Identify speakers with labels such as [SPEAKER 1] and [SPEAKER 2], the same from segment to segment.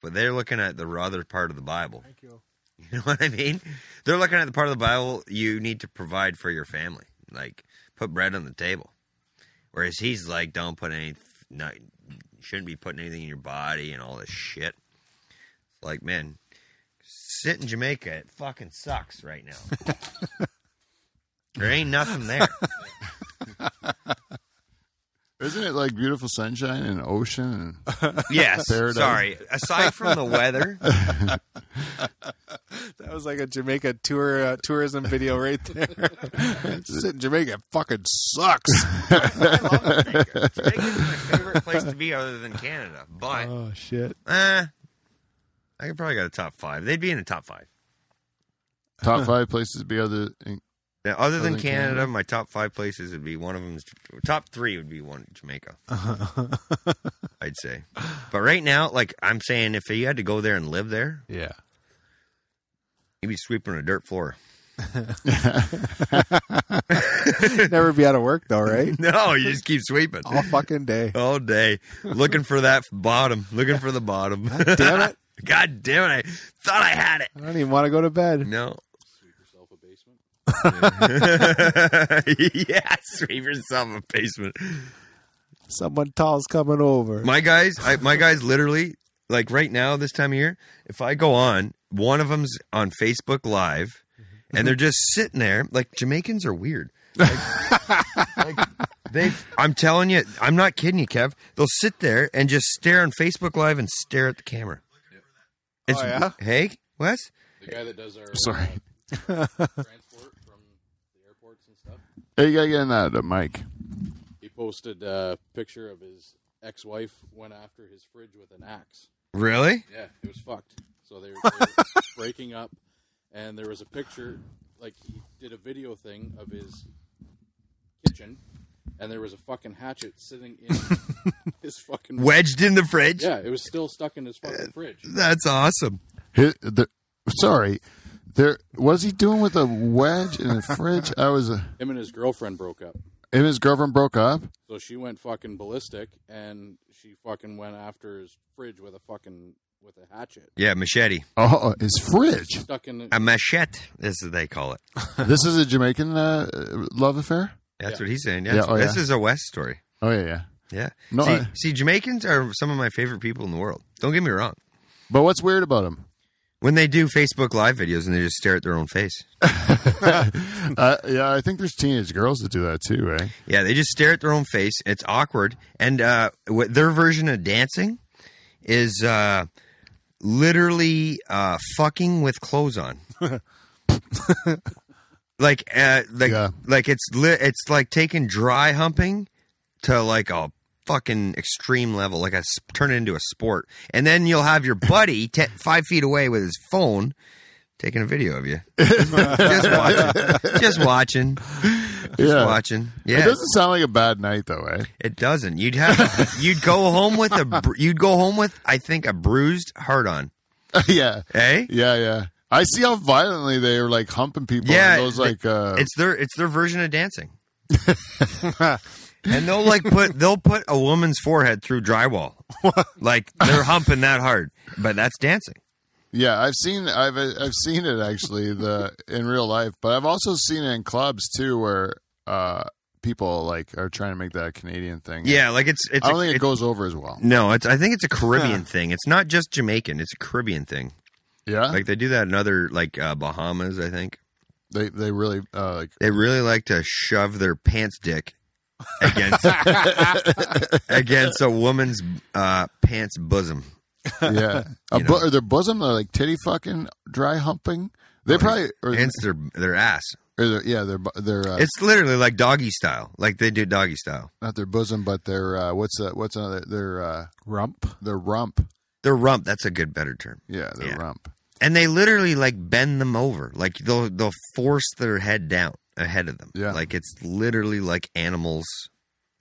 [SPEAKER 1] but they're looking at the other part of the Bible.
[SPEAKER 2] Thank you.
[SPEAKER 1] You know what I mean? They're looking at the part of the Bible you need to provide for your family, like put bread on the table. Whereas he's like, don't put any, no, shouldn't be putting anything in your body and all this shit. It's like, man, sit in Jamaica. It fucking sucks right now. there ain't nothing there.
[SPEAKER 3] Isn't it like beautiful sunshine and ocean? And,
[SPEAKER 1] Yes.
[SPEAKER 3] Paradise.
[SPEAKER 1] Sorry. Aside from the weather,
[SPEAKER 2] That was like a Jamaica tour uh, tourism video right there. Sit in Jamaica it fucking sucks.
[SPEAKER 1] I love Jamaica. Jamaica's my favorite place to be other than Canada. But
[SPEAKER 2] oh shit!
[SPEAKER 1] Uh, I could probably got a top five. They'd be in the top five.
[SPEAKER 3] top five places to be other.
[SPEAKER 1] Now, other than
[SPEAKER 3] than
[SPEAKER 1] Canada,
[SPEAKER 3] Canada.
[SPEAKER 1] my top five places would be one of them. Top three would be one Jamaica. I'd say, but right now, like I'm saying, if you had to go there and live there,
[SPEAKER 2] Yeah.
[SPEAKER 1] you'd be sweeping a dirt floor.
[SPEAKER 2] Never be out of work though, right?
[SPEAKER 1] No, you just keep sweeping
[SPEAKER 2] All fucking day.
[SPEAKER 1] all day, looking for that bottom, looking for the bottom. God
[SPEAKER 2] Damn it!
[SPEAKER 1] God damn it! I thought I had it.
[SPEAKER 2] I don't even want to go to bed.
[SPEAKER 1] No.
[SPEAKER 4] yourself a basement.
[SPEAKER 1] yeah, sweep yourself a basement.
[SPEAKER 2] Someone tall's coming over.
[SPEAKER 1] My guys, I, my guys, literally, like right now, this time of year, if I go on, one of them's on Facebook Live, and they're just sitting there. Like Jamaicans are weird. Like, like, they, I'm telling you, I'm not kidding you, Kev. They'll sit there and just stare on Facebook Live and stare at the camera. It's,
[SPEAKER 2] Oh, yeah?
[SPEAKER 1] Hey, Wes.
[SPEAKER 4] The guy that does our
[SPEAKER 3] Sorry.
[SPEAKER 4] uh, transport from the airports and stuff.
[SPEAKER 3] Hey, you gotta get in out of the mic.
[SPEAKER 4] He posted a picture of his ex-wife went after his fridge with an axe.
[SPEAKER 1] Really?
[SPEAKER 4] Yeah, it was fucked. So they were, they were breaking up, and there was a picture, like he did a video thing of his kitchen, and there was a fucking hatchet sitting in his fucking.
[SPEAKER 1] Wedged in the fridge.
[SPEAKER 4] Yeah, it was still stuck in his fucking fridge.
[SPEAKER 1] That's awesome.
[SPEAKER 3] His, the, sorry, there was he doing with a wedge in the fridge? I was. Uh,
[SPEAKER 4] Him and his girlfriend broke up.
[SPEAKER 3] and his girlfriend broke up.
[SPEAKER 4] So she went fucking ballistic, and she fucking went after his fridge with a fucking with a hatchet
[SPEAKER 1] Yeah, machete.
[SPEAKER 3] Oh, his fridge.
[SPEAKER 4] stuck in.
[SPEAKER 1] A machete is what they call it.
[SPEAKER 3] This is a Jamaican uh, love affair.
[SPEAKER 1] That's
[SPEAKER 4] Yeah.
[SPEAKER 1] what he's saying. Yeah,
[SPEAKER 3] Yeah,
[SPEAKER 1] that's-
[SPEAKER 3] oh,
[SPEAKER 1] this
[SPEAKER 3] yeah.
[SPEAKER 1] is a West story.
[SPEAKER 3] Oh yeah, yeah.
[SPEAKER 1] Yeah.
[SPEAKER 3] No,
[SPEAKER 1] see,
[SPEAKER 3] I-
[SPEAKER 1] see, Jamaicans are some of my favorite people in the world. Don't get me wrong.
[SPEAKER 3] But what's weird about him?
[SPEAKER 1] When they do Facebook Live videos and they just stare at their own face.
[SPEAKER 3] Uh, yeah, I think there's teenage girls that do that too, eh?
[SPEAKER 1] Yeah, they just stare at their own face. It's awkward. And uh, what their version of dancing is uh, literally uh, fucking with clothes on. like, uh, like,
[SPEAKER 3] Yeah.
[SPEAKER 1] like it's li- it's like taking dry humping to like a fucking extreme level, like a s- turn it into a sport. And then you'll have your buddy te- five feet away with his phone taking a video of you. just watching. Just watching. Just
[SPEAKER 3] Yeah.
[SPEAKER 1] watching. Yeah.
[SPEAKER 3] It doesn't sound like a bad night though, eh?
[SPEAKER 1] It doesn't. You'd have you'd go home with a bru- you'd go home with I think a bruised heart on.
[SPEAKER 3] yeah,
[SPEAKER 1] Eh?
[SPEAKER 3] yeah, yeah. I see how violently they are like humping people.
[SPEAKER 1] Yeah,
[SPEAKER 3] and those like uh,
[SPEAKER 1] It's their it's their version of dancing. and they'll like put they'll put a woman's forehead through drywall. like they're humping that hard, but that's dancing.
[SPEAKER 3] Yeah, I've seen I've uh, I've seen it actually the in real life, but I've also seen it in clubs too where uh people like are trying to make that a Canadian thing.
[SPEAKER 1] Yeah, like it's it's
[SPEAKER 3] I
[SPEAKER 1] a-
[SPEAKER 3] don't think it,
[SPEAKER 1] it's-
[SPEAKER 3] goes over as well.
[SPEAKER 1] No, it's I think it's a Caribbean thing. It's not just Jamaican, it's a Caribbean thing.
[SPEAKER 3] Yeah,
[SPEAKER 1] Like they do that in other like uh, Bahamas, I think.
[SPEAKER 3] they they really uh, like
[SPEAKER 1] They really like to shove their pants dick against against a woman's uh, pants bosom.
[SPEAKER 3] yeah, a
[SPEAKER 1] You
[SPEAKER 3] bu-
[SPEAKER 1] know.
[SPEAKER 3] or their bosom they're like titty fucking dry humping. They probably or,
[SPEAKER 1] Hence their their ass.
[SPEAKER 3] or their, yeah their bu- their uh,
[SPEAKER 1] It's literally like doggy style. Like they do doggy style.
[SPEAKER 3] not their bosom but their uh, what's that what's another their uh,
[SPEAKER 2] Rump.
[SPEAKER 3] their rump.
[SPEAKER 1] Their rump, that's a good better term.
[SPEAKER 3] Yeah, their
[SPEAKER 1] Yeah.
[SPEAKER 3] rump.
[SPEAKER 1] And they literally like bend them over. Like they'll they'll force their head down ahead of them.
[SPEAKER 3] Yeah.
[SPEAKER 1] Like it's literally like animals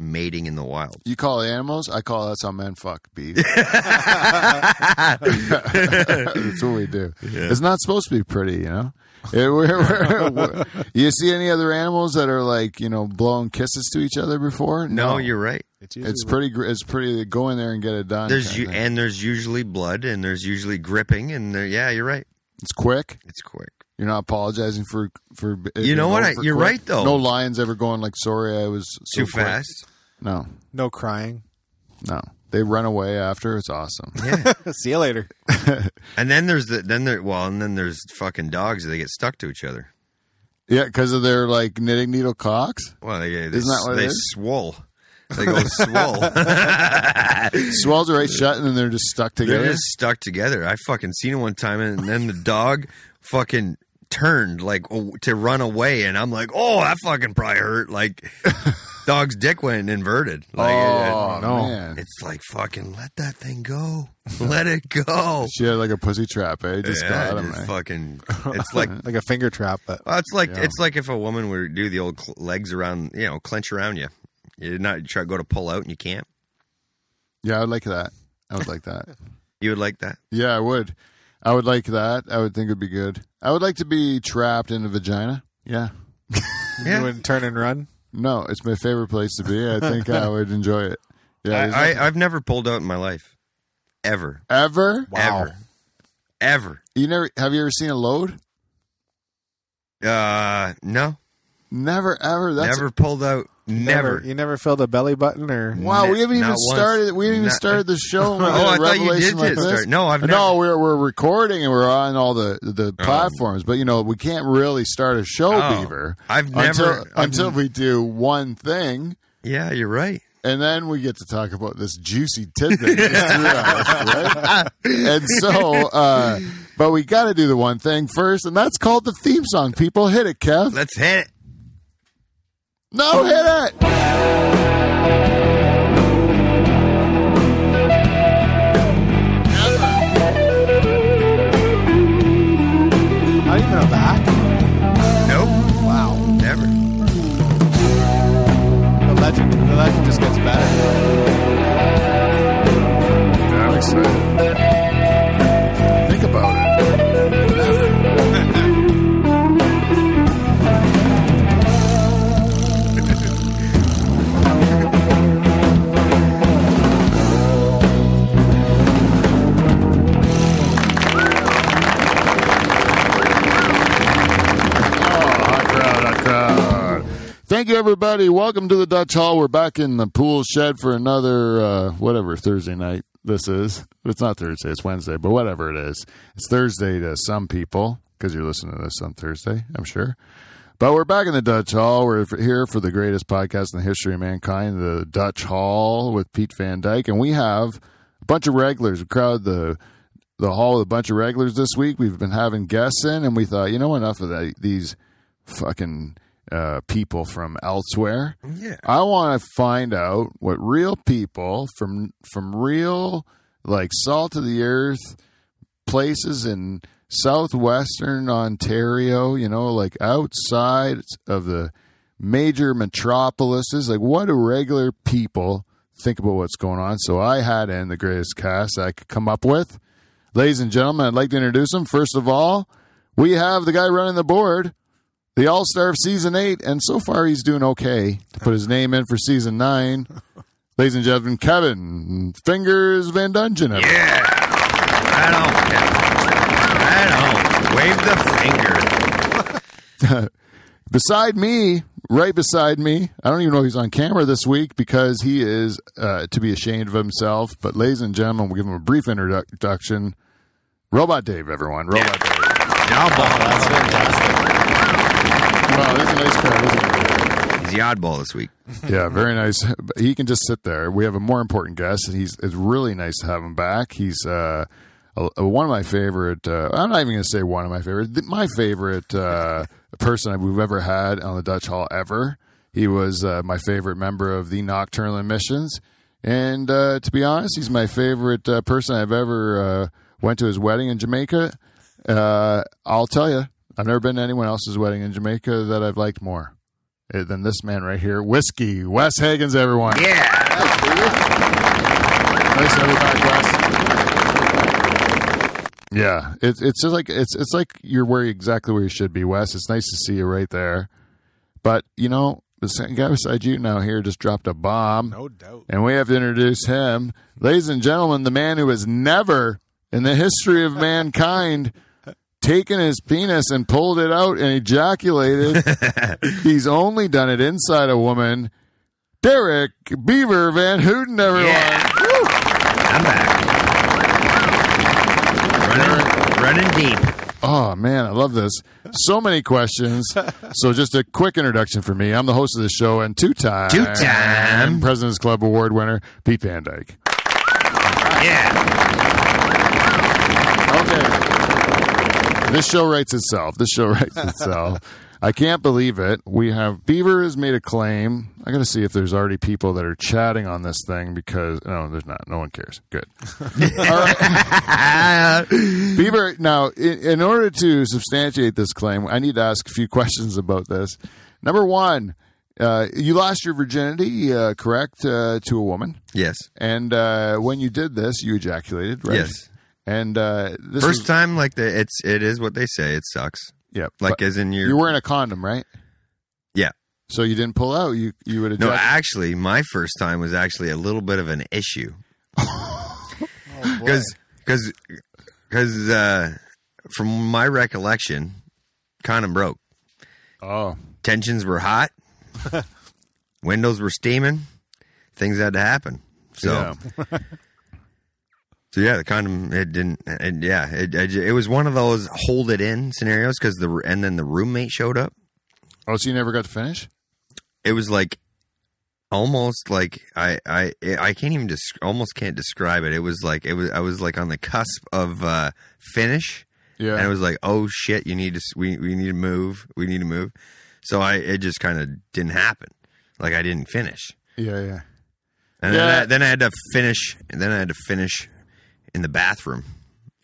[SPEAKER 1] mating in the wild.
[SPEAKER 3] You call it animals? I call that's how men fuck beef. That's what we do. It's not supposed to be pretty, you know. It- we're- we're- we're- you see any other animals that are like you know blowing kisses to each other before?
[SPEAKER 1] no, you're right.
[SPEAKER 2] usually
[SPEAKER 3] It's pretty. gr- It's pretty. Go in there and get it done.
[SPEAKER 1] There's
[SPEAKER 3] kinda
[SPEAKER 1] you,
[SPEAKER 3] thing.
[SPEAKER 1] and there's usually blood, and there's usually gripping, and there, yeah, you're right.
[SPEAKER 3] it's quick.
[SPEAKER 1] It's quick.
[SPEAKER 3] You're not apologizing for for. it
[SPEAKER 1] You know
[SPEAKER 3] being
[SPEAKER 1] what?
[SPEAKER 3] over
[SPEAKER 1] I- you're
[SPEAKER 3] quick.
[SPEAKER 1] right, though.
[SPEAKER 3] No lions ever going like, "Sorry, I was so
[SPEAKER 1] Too
[SPEAKER 3] quick."
[SPEAKER 1] fast.
[SPEAKER 3] No,
[SPEAKER 2] no crying.
[SPEAKER 3] no. They run away after. It's awesome.
[SPEAKER 2] See you later.
[SPEAKER 1] And then there's the then there well, and then there's fucking dogs that they get stuck to each other.
[SPEAKER 3] yeah, because of their like knitting needle cocks.
[SPEAKER 1] Well, they, they,
[SPEAKER 3] Isn't that what it
[SPEAKER 1] they
[SPEAKER 3] is?
[SPEAKER 1] swole. They go swole.
[SPEAKER 3] Swells are right shut, and then they're just stuck together.
[SPEAKER 1] They're just stuck together. I fucking seen it one time, and then the dog fucking turned like oh, to run away, and I'm like, oh, that fucking probably hurt. Like, dog's dick went inverted. Like, it-
[SPEAKER 3] oh
[SPEAKER 2] no.
[SPEAKER 3] man.
[SPEAKER 1] it's like fucking let that thing go, let it go.
[SPEAKER 3] She had like a pussy trap, eh? Just
[SPEAKER 1] Yeah,
[SPEAKER 3] got him,
[SPEAKER 1] just
[SPEAKER 3] eh?
[SPEAKER 1] fucking. It's like
[SPEAKER 2] Like a finger trap, but
[SPEAKER 1] Well, it's like
[SPEAKER 3] Yeah.
[SPEAKER 1] it's like if a woman were to do the old cl- legs around, you know, clench around you. You're not try to go to pull out and you can't.
[SPEAKER 3] Yeah, I would like that. I would like that.
[SPEAKER 1] You would like that.
[SPEAKER 3] Yeah, I would. I would like that. I would think it'd be good. I would like to be trapped in a vagina. Yeah.
[SPEAKER 2] you wouldn't turn and run.
[SPEAKER 3] No, it's my favorite place to be. I think I would enjoy it. Yeah. there's
[SPEAKER 1] I,
[SPEAKER 3] nothing-
[SPEAKER 1] I, I've never pulled out in my life, ever,
[SPEAKER 3] ever?
[SPEAKER 1] ever, ever.
[SPEAKER 3] You never have you ever seen a load?
[SPEAKER 1] Uh, no,
[SPEAKER 3] Never ever. That's e-,
[SPEAKER 1] never pulled out. Never.
[SPEAKER 2] You never filled a belly button or
[SPEAKER 3] Wow, we haven't
[SPEAKER 1] Not
[SPEAKER 3] even
[SPEAKER 1] once.
[SPEAKER 3] started. We haven't even
[SPEAKER 1] Not-
[SPEAKER 3] started the show. and we
[SPEAKER 1] Oh,
[SPEAKER 3] got a
[SPEAKER 1] I thought you did
[SPEAKER 3] revelation like
[SPEAKER 1] just
[SPEAKER 3] this.
[SPEAKER 1] start. No, I've
[SPEAKER 3] No,
[SPEAKER 1] never- Uh-huh.
[SPEAKER 3] we're we're recording and we're on all the the platforms, but you know we can't really start a show,
[SPEAKER 1] Oh.
[SPEAKER 3] Beaver.
[SPEAKER 1] I've
[SPEAKER 3] until,
[SPEAKER 1] never- I've-
[SPEAKER 3] until we do one thing,
[SPEAKER 1] Yeah, you're right.
[SPEAKER 3] and then we get to talk about this juicy tidbit. that just threw at us, right? And so, uh, but we got to do the one thing first, and that's called the theme song. People hit it, Kev.
[SPEAKER 1] Let's hit it.
[SPEAKER 3] No, hit it.
[SPEAKER 2] not even a back.
[SPEAKER 1] Nope.
[SPEAKER 2] Wow.
[SPEAKER 1] Never.
[SPEAKER 2] The legend the legend just gets better.
[SPEAKER 3] I'm excited. Think about it. Oh, Hot crowd, hot crowd. Thank you, everybody. Welcome to the Dutch Hall. We're back in the pool shed for another, uh, whatever, Thursday night this is. It's not Thursday, it's Wednesday, but whatever it is. It's Thursday to some people because you're listening to this on Thursday, I'm sure. But we're back in the Dutch Hall. We're f- here for the greatest podcast in the history of mankind, the Dutch Hall with Pete Van Dyke. And we have a bunch of regulars. We crowd the the hall with a bunch of regulars this week. We've been having guests in, and we thought, you know, enough of that, these fucking uh, people from elsewhere.
[SPEAKER 1] Yeah.
[SPEAKER 3] I want to find out what real people from from real like salt of the earth places in southwestern Ontario, you know, like outside of the major metropolises, like what do regular people think about what's going on? So I had in the greatest cast I could come up with. Ladies and gentlemen, I'd like to introduce them. First of all, we have the guy running the board, the all star of season eight, and so far he's doing okay to put his name in for season nine. Ladies and gentlemen, Kevin Fingers Van Dungeon. everyone.
[SPEAKER 1] Yeah. Right on. Kevin. Right on. Wave the finger.
[SPEAKER 3] beside me, right beside me. I don't even know he's on camera this week because he is uh, to be ashamed of himself. But, ladies and gentlemen, we'll give him a brief introduction. Robot Dave, everyone. Robot Dave.
[SPEAKER 1] Oddball.
[SPEAKER 3] Wow, that's a nice crowd, isn't it?
[SPEAKER 1] He's the oddball this week.
[SPEAKER 3] Yeah, very nice. But He can just sit there. We have a more important guest, and he's it's really nice to have him back. He's uh, a, a- one of my favorite. Uh, I'm not even going to say one of my favorite. th- My favorite uh, person we've ever had on the Dutch Hall ever. He was uh, my favorite member of the Nocturnal Emissions, and uh, to be honest, he's my favorite uh, person I've ever uh, went to his wedding in Jamaica. Uh, I'll tell you, I've never been to anyone else's wedding in Jamaica that I've liked more. uh, than this man right here. Whiskey, Wes Higgins, everyone.
[SPEAKER 1] Yeah.
[SPEAKER 3] Thanks, everybody, Wes. Yeah, it's it's just like it's it's like you're where exactly where you should be, Wes. It's nice to see you right there, but you know the second guy beside you now here just dropped a bomb.
[SPEAKER 2] No doubt.
[SPEAKER 3] And we have to introduce him. Ladies and gentlemen, the man who has never in the history of mankind taken his penis and pulled it out and ejaculated. He's only done it inside a woman. Derek Beaver Van Houten, everyone.
[SPEAKER 1] Yeah. I'm back. Running, running deep.
[SPEAKER 3] Oh man, I love this. So many questions. So just a quick introduction for me. I'm the host of the show and two-time
[SPEAKER 1] Two-time.
[SPEAKER 3] President's Club Award winner, Pete Van Dyke.
[SPEAKER 1] Yeah.
[SPEAKER 2] Okay.
[SPEAKER 3] This show writes itself. This show writes itself. I can't believe it. We have Beaver has made a claim. I got to see if there's already people that are chatting on this thing because no, there's not. No one cares. Good.
[SPEAKER 1] Ah.
[SPEAKER 3] Beaver. Now, in, in order to substantiate this claim, I need to ask a few questions about this. Number one, uh, you lost your virginity, uh, correct, uh, to a woman,
[SPEAKER 1] Yes.
[SPEAKER 3] and uh, when you did this, you ejaculated, right?
[SPEAKER 1] Yes.
[SPEAKER 3] And uh, this
[SPEAKER 1] First
[SPEAKER 3] is,
[SPEAKER 1] time, like the it's it is what they say. It sucks.
[SPEAKER 3] yeah,
[SPEAKER 1] Like
[SPEAKER 3] but
[SPEAKER 1] as in your
[SPEAKER 3] you're wearing a condom, right?
[SPEAKER 1] yeah.
[SPEAKER 3] So you didn't pull out. You you would have.
[SPEAKER 1] No, actually, my first time was actually a little bit of an issue because because because uh, from my recollection, condom broke.
[SPEAKER 3] oh,
[SPEAKER 1] Tensions were hot. windows were steaming. Things had to happen. So. So yeah, the condom it didn't. It, yeah, it, it it was one of those hold it in scenarios because the and then the roommate showed up.
[SPEAKER 3] oh, so you never got to finish?
[SPEAKER 1] It was like almost like I I I can't even desc- almost can't describe it. It was like it was I was like on the cusp of uh, finish,
[SPEAKER 3] Yeah.
[SPEAKER 1] and it was like oh shit, you need to s- we we need to move, we need to move. So I it just kind of didn't happen. Like I didn't finish,
[SPEAKER 3] yeah, yeah.
[SPEAKER 1] and
[SPEAKER 3] Yeah.
[SPEAKER 1] then, I, then I had to finish, and then I had to finish in the bathroom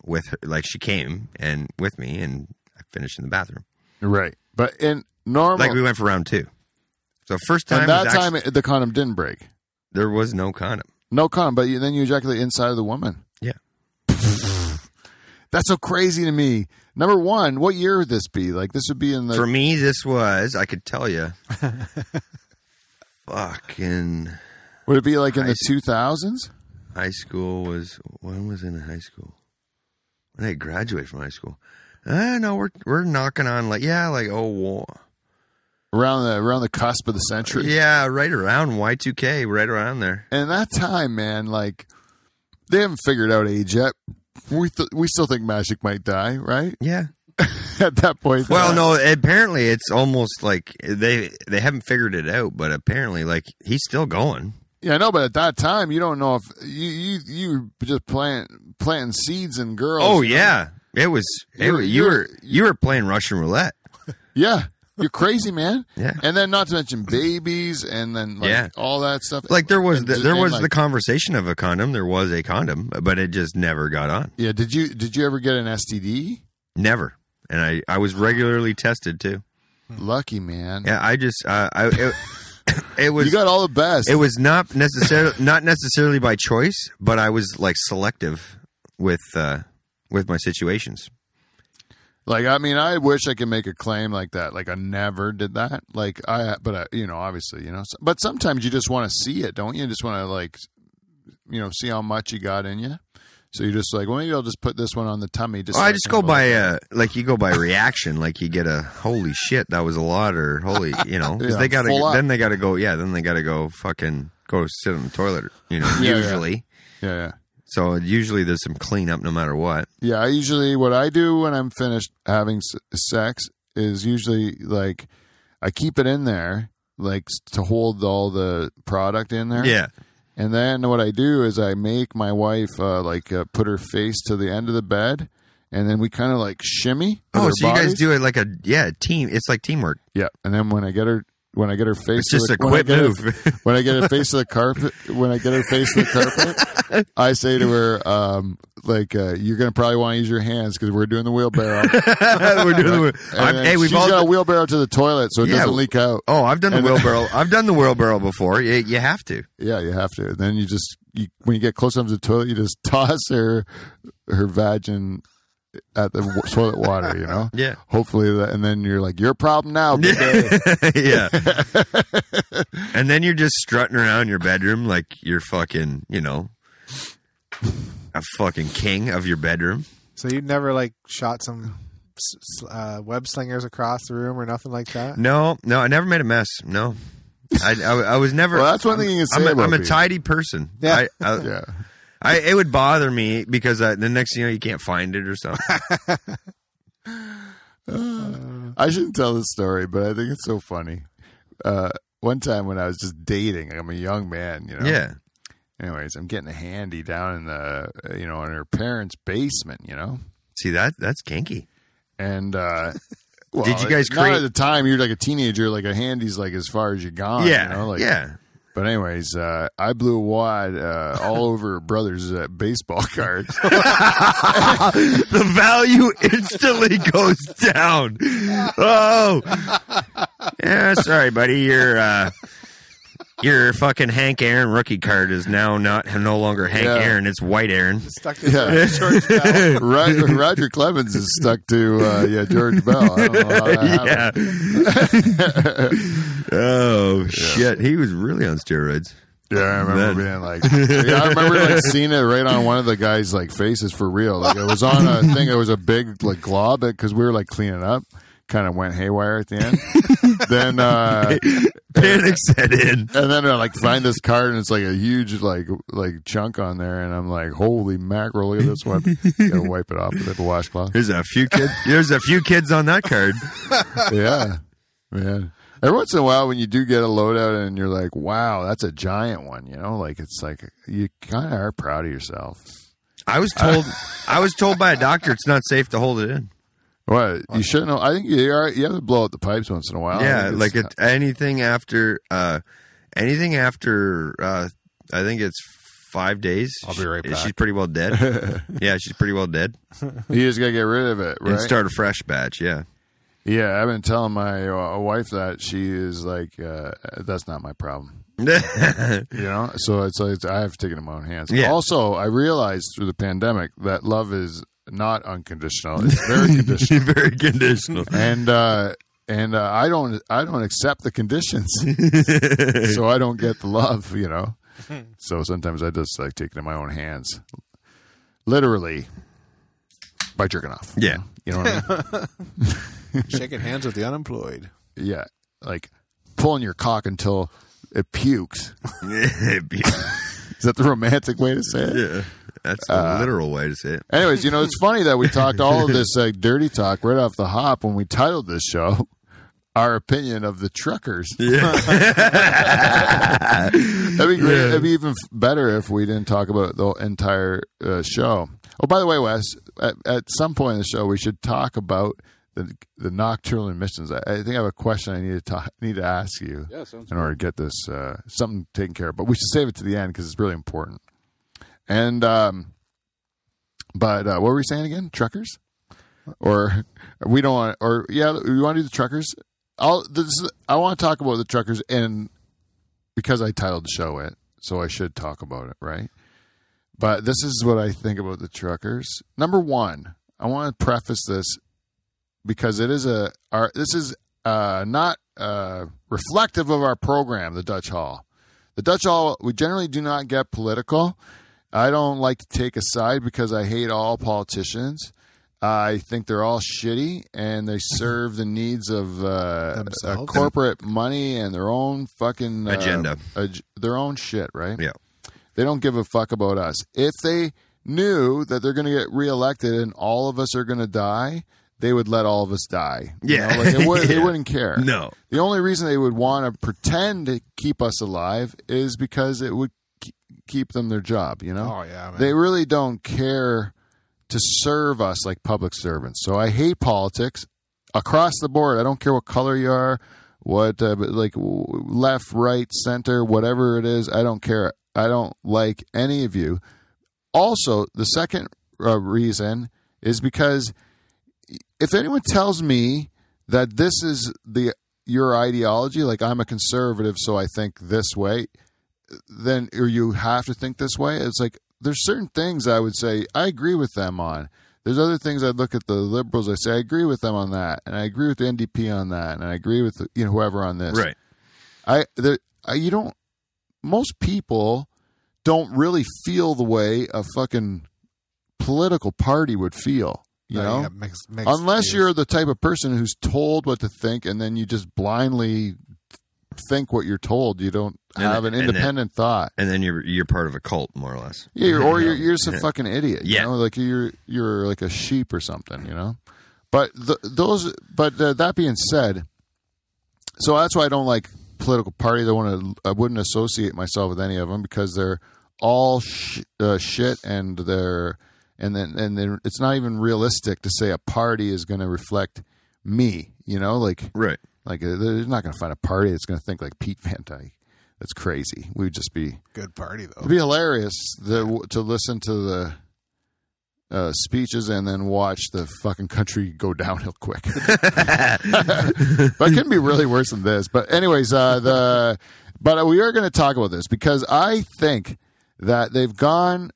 [SPEAKER 1] with her. Like she came and with me, and I finished in the bathroom.
[SPEAKER 3] Right. But in normal,
[SPEAKER 1] Like we went for round two. So first time
[SPEAKER 3] and that
[SPEAKER 1] was
[SPEAKER 3] time
[SPEAKER 1] actually-
[SPEAKER 3] it- the condom didn't break.
[SPEAKER 1] there was no condom.
[SPEAKER 3] No condom, but you, then you ejaculate inside of the woman.
[SPEAKER 1] Yeah.
[SPEAKER 3] That's so crazy to me. Number one, what year would this be? Like this would be in the
[SPEAKER 1] For me, this was I could tell you. fucking
[SPEAKER 3] would it be like in
[SPEAKER 1] I
[SPEAKER 3] the
[SPEAKER 1] see.
[SPEAKER 3] two thousands?
[SPEAKER 1] high school was when was in high school when I graduated from high school. Uh, no, we're we're knocking on like yeah, like oh wa-
[SPEAKER 3] Around the around the cusp of the century.
[SPEAKER 1] yeah, right around Y two K, right around there.
[SPEAKER 3] And that time, man, like they haven't figured out age yet. We th- we still think magic might die, right?
[SPEAKER 1] Yeah.
[SPEAKER 3] At that point,
[SPEAKER 1] Well,
[SPEAKER 3] uh,
[SPEAKER 1] no, apparently it's almost like they they haven't figured it out, but apparently like he's still going.
[SPEAKER 3] Yeah, no, but at that time, you don't know if you you you were just plant planting seeds in girls.
[SPEAKER 1] Oh
[SPEAKER 3] you know?
[SPEAKER 1] yeah, it was. It,
[SPEAKER 3] You
[SPEAKER 1] you,
[SPEAKER 3] were- you
[SPEAKER 1] you
[SPEAKER 3] were-
[SPEAKER 1] were you were playing Russian roulette.
[SPEAKER 3] yeah, you're crazy, man.
[SPEAKER 1] Yeah.
[SPEAKER 3] and then not to mention babies, and then like
[SPEAKER 1] Yeah.
[SPEAKER 3] all that stuff.
[SPEAKER 1] Like there was
[SPEAKER 3] And
[SPEAKER 1] the,
[SPEAKER 3] ju-
[SPEAKER 1] there
[SPEAKER 3] and,
[SPEAKER 1] was
[SPEAKER 3] like-
[SPEAKER 1] the conversation of a condom. There was a condom, but it just never got on.
[SPEAKER 3] yeah. Did you did you ever get an STD?
[SPEAKER 1] Never. And I I was regularly tested too.
[SPEAKER 3] Lucky man.
[SPEAKER 1] Hmm. Yeah, I just uh, I it, it was
[SPEAKER 3] you got all the best.
[SPEAKER 1] it was not necessarily not necessarily by choice, but I was like selective with uh with my situations.
[SPEAKER 3] Like I mean, I wish I could make a claim like that. Like I never did that. Like I, but I, you know, obviously, you know. so- But sometimes you just want to see it, don't you? You just want to like, you know, see how much you got in you. So you're just like, well, maybe I'll just put this one on the tummy. Just
[SPEAKER 1] Well,
[SPEAKER 3] so
[SPEAKER 1] Oh, I just
[SPEAKER 3] can
[SPEAKER 1] go
[SPEAKER 3] have a
[SPEAKER 1] by uh like you go by reaction. Like you get a holy shit, that was a lot, or holy, you know, 'cause
[SPEAKER 3] Yeah,
[SPEAKER 1] they gotta
[SPEAKER 3] full up.
[SPEAKER 1] then they gotta go. Yeah, then they gotta go fucking go sit on the toilet. You know,
[SPEAKER 3] Yeah, yeah.
[SPEAKER 1] usually.
[SPEAKER 3] Yeah, yeah.
[SPEAKER 1] So usually there's some cleanup no matter what.
[SPEAKER 3] Yeah, I usually what I do when I'm finished having s- sex is usually like I keep it in there like s- to hold all the product in there.
[SPEAKER 1] Yeah,
[SPEAKER 3] And then what I do is I make my wife uh, like uh, put her face to the end of the bed and then we kind of like shimmy. with
[SPEAKER 1] Oh,
[SPEAKER 3] our
[SPEAKER 1] so you guys
[SPEAKER 3] bodies.
[SPEAKER 1] do it like a yeah team. It's like teamwork.
[SPEAKER 3] Yeah, and then when I get her when I get her face
[SPEAKER 1] It's
[SPEAKER 3] to
[SPEAKER 1] just
[SPEAKER 3] the,
[SPEAKER 1] a
[SPEAKER 3] when I
[SPEAKER 1] quick
[SPEAKER 3] get her-
[SPEAKER 1] move.
[SPEAKER 3] when I get her face to the carpet, when I get her face to the carpet, I say to her, um, like uh, you're going to probably want to use your hands because we're doing the wheelbarrow.
[SPEAKER 1] We're doing the.
[SPEAKER 3] And
[SPEAKER 1] I've,
[SPEAKER 3] then
[SPEAKER 1] hey, we've
[SPEAKER 3] she's
[SPEAKER 1] all.
[SPEAKER 3] got a wheelbarrow to the toilet, so it
[SPEAKER 1] Yeah.
[SPEAKER 3] doesn't leak out.
[SPEAKER 1] oh, I've done the
[SPEAKER 3] and-
[SPEAKER 1] wheelbarrow. I've done the wheelbarrow before. You, you have to.
[SPEAKER 3] Yeah, you have to. And then you just you, when you get close enough to the toilet, you just toss her her vagin at the w- toilet water. You know.
[SPEAKER 1] Yeah.
[SPEAKER 3] Hopefully, that, and then you're like, your problem now. big guy."
[SPEAKER 1] yeah. and then you're just strutting around in your bedroom like you're fucking, you know, a fucking king of your bedroom.
[SPEAKER 2] So you never like shot some s- s- uh, web slingers across the room or nothing like that.
[SPEAKER 1] No, no, I never made a mess. No. I, I, I was never.
[SPEAKER 3] Well, that's one thing you can say
[SPEAKER 1] I'm a,
[SPEAKER 3] about
[SPEAKER 1] I'm a
[SPEAKER 3] people.
[SPEAKER 1] tidy person.
[SPEAKER 2] Yeah.
[SPEAKER 1] I, I,
[SPEAKER 3] yeah.
[SPEAKER 1] I, it would bother me because I, the next thing you know, you can't find it or something.
[SPEAKER 3] I shouldn't tell this story, but I think it's so funny. Uh, one time when I was just dating, I'm a young man, you know.
[SPEAKER 1] yeah.
[SPEAKER 3] Anyways, I'm getting a handy down in the, uh, you know, in her parents' basement, you know.
[SPEAKER 1] See, that that's kinky.
[SPEAKER 3] And uh, well,
[SPEAKER 1] Did you guys
[SPEAKER 3] not
[SPEAKER 1] create-
[SPEAKER 3] at the time? You're like a teenager, like a handy's like as far as you're gone.
[SPEAKER 1] yeah.
[SPEAKER 3] Oh, you know, like-
[SPEAKER 1] yeah.
[SPEAKER 3] But anyways, uh, I blew a wad uh, all over her brother's uh, baseball cards.
[SPEAKER 1] the value instantly goes down. Oh, yeah. Sorry, buddy. Your uh, your fucking Hank Aaron rookie card is now not no longer Hank
[SPEAKER 3] Yeah.
[SPEAKER 1] Aaron. It's White Aaron.
[SPEAKER 2] Stuck to
[SPEAKER 3] yeah,
[SPEAKER 2] George Bell.
[SPEAKER 3] Roger, Roger Clemens is stuck to uh, yeah George Bell. I don't know how that happened.
[SPEAKER 1] Yeah. oh shit. He was really on steroids.
[SPEAKER 3] Yeah, I remember
[SPEAKER 1] Then-
[SPEAKER 3] being like, yeah, I remember like seeing it right on one of the guys' like faces for real. Like it was on a thing. It was a big like glob because we were like cleaning up. Kind of went haywire at the end. then uh,
[SPEAKER 1] Panic set in.
[SPEAKER 3] and then I like find this card and it's like a huge like like chunk on there, and I'm like, holy mackerel! Look at this one. Gotta wipe it off with a washcloth.
[SPEAKER 1] There's a few kids. There's a few kids on that card.
[SPEAKER 3] yeah, man. Every once in a while, when you do get a loadout and you're like, wow, that's a giant one. You know, like it's like you kind of are proud of yourself.
[SPEAKER 1] I was told. I was told by a doctor it's not safe to hold it in.
[SPEAKER 3] Well, you shouldn't. know- I think you are, you have to blow out the pipes once in a while. I
[SPEAKER 1] yeah,
[SPEAKER 3] think
[SPEAKER 1] like
[SPEAKER 3] it's-
[SPEAKER 1] it, anything after uh anything after uh I think it's five days.
[SPEAKER 2] I'll be right
[SPEAKER 1] she-
[SPEAKER 2] back.
[SPEAKER 1] She's pretty well dead. yeah, she's pretty well dead.
[SPEAKER 3] you just gotta get rid of it, right?
[SPEAKER 1] And start a fresh batch. Yeah,
[SPEAKER 3] yeah, I've been telling my uh, wife that she is like, uh, that's not my problem. You know, so it's like I have taken it in my own hands.
[SPEAKER 1] Yeah.
[SPEAKER 3] Also, I realized through the pandemic that love is not unconditional; it's very conditional.
[SPEAKER 1] very conditional.
[SPEAKER 3] and uh, and uh, I don't I don't accept the conditions, so I don't get the love. You know,
[SPEAKER 1] Hmm.
[SPEAKER 3] so sometimes I just like take it in my own hands, literally by jerking off.
[SPEAKER 1] Yeah,
[SPEAKER 3] You know what I
[SPEAKER 2] shaking hands with the unemployed.
[SPEAKER 3] mean? yeah, like pulling your cock until it pukes. Is that the romantic way to say it?
[SPEAKER 1] yeah. That's the literal way to say it.
[SPEAKER 3] Anyways, you know, it's funny that we talked all of this like dirty talk right off the hop when we titled this show our opinion of the truckers. that'd be great. It'd be even f- better if we didn't talk about the entire uh, show. Oh, by the way, Wes, at, at some point in the show, we should talk about the the nocturnal emissions. I, I think I have a question I need to talk, need to ask you
[SPEAKER 4] Yeah, sounds
[SPEAKER 3] in order to get this uh, something taken care of. But we should save it to the end because it's really important. And um, but uh, what were we saying again? Truckers, or we don't want, or yeah, we want to do the truckers. I'll this is, I want to talk about the truckers, and because I titled the show it, so I should talk about it, right? But this is what I think about the truckers. Number one, I want to preface this because it is a our, this is uh, not uh, reflective of our program, the Dutch Hall. The Dutch Hall, we generally do not get political. I don't like to take a side because I hate all politicians. I think they're all shitty and they serve the needs of uh, uh,
[SPEAKER 2] Themselves.
[SPEAKER 3] corporate money and their own fucking uh,
[SPEAKER 1] Agenda.
[SPEAKER 3] ag- their own shit, right?
[SPEAKER 1] Yeah.
[SPEAKER 3] They don't give a fuck about us. If they knew that they're going to get reelected and all of us are going to die, they would let all of us die. You
[SPEAKER 1] Yeah.
[SPEAKER 3] know, like, they, would, they
[SPEAKER 1] Yeah.
[SPEAKER 3] wouldn't care.
[SPEAKER 1] No.
[SPEAKER 3] The only reason they would want to pretend to keep us alive is because it would ke- keep them their job, you know?
[SPEAKER 2] Oh yeah, man.
[SPEAKER 3] they really don't care to serve us like public servants. So I hate politics across the board. I don't care what color you are, what uh, but like w- left, right, center, whatever it is. I don't care. I don't like any of you. Also, the second uh, reason is because if anyone tells me that this is the your ideology, like I'm a conservative, so I think this way, then or you have to think this way. It's like there's certain things I would say I agree with them on. There's other things I'd look at the liberals. I say I agree with them on that, and I agree with the NDP on that, and I agree with you know whoever on this.
[SPEAKER 1] Right.
[SPEAKER 3] I there I, you don't most people don't really feel the way a fucking political party would feel, you know?
[SPEAKER 2] got Oh, mixed- mixed
[SPEAKER 3] Unless
[SPEAKER 2] views.
[SPEAKER 3] you're the type of person who's told what to think and then you just blindly think what you're told. You don't
[SPEAKER 1] And
[SPEAKER 3] have
[SPEAKER 1] then-
[SPEAKER 3] an
[SPEAKER 1] and then-
[SPEAKER 3] independent thought.
[SPEAKER 1] And then you're you're part of a cult, more or less.
[SPEAKER 3] Yeah, you're, or you're, you're just a fucking idiot. You
[SPEAKER 1] Yeah.
[SPEAKER 3] know, like you're you're like a sheep or something. You know, but th those. But uh, that being said, so that's why I don't like political parties. I want to. I wouldn't associate myself with any of them because they're all sh- uh, shit, and they're and then and then it's not even realistic to say a party is going to reflect me. You know, like
[SPEAKER 1] Right.
[SPEAKER 3] like uh, they're not going to find a party that's going to think like Pete Van Dyke. That's crazy. We would just be
[SPEAKER 2] good party though.
[SPEAKER 3] It'd be hilarious the, to listen to the uh, speeches and then watch the fucking country go downhill quick. but it can be really worse than this. But anyways, uh, the but we are going to talk about this because I think that they've gone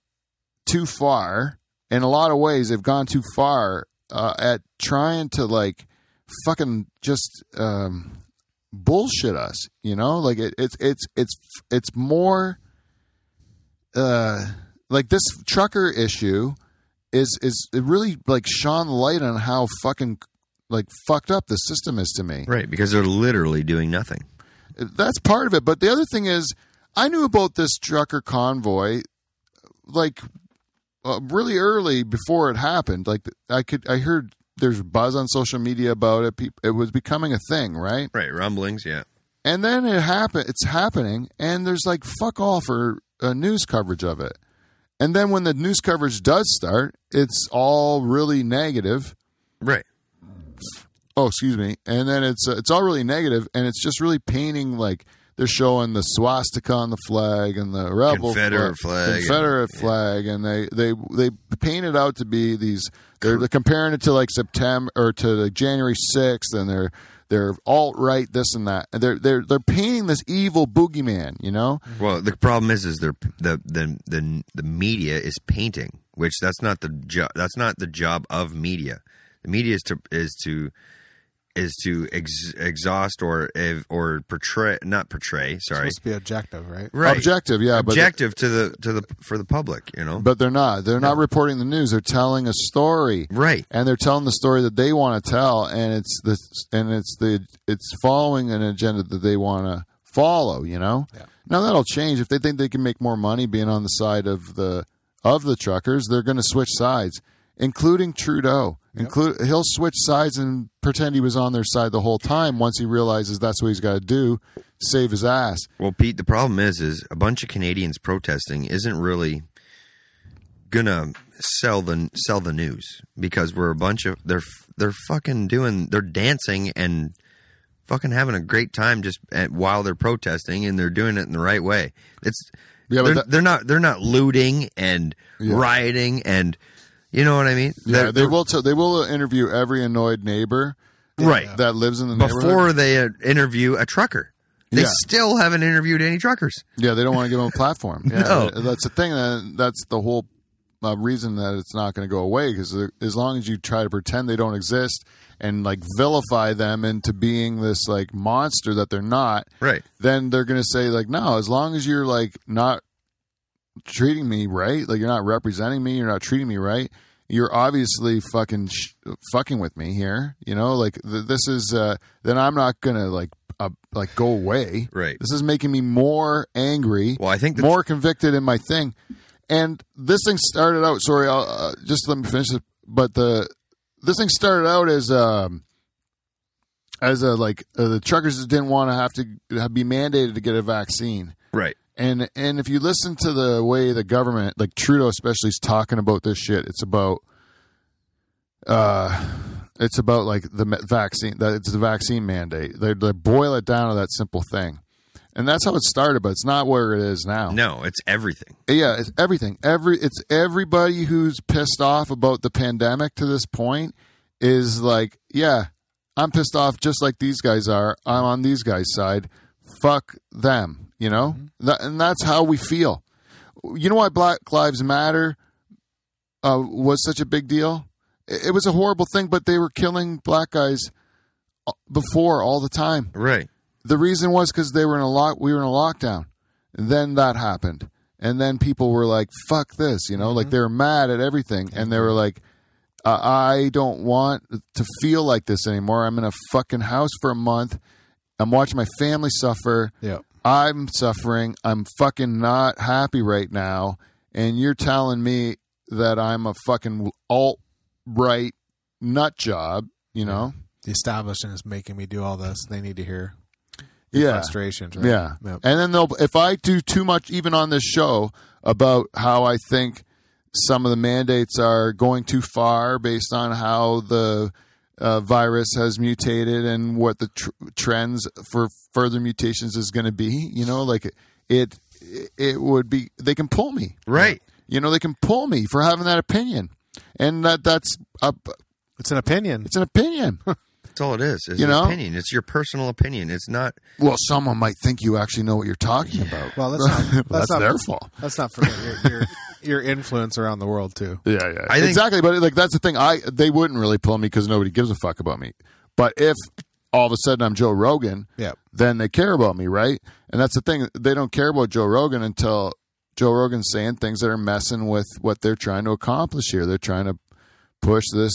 [SPEAKER 3] too far in a lot of ways. They've gone too far uh, at trying to like fucking just um, bullshit us. You know, like it, it's it's it's it's more uh, like this trucker issue is is it really like shone light on how fucking like fucked up the system is to me.
[SPEAKER 1] Right. Because they're literally doing nothing.
[SPEAKER 3] That's part of it, but the other thing is I knew about this trucker convoy like uh, really early before it happened. Like I could I heard there's buzz on social media about it. Peop- It was becoming a thing, right?
[SPEAKER 1] Right. Rumblings. Yeah.
[SPEAKER 3] and then it happen it's happening and there's like fuck all for uh, news coverage of it and then when the news coverage does start it's all really negative
[SPEAKER 1] Right.
[SPEAKER 3] oh excuse me and then it's uh, it's all really negative and it's just really painting like they're showing the swastika on the flag and the rebel
[SPEAKER 1] Confederate flag.
[SPEAKER 3] Confederate flag, and they they they paint it out to be these. They're, they're comparing it to like September or to like January sixth, and they're they're alt right this and that. And They're they're they're painting this evil boogeyman, you know.
[SPEAKER 1] Well, the problem is, is they're, the the the the media is painting, which that's not the job. That's not the job of media. The media is to is to is to ex- exhaust or ev- or portray not portray. Sorry,
[SPEAKER 2] supposed to be objective, right?
[SPEAKER 1] right.
[SPEAKER 3] Objective, yeah, but
[SPEAKER 1] objective to the to the for the public. You know,
[SPEAKER 3] but they're not. They're not reporting the news. They're telling a story.
[SPEAKER 1] right?
[SPEAKER 3] and they're telling the story that they want to tell, and it's the and it's the it's following an agenda that they want to follow. You know,
[SPEAKER 2] Yeah.
[SPEAKER 3] now that'll change if they think they can make more money being on the side of the of the truckers. They're going to switch sides, including Trudeau. Include he'll switch sides and pretend he was on their side the whole time. Once he realizes that's what he's got to do, save his ass.
[SPEAKER 1] Well, Pete, the problem is, is a bunch of Canadians protesting isn't really gonna sell the sell the news because we're a bunch of they're they're fucking doing they're dancing and fucking having a great time just at, while they're protesting and they're doing it in the right way. It's
[SPEAKER 3] Yeah, but
[SPEAKER 1] they're,
[SPEAKER 3] that-
[SPEAKER 1] they're not they're not looting and rioting and you know what I mean.
[SPEAKER 3] Yeah,
[SPEAKER 1] They're-
[SPEAKER 3] they will. T- they will interview every annoyed neighbor
[SPEAKER 1] right
[SPEAKER 3] that lives in the neighborhood.
[SPEAKER 1] before they uh, interview a trucker. They
[SPEAKER 3] Yeah.
[SPEAKER 1] still haven't interviewed any truckers.
[SPEAKER 3] Yeah, they don't want to give them a platform. Yeah,
[SPEAKER 1] No.
[SPEAKER 3] that's the thing. uh, That's the whole uh, reason that it's not going to go away because as long as you try to pretend they don't exist and like vilify them into being this like monster that they're not,
[SPEAKER 1] Right.
[SPEAKER 3] then they're going to say like, no, as long as you're like not treating me right, like you're not representing me, you're not treating me right, you're obviously fucking sh- fucking with me here. You know, like th- this is uh, then I'm not going to like uh, like go away.
[SPEAKER 1] Right.
[SPEAKER 3] This is making me more angry.
[SPEAKER 1] Well, I think the-
[SPEAKER 3] more convicted in my thing. And this thing started out. Sorry, I'll, uh, just let me finish. This, but the this thing started out as um as a like uh, the truckers just didn't want to have to have, be mandated to get a vaccine.
[SPEAKER 1] Right.
[SPEAKER 3] And and if you listen to the way the government, like Trudeau especially, is talking about this shit, it's about uh it's about like the me- vaccine that it's the vaccine mandate. They, they boil it down to that simple thing. and that's how it started. But it's not where it is now.
[SPEAKER 1] No, it's everything.
[SPEAKER 3] Yeah, it's everything. Every it's everybody who's pissed off about the pandemic to this point is like, yeah, I'm pissed off just like these guys are. I'm on these guys' side. Fuck them, you know? That, and that's how we feel. You know why Black Lives Matter uh, was such a big deal? It, it was a horrible thing, but they were killing black guys uh, before all the time.
[SPEAKER 1] Right.
[SPEAKER 3] The reason was because they were in a lock. We were in a lockdown. And then that happened, and then people were like, "Fuck this," you know, like they were mad at everything, and they were like, uh, "I don't want to feel like this anymore. I'm in a fucking house for a month. I'm watching my family suffer.
[SPEAKER 2] Yeah.
[SPEAKER 3] I'm suffering. I'm fucking not happy right now, and you're telling me that I'm a fucking alt right nut job." You know?
[SPEAKER 2] The establishment is making me do all this. They need to hear your
[SPEAKER 3] Yeah.
[SPEAKER 2] frustrations. Right?
[SPEAKER 3] Yeah.
[SPEAKER 2] Yep.
[SPEAKER 3] And then they'll if I do too much even on this show about how I think some of the mandates are going too far based on how the uh, virus has mutated and what the tr- trends for further mutations is going to be, you know, like it it would be they can pull me.
[SPEAKER 1] Right.
[SPEAKER 3] You know, they can pull me for having that opinion. And that that's a,
[SPEAKER 2] It's an opinion.
[SPEAKER 3] it's an opinion.
[SPEAKER 1] That's all it is. It's
[SPEAKER 3] You
[SPEAKER 1] an
[SPEAKER 3] know?
[SPEAKER 1] opinion. It's your personal opinion. It's not.
[SPEAKER 3] well, someone might think you actually know what you're talking about.
[SPEAKER 2] Well, that's not, that's,
[SPEAKER 3] that's
[SPEAKER 2] not,
[SPEAKER 3] their fault.
[SPEAKER 2] That's not for your, your your influence around the world too.
[SPEAKER 3] Yeah, yeah,
[SPEAKER 1] I think-
[SPEAKER 3] exactly. But like that's the thing. I they wouldn't really pull me because nobody gives a fuck about me. But if all of a sudden I'm Joe Rogan,
[SPEAKER 2] Yeah.
[SPEAKER 3] then they care about me, right? And that's the thing. They don't care about Joe Rogan until Joe Rogan's saying things that are messing with what they're trying to accomplish here. They're trying to push this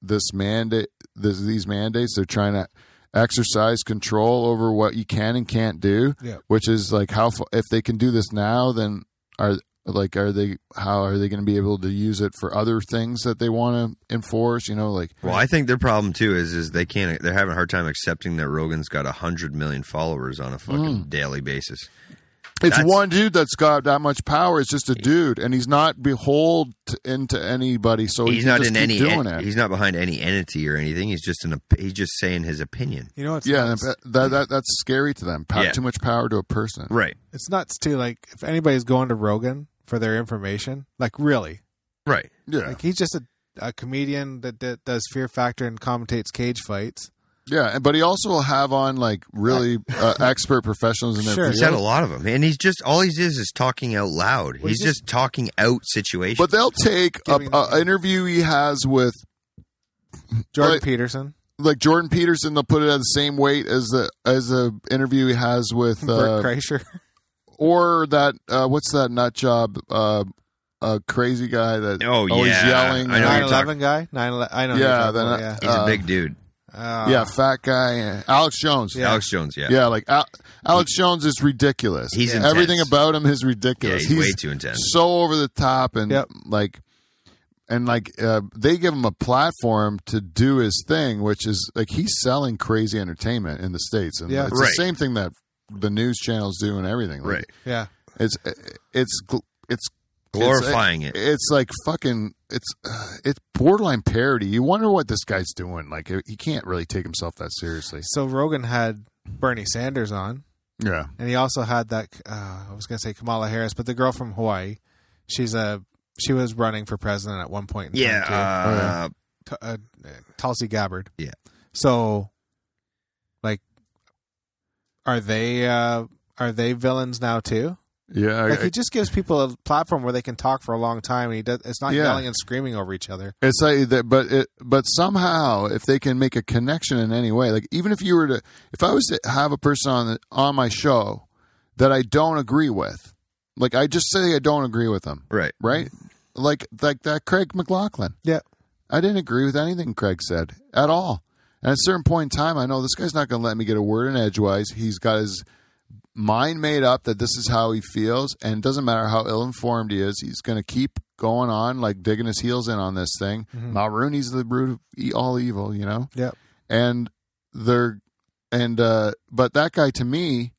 [SPEAKER 3] this mandate this, these mandates. They're trying to exercise control over what you can and can't do,
[SPEAKER 2] Yeah.
[SPEAKER 3] which is like how fa- if they can do this now, then are like are they how are they going to be able to use it for other things that they want to enforce? You know, like
[SPEAKER 1] Well, I think their problem too is is they can't. They're having a hard time accepting that Rogan's got hundred million followers on a fucking
[SPEAKER 3] Hmm.
[SPEAKER 1] daily basis.
[SPEAKER 3] It's
[SPEAKER 1] That's-
[SPEAKER 3] one dude that's got that much power. It's just a dude, and he's not behold to, into anybody. So he
[SPEAKER 1] He's
[SPEAKER 3] can
[SPEAKER 1] not
[SPEAKER 3] just
[SPEAKER 1] in
[SPEAKER 3] keep
[SPEAKER 1] any.
[SPEAKER 3] doing it.
[SPEAKER 1] He's not behind any entity or anything. He's just an. op- He's just saying his opinion.
[SPEAKER 2] You know, it's
[SPEAKER 3] yeah,
[SPEAKER 2] nuts.
[SPEAKER 3] and that, that that's scary to them. Pow-
[SPEAKER 1] Yeah.
[SPEAKER 3] Too much power to a person.
[SPEAKER 1] Right.
[SPEAKER 2] it's nuts too. Like if anybody's going to Rogan for their information, like really,
[SPEAKER 1] Right.
[SPEAKER 3] Yeah,
[SPEAKER 2] like he's just a, a comedian that, that does Fear Factor and commentates cage fights.
[SPEAKER 3] yeah, and, but he also will have on like really uh, expert professionals in their
[SPEAKER 2] Sure.
[SPEAKER 3] field.
[SPEAKER 1] He's had a lot of them, and he's just all he is is talking out loud.
[SPEAKER 2] Well,
[SPEAKER 1] he's
[SPEAKER 2] he's
[SPEAKER 1] just, talking out situations.
[SPEAKER 3] But they'll take a,
[SPEAKER 2] Giving-
[SPEAKER 3] a interview he has with
[SPEAKER 2] Jordan
[SPEAKER 3] Right.
[SPEAKER 2] Peterson,
[SPEAKER 3] like Jordan Peterson. They'll put it at the same weight as the as the interview he has with
[SPEAKER 2] Bert
[SPEAKER 3] uh,
[SPEAKER 2] Kreischer.
[SPEAKER 3] or that uh, what's that nut job uh, a crazy guy that
[SPEAKER 1] Oh,
[SPEAKER 3] always
[SPEAKER 1] yeah.
[SPEAKER 3] yelling.
[SPEAKER 1] I know
[SPEAKER 2] Nine
[SPEAKER 1] you're talking-
[SPEAKER 2] Eleven guy, nine. ele- I know. who you're
[SPEAKER 3] Yeah,
[SPEAKER 2] talking
[SPEAKER 3] then,
[SPEAKER 2] about, Ah,
[SPEAKER 1] he's
[SPEAKER 3] uh,
[SPEAKER 1] a big dude,
[SPEAKER 2] yeah,
[SPEAKER 3] yeah, fat guy, and Alex Jones.
[SPEAKER 2] Yeah.
[SPEAKER 1] Alex Jones. Yeah,
[SPEAKER 3] Yeah, like Al- Alex Jones is ridiculous.
[SPEAKER 1] He's
[SPEAKER 3] Yeah.
[SPEAKER 1] intense.
[SPEAKER 3] everything about him is
[SPEAKER 1] Yeah,
[SPEAKER 3] ridiculous.
[SPEAKER 1] he's, way too intense.
[SPEAKER 3] so over the top, and
[SPEAKER 2] Yep.
[SPEAKER 3] like, and like uh, they give him a platform to do his thing, which is like he's selling crazy entertainment in the states, and
[SPEAKER 2] Yeah.
[SPEAKER 3] it's
[SPEAKER 1] Right.
[SPEAKER 3] the same thing that the news channels do and everything. Like,
[SPEAKER 1] Right,
[SPEAKER 2] yeah.
[SPEAKER 3] It's it's gl- it's
[SPEAKER 1] glorifying it.
[SPEAKER 3] it's like fucking it's uh, it's borderline parody you wonder what this guy's doing like he can't really take himself that seriously
[SPEAKER 2] So Rogan had Bernie Sanders on,
[SPEAKER 3] yeah
[SPEAKER 2] and he also had that. Uh, I was going to say Kamala Harris, but the girl from Hawaii, she's a she was running for president at one point. In
[SPEAKER 1] Yeah,
[SPEAKER 2] time too.
[SPEAKER 3] Oh,
[SPEAKER 1] uh,
[SPEAKER 2] T- uh, Tulsi Gabbard.
[SPEAKER 1] Yeah.
[SPEAKER 2] So, like, are they uh, are they villains now too?
[SPEAKER 3] yeah
[SPEAKER 2] Like, he just gives people a platform where they can talk for a long time, and he does. It's not
[SPEAKER 3] Yeah.
[SPEAKER 2] yelling and screaming over each other.
[SPEAKER 3] It's like that, but it, but somehow, if they can make a connection in any way, like even if you were to, if I was to have a person on the, on my show that I don't agree with, like I just say I don't agree with them,
[SPEAKER 1] right.
[SPEAKER 3] right? Like like that Craig McLaughlin.
[SPEAKER 2] Yeah.
[SPEAKER 3] I didn't agree with anything Craig said at all. And at a certain point in time, I know this guy's not going to let me get a word in edgewise. He's got his mind made up that this is how he feels, and it doesn't matter how ill informed he is, he's going to keep going on, like digging his heels in on this thing.
[SPEAKER 2] Mhm.
[SPEAKER 3] Mulrooney's the root of e- all evil, you know?
[SPEAKER 2] Yep.
[SPEAKER 3] And they're, and, uh, but that guy to me,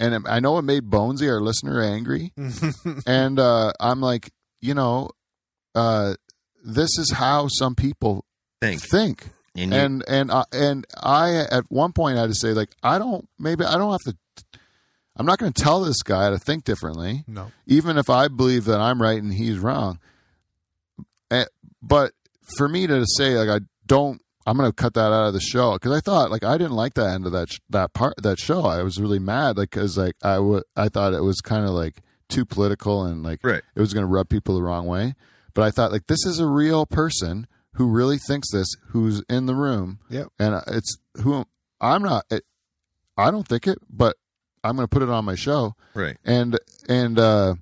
[SPEAKER 3] and I know it made Bonesy, our listener, angry and uh, I'm like, you know, uh, this is how some people
[SPEAKER 1] Think Mm-hmm.
[SPEAKER 3] think,
[SPEAKER 1] and, you-
[SPEAKER 3] and and I, and I at one point I had to say like, I don't maybe I don't have to I'm not going to tell this guy to think differently,
[SPEAKER 2] No.
[SPEAKER 3] even if I believe that I'm right and he's wrong. Eh, But for me to say like I don't, I'm going to cut that out of the show because I thought like I didn't like that end of that sh- that part that show. I was really mad like because like I wa- I thought it was kind of like too political and like
[SPEAKER 1] Right.
[SPEAKER 3] it was going to rub people the wrong way. But I thought like this is a real person who really thinks this, who's in the room,
[SPEAKER 2] Yep.
[SPEAKER 3] and it's who I'm not. It, I don't think it, but I'm going to put it on my show,
[SPEAKER 1] Right.
[SPEAKER 3] and and uh,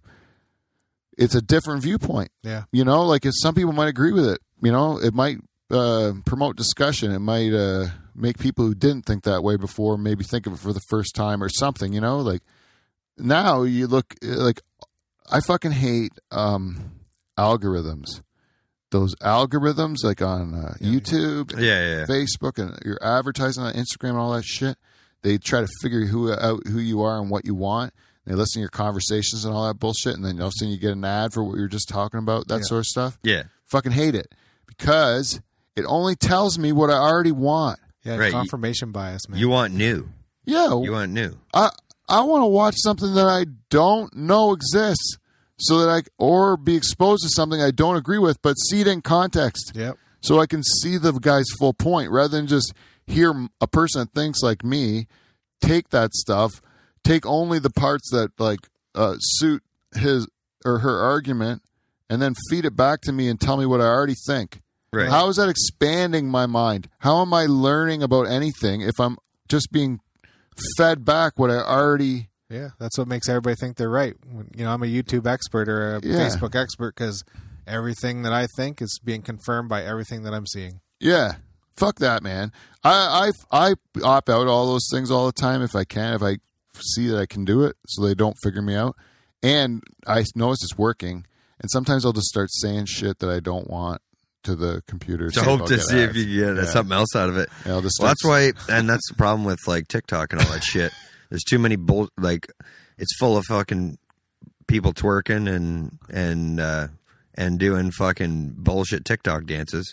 [SPEAKER 3] it's a different viewpoint.
[SPEAKER 2] Yeah.
[SPEAKER 3] You know, like if some people might agree with it, you know, it might uh, promote discussion. It might uh, make people who didn't think that way before maybe think of it for the first time or something. You know, like now you look uh, like I fucking hate um, algorithms. Those algorithms, like on uh, YouTube,
[SPEAKER 1] Yeah, yeah, yeah.
[SPEAKER 3] Facebook, and your advertising on Instagram and all that shit. They try to figure who out who you are and what you want. They listen to your conversations and all that bullshit, and then all of a sudden you get an ad for what you were just talking about, that
[SPEAKER 2] Yeah.
[SPEAKER 3] sort of stuff.
[SPEAKER 1] Yeah.
[SPEAKER 3] Fucking hate it because it only tells me what I already want.
[SPEAKER 2] Yeah,
[SPEAKER 1] Right, you-
[SPEAKER 2] confirmation bias, man.
[SPEAKER 1] You want new.
[SPEAKER 3] Yeah,
[SPEAKER 1] You want new.
[SPEAKER 3] I I want to watch something that I don't know exists, so that I or be exposed to something I don't agree with, but see it in context.
[SPEAKER 2] yep.
[SPEAKER 3] so I can see the guy's full point rather than just hear a person that thinks like me take that stuff, take only the parts that like uh, suit his or her argument, and then feed it back to me and tell me what I already think.
[SPEAKER 1] Right.
[SPEAKER 3] How is that expanding my mind? How am I learning about anything if I'm just being fed back what I already?
[SPEAKER 2] Yeah, that's what makes everybody think they're right. When- You know, I'm a YouTube expert or a
[SPEAKER 3] Yeah.
[SPEAKER 2] Facebook expert because everything that I think is being confirmed by everything that I'm seeing.
[SPEAKER 3] Yeah. Fuck that, man. I, I I opt out all those things all the time if I can, if I see that I can do it, so they don't figure me out. And I notice it's working. And sometimes I'll just start saying shit that I don't want to the computer.
[SPEAKER 1] to
[SPEAKER 3] so
[SPEAKER 1] hope
[SPEAKER 3] I'll
[SPEAKER 1] to
[SPEAKER 3] get
[SPEAKER 1] see if
[SPEAKER 3] ads.
[SPEAKER 1] you can get
[SPEAKER 3] Yeah.
[SPEAKER 1] something else out of it.
[SPEAKER 3] And I'll just
[SPEAKER 1] Well, that's
[SPEAKER 3] start-
[SPEAKER 1] why, and that's the problem with like TikTok and all that shit. There's too many bull. Like, it's full of fucking people twerking and and uh, and doing fucking bullshit TikTok dances,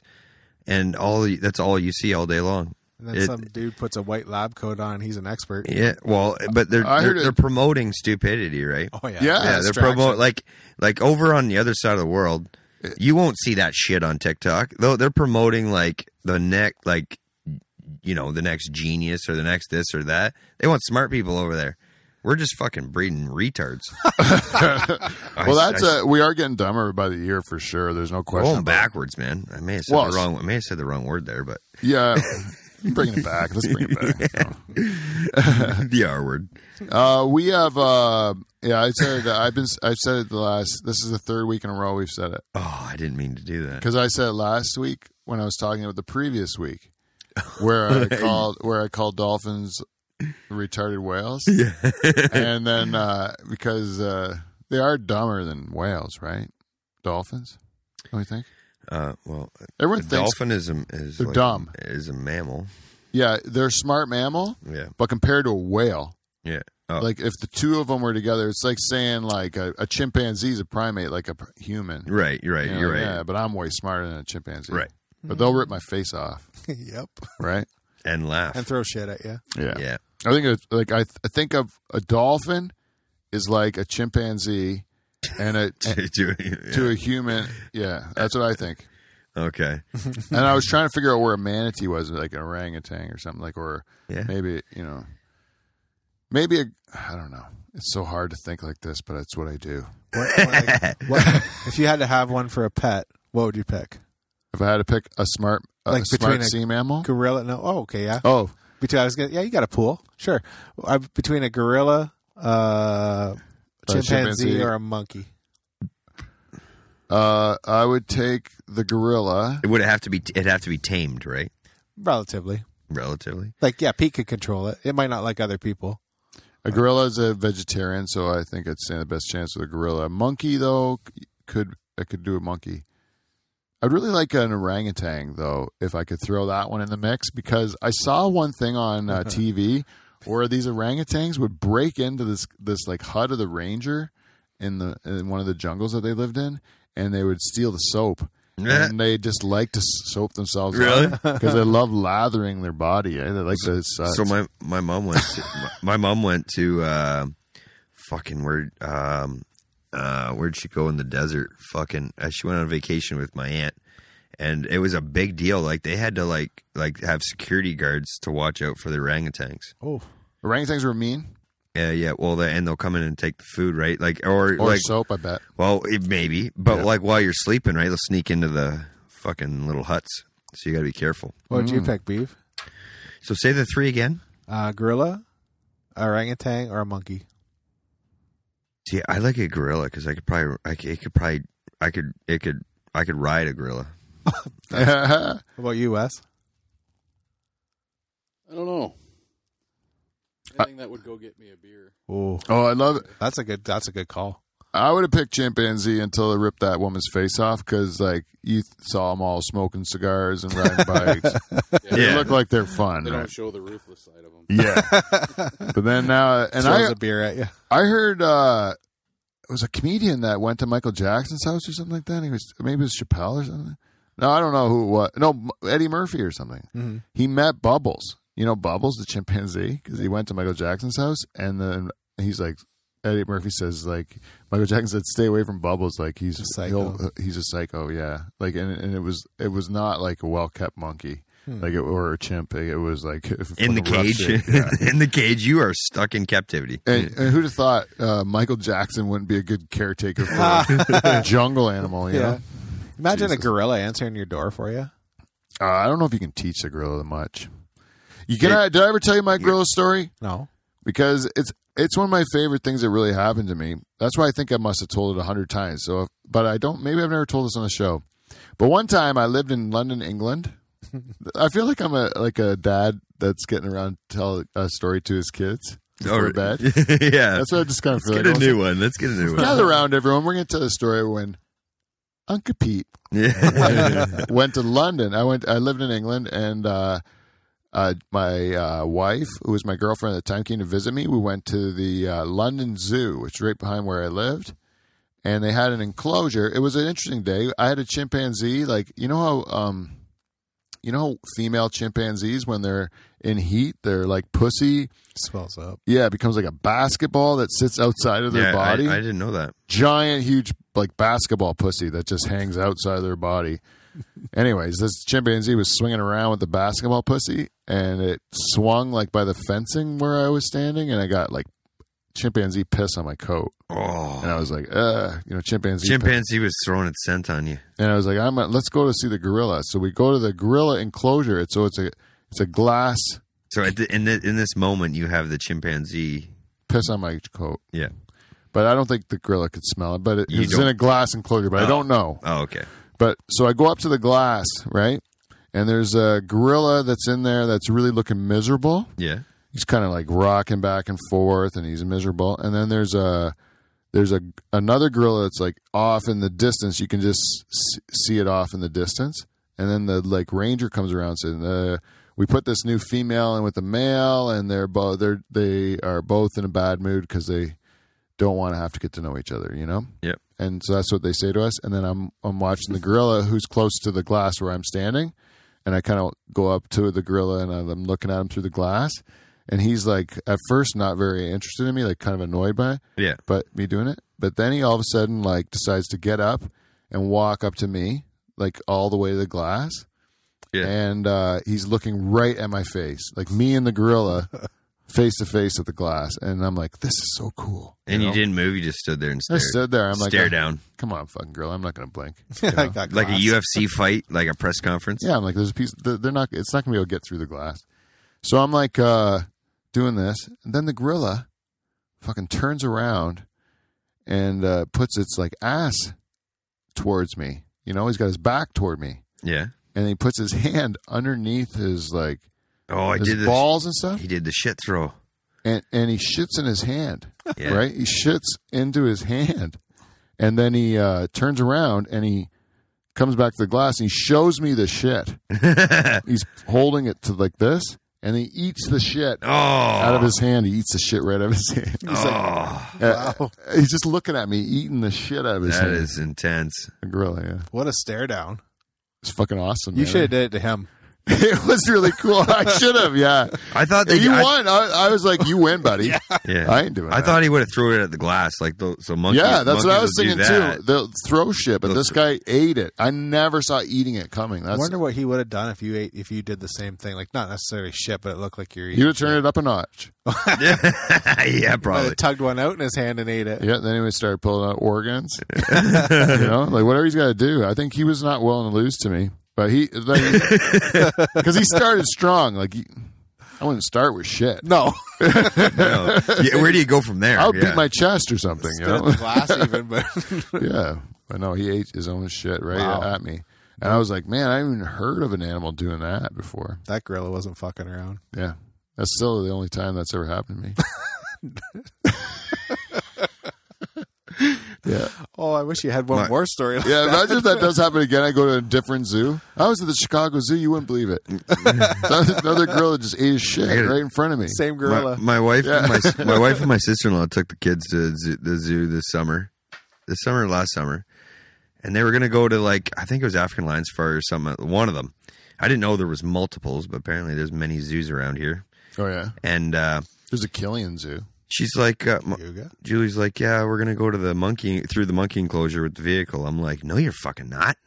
[SPEAKER 1] and all you- that's all you see all day long.
[SPEAKER 2] And then
[SPEAKER 1] It-
[SPEAKER 2] some dude puts a white lab coat on. He's an expert.
[SPEAKER 1] Yeah, well, but they're
[SPEAKER 3] I
[SPEAKER 1] they're,
[SPEAKER 3] heard it-
[SPEAKER 1] they're promoting stupidity, right?
[SPEAKER 2] Oh yeah,
[SPEAKER 3] Yeah,
[SPEAKER 1] yeah, uh, they're
[SPEAKER 2] Distraction.
[SPEAKER 1] promoting like like over on the other side of the world. You won't see that shit on TikTok. Though they're promoting like the next like you know the next genius or the next this or that. They want smart people over there. We're just fucking breeding retards.
[SPEAKER 3] Well, that's uh we are getting dumber by the year for sure. There's no question.
[SPEAKER 1] going
[SPEAKER 3] about it.
[SPEAKER 1] backwards, man. I may have said
[SPEAKER 3] Well,
[SPEAKER 1] the wrong. I may have said the wrong word there, but
[SPEAKER 3] Yeah. bringing it back. Let's bring it back.
[SPEAKER 1] the R word.
[SPEAKER 3] Uh, we have, uh, yeah, I said, I've been, I've said it the last, this is the third week in a row we've said it.
[SPEAKER 1] Oh, I didn't mean to do that.
[SPEAKER 3] Because I said it last week when I was talking about the previous week, where I called where I called dolphins retarded whales, and then uh, because uh, they are dumber than whales, right? Dolphins, don't you think?
[SPEAKER 1] Uh, well,
[SPEAKER 3] Everyone
[SPEAKER 1] a
[SPEAKER 3] thinks,
[SPEAKER 1] dolphin is a, is
[SPEAKER 3] They're
[SPEAKER 1] like-
[SPEAKER 3] dumb.
[SPEAKER 1] Is a mammal.
[SPEAKER 3] yeah, they're a smart mammal,
[SPEAKER 1] Yeah.
[SPEAKER 3] but compared to a whale,
[SPEAKER 1] Yeah. Oh.
[SPEAKER 3] like if the two of them were together, it's like saying like a, a chimpanzee is a primate, like a pr- human.
[SPEAKER 1] Right. You're right.
[SPEAKER 3] You know,
[SPEAKER 1] You're right.
[SPEAKER 3] Yeah, but I'm way smarter than a chimpanzee.
[SPEAKER 1] Right.
[SPEAKER 3] But they'll rip my face off,
[SPEAKER 2] yep,
[SPEAKER 3] right?
[SPEAKER 1] And laugh.
[SPEAKER 2] and throw shit at you.
[SPEAKER 1] yeah.
[SPEAKER 3] I think it's like I, th- I think of a dolphin is like a chimpanzee and a and
[SPEAKER 1] To- yeah.
[SPEAKER 3] to a human. Yeah, that's what I think.
[SPEAKER 1] Okay.
[SPEAKER 3] And I was trying to figure out where a manatee was, like an orangutan or something like, or
[SPEAKER 1] Yeah.
[SPEAKER 3] maybe you know, maybe a I don't know. It's so hard to think like this, but it's what I do.
[SPEAKER 2] What, like, what, if you had to have one for a pet, what would you pick?
[SPEAKER 3] If I had to pick a smart, a
[SPEAKER 2] Like
[SPEAKER 3] smart
[SPEAKER 2] between a-
[SPEAKER 3] sea mammal.
[SPEAKER 2] Gorilla? No. Oh, okay, yeah.
[SPEAKER 3] Oh,
[SPEAKER 2] Between I was gonna, yeah, you got a pool, sure. I, between a gorilla, uh, chimpanzee,
[SPEAKER 3] chimpanzee.
[SPEAKER 2] or a monkey.
[SPEAKER 3] uh, I would take the gorilla.
[SPEAKER 1] It would have to be. It'd have to be tamed, right?
[SPEAKER 2] Relatively,
[SPEAKER 1] Relatively.
[SPEAKER 2] like yeah, Pete could control it. It might not like other people.
[SPEAKER 3] A gorilla is a vegetarian, so I think I'd stand the best chance with a gorilla. A monkey, though, c- could I could do a monkey. I'd really like an orangutan, though, if I could throw that one in the mix, because I saw one thing on uh, TV where these orangutans would break into this this like hut of the ranger in the in one of the jungles that they lived in, and they would steal the soap. And they just like to s- soap themselves
[SPEAKER 1] Really?
[SPEAKER 3] because they love lathering their body. Eh? They like to.
[SPEAKER 1] So my my mom went. To, my mom went to uh, fucking word. Um, uh, where'd she go in the desert? Fucking, uh, she went on vacation with my aunt, and it was a big deal. Like they had to like like have security guards to watch out for the orangutans.
[SPEAKER 2] Oh,
[SPEAKER 3] Orangutans were mean
[SPEAKER 1] Yeah, yeah. Well, they, and they'll come in and take the food, right? Like or,
[SPEAKER 3] or
[SPEAKER 1] like
[SPEAKER 3] soap. I bet.
[SPEAKER 1] well, it, maybe, but like while you're sleeping, right? They'll sneak into the fucking little huts. So you got to be careful.
[SPEAKER 2] what'd you pick, beef?
[SPEAKER 1] So say the three again.
[SPEAKER 2] Uh, gorilla, orangutan, or a monkey?
[SPEAKER 1] See, I like a gorilla because I could probably, I could, it could probably, I could, it could, I could ride a gorilla.
[SPEAKER 3] I Oh,
[SPEAKER 2] How about you, Wes?
[SPEAKER 4] I don't know.
[SPEAKER 3] Uh,
[SPEAKER 4] Anything that would go get me a beer.
[SPEAKER 2] Oh,
[SPEAKER 3] oh, I love it.
[SPEAKER 2] that's a good. That's a good call.
[SPEAKER 3] I would have picked chimpanzee until they ripped that woman's face off because, like, you th- saw them all smoking cigars and riding bikes. They
[SPEAKER 1] Yeah.
[SPEAKER 3] look like they're fun,
[SPEAKER 4] They don't
[SPEAKER 3] right? Mm-hmm.
[SPEAKER 4] show the ruthless side of them.
[SPEAKER 3] Yeah. but then now, and
[SPEAKER 2] Throws
[SPEAKER 3] I,
[SPEAKER 2] a beer at you.
[SPEAKER 3] I heard uh, it was a comedian that went to Michael Jackson's house or something like that. He was maybe it was Chappelle or something. No, I don't know who it was. No, M- Eddie Murphy or something.
[SPEAKER 2] Mm-hmm.
[SPEAKER 3] He met Bubbles. You know Bubbles, the chimpanzee, because he went to Michael Jackson's house, and then he's like, Eddie Murphy says like Michael Jackson said, "Stay away from Bubbles. Like he's
[SPEAKER 2] A psycho.
[SPEAKER 3] he'll- He's a psycho. Yeah. Like and and it was it was not like a well kept monkey,
[SPEAKER 2] Hmm.
[SPEAKER 3] like it, or a chimp. It was like
[SPEAKER 1] In the
[SPEAKER 3] fucking rough
[SPEAKER 1] cage,
[SPEAKER 3] shit. Yeah.
[SPEAKER 1] in the cage, you are stuck in captivity.
[SPEAKER 3] And, and who'd have thought uh, Michael Jackson wouldn't be a good caretaker for a jungle animal? You know?
[SPEAKER 2] Imagine a
[SPEAKER 3] Jesus.
[SPEAKER 2] gorilla answering your door for you.
[SPEAKER 3] uh, I don't know if you can teach the gorilla much. You can. I, did I ever tell you my gorilla story?
[SPEAKER 2] No.
[SPEAKER 3] Because it's it's one of my favorite things that really happened to me. That's why I think I must have told it a hundred times. So, but I don't. Maybe I've never told this on the show. But one time I lived in London, England. I feel like I'm a like a dad that's getting around to tell a story to his kids before
[SPEAKER 1] Or-
[SPEAKER 3] bed.
[SPEAKER 1] yeah.
[SPEAKER 3] That's what I just kind of
[SPEAKER 1] Let's
[SPEAKER 3] feel
[SPEAKER 1] get a
[SPEAKER 3] like.
[SPEAKER 1] new one. Let's get a new one.
[SPEAKER 3] Gather around, everyone. We're going to tell a story when Uncle Pete
[SPEAKER 1] Yeah.
[SPEAKER 3] went to London. I went. I lived in England, and uh, uh, my uh, wife, who was my girlfriend at the time, came to visit me. We went to the uh, London Zoo, which is right behind where I lived, and they had an enclosure. It was an interesting day. I had a chimpanzee. Like you know how. Um, you know how female chimpanzees when they're in heat they're like pussy
[SPEAKER 2] Swells up.
[SPEAKER 3] yeah it becomes like a basketball that sits outside of their
[SPEAKER 1] Yeah, I-
[SPEAKER 3] body
[SPEAKER 1] I, didn't know that.
[SPEAKER 3] giant, huge, like basketball pussy that just hangs outside their body. Anyways, this chimpanzee was swinging around with the basketball pussy, and it swung like by the fencing where I was standing, and I got like chimpanzee piss on my coat, and
[SPEAKER 1] Oh,
[SPEAKER 3] I was like, uh, you know, chimpanzee. piss.
[SPEAKER 1] chimpanzee was throwing its scent on you.
[SPEAKER 3] And I was like, I'm. A, let's go to see the gorilla. So we go to the gorilla enclosure. It's so it's a it's a glass
[SPEAKER 1] So at the, in the, in this moment, you have the chimpanzee.
[SPEAKER 3] piss on my coat.
[SPEAKER 1] Yeah.
[SPEAKER 3] But I don't think the gorilla could smell it. But it,
[SPEAKER 1] You
[SPEAKER 3] it's
[SPEAKER 1] don't-
[SPEAKER 3] in a glass enclosure. But I
[SPEAKER 1] Oh.
[SPEAKER 3] don't know.
[SPEAKER 1] Oh, okay.
[SPEAKER 3] But so I go up to the glass, right? And there's a gorilla that's in there that's really looking miserable.
[SPEAKER 1] Yeah.
[SPEAKER 3] He's kind of like rocking back and forth, and he's miserable. And then there's a there's a another gorilla that's like off in the distance. You can just s- see it off in the distance. And then the like ranger comes around saying, uh, "We put this new female in with the male, and they're both they're they are both in a bad mood because they don't want to have to get to know each other." You know
[SPEAKER 1] Yep.
[SPEAKER 3] and so that's what they say to us. And then I'm I'm watching the gorilla who's close to the glass where I'm standing, and I kind of go up to the gorilla and I'm looking at him through the glass, and he's like at first not very interested in me, like kind of annoyed by it,
[SPEAKER 1] Yeah.
[SPEAKER 3] but me doing it. But then he all of a sudden like decides to get up and walk up to me like all the way to the glass,
[SPEAKER 1] Yeah.
[SPEAKER 3] and uh, he's looking right at my face, like me and the gorilla. Face to face at the glass, and I'm like, "This is so cool."
[SPEAKER 1] And you
[SPEAKER 3] know?
[SPEAKER 1] didn't move. You just stood there and
[SPEAKER 3] I
[SPEAKER 1] stared.
[SPEAKER 3] stood there. I'm like,
[SPEAKER 1] Stare
[SPEAKER 3] "Oh,
[SPEAKER 1] down.
[SPEAKER 3] Come on, fucking girl. I'm not going to blink.
[SPEAKER 2] I got
[SPEAKER 1] Like
[SPEAKER 2] glass.
[SPEAKER 1] a UFC fight, like a press conference.
[SPEAKER 3] Yeah, I'm like, there's a piece. They're they're not. It's not gonna be able to get through the glass. So I'm like uh, doing this, and then the gorilla fucking turns around and uh, puts its like ass towards me. You know, he's got his back toward me,
[SPEAKER 1] Yeah.
[SPEAKER 3] and he puts his hand underneath his like
[SPEAKER 1] Oh, I
[SPEAKER 3] his
[SPEAKER 1] did this.
[SPEAKER 3] balls and stuff,
[SPEAKER 1] He did the shit throw.
[SPEAKER 3] and and he shits in his hand.
[SPEAKER 1] Yeah.
[SPEAKER 3] right? He shits into his hand, and then he uh, turns around and he comes back to the glass and he shows me the shit. He's holding it to like this, and he eats the shit
[SPEAKER 1] Oh.
[SPEAKER 3] out of his hand. He eats the shit right out of his hand. He's, like,
[SPEAKER 1] Oh,
[SPEAKER 3] uh, he's just looking at me, eating the shit out of his
[SPEAKER 1] that
[SPEAKER 3] hand.
[SPEAKER 1] is intense.
[SPEAKER 3] A gorilla, yeah.
[SPEAKER 2] what a stare down.
[SPEAKER 3] It's fucking awesome.
[SPEAKER 2] You
[SPEAKER 3] man.
[SPEAKER 2] should have did it to him.
[SPEAKER 3] It was really cool. I should have, yeah.
[SPEAKER 1] I thought they.
[SPEAKER 3] If you
[SPEAKER 1] I,
[SPEAKER 3] won. I, I was like, you win, buddy.
[SPEAKER 1] yeah.
[SPEAKER 3] I ain't doing
[SPEAKER 1] I
[SPEAKER 3] that.
[SPEAKER 1] thought he would have threw it at the glass, like the, so monkey.
[SPEAKER 3] yeah, that's what I was thinking too.
[SPEAKER 1] too.
[SPEAKER 3] They'll throw shit, but
[SPEAKER 1] They'll
[SPEAKER 3] this guy ate it. I never saw eating it coming.
[SPEAKER 2] I
[SPEAKER 3] That's
[SPEAKER 2] wonder what he would have done if you ate if you did the same thing. Like not necessarily shit, but it looked like you're
[SPEAKER 3] you
[SPEAKER 2] eating.
[SPEAKER 3] would have turned it up a notch.
[SPEAKER 1] yeah,
[SPEAKER 2] Might
[SPEAKER 1] probably.
[SPEAKER 2] have tugged one out in his hand and ate it.
[SPEAKER 3] Yeah, then he would start pulling out organs. you know, like whatever he's got to do. I think he was not willing to lose to me, but he because he started strong. Like he, I wouldn't start with shit.
[SPEAKER 2] No,
[SPEAKER 1] No. Yeah, where do you go from there?
[SPEAKER 3] I would
[SPEAKER 1] yeah.
[SPEAKER 3] beat my chest or something. You
[SPEAKER 2] Stood at
[SPEAKER 3] know?
[SPEAKER 2] the glass even, but
[SPEAKER 3] yeah, but no, he ate his own shit right
[SPEAKER 2] Wow.
[SPEAKER 3] at me, and I was like, man, I haven't even heard of an animal doing that before.
[SPEAKER 2] that gorilla wasn't fucking around.
[SPEAKER 3] Yeah. That's still the only time that's ever happened to me. yeah.
[SPEAKER 2] Oh, I wish you had one
[SPEAKER 1] Right.
[SPEAKER 2] more story. Like
[SPEAKER 3] Yeah,
[SPEAKER 2] that.
[SPEAKER 3] imagine if that does happen again. I go to a different zoo. I was at the Chicago Zoo. You wouldn't believe it. Another gorilla just ate his shit right in front of me.
[SPEAKER 2] same
[SPEAKER 1] My-
[SPEAKER 2] gorilla.
[SPEAKER 1] My, wife,
[SPEAKER 3] Yeah.
[SPEAKER 1] and my, s- my wife, and my sister in law took the kids to zoo, the zoo this summer, this summer, last summer, and they were gonna go to like I think it was African lions for some one of them. I didn't know there was multiples, but apparently there's many zoos around here.
[SPEAKER 3] Oh, yeah.
[SPEAKER 1] And uh,
[SPEAKER 3] There's a Killian Zoo.
[SPEAKER 1] she's like, uh, m-
[SPEAKER 2] Yuga.
[SPEAKER 1] Julie's like, yeah, we're gonna go to the monkey through the monkey enclosure with the vehicle. I'm like, no, you're fucking not.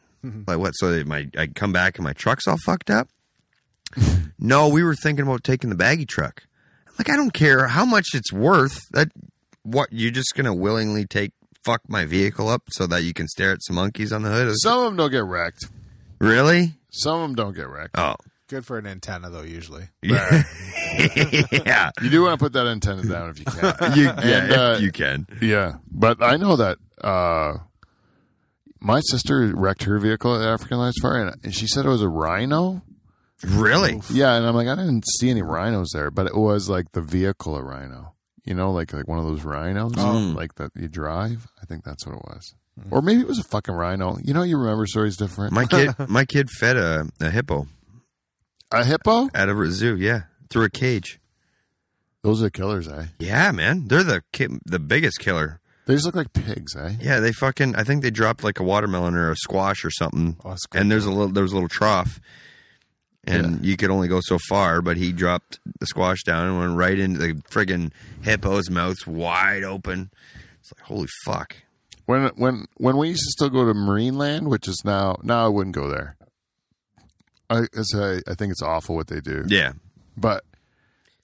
[SPEAKER 1] Like what? So that my I come back and my truck's all fucked up. no, we were thinking about taking the baggy truck. I'm like, I don't care how much it's worth. That what you're just gonna willingly take fuck my vehicle up so that you can stare at some monkeys on the hood?
[SPEAKER 3] Some of them don't get wrecked.
[SPEAKER 1] really?
[SPEAKER 3] Some of them don't get wrecked.
[SPEAKER 1] Oh,
[SPEAKER 2] Good for an antenna though. Usually,
[SPEAKER 1] yeah, yeah.
[SPEAKER 3] You do want to put that antenna down if you can.
[SPEAKER 1] You,
[SPEAKER 3] And,
[SPEAKER 1] yeah,
[SPEAKER 3] uh,
[SPEAKER 1] if you can.
[SPEAKER 3] yeah. But I know that uh, my sister wrecked her vehicle at African Lions Fire, and, and she said it was a rhino.
[SPEAKER 1] Really?
[SPEAKER 3] Yeah, and I'm like, I didn't see any rhinos there, but it was like the vehicle a rhino. You know, like like one of those rhinos, like that you drive. I think that's what it was, or maybe it was a fucking rhino. You know, you remember stories different.
[SPEAKER 1] My kid, my kid fed a, a hippo
[SPEAKER 3] a hippo?
[SPEAKER 1] at a zoo. Yeah, through a cage.
[SPEAKER 3] Those are the killers, eh?
[SPEAKER 1] Yeah, man, they're the ki- the biggest killer.
[SPEAKER 3] They just look like pigs, eh?
[SPEAKER 1] Yeah, they fucking. I think they dropped like a watermelon or a squash or something.
[SPEAKER 2] Oh, that's great.
[SPEAKER 1] and there's a little there was a little trough, and you could only go so far. But he dropped the squash down and went right into the friggin' hippo's mouth, wide open. It's like holy fuck.
[SPEAKER 3] When when when we used to still go to Marineland, which is now now I wouldn't go there. I it's, I, I think it's awful what they do,
[SPEAKER 1] Yeah,
[SPEAKER 3] but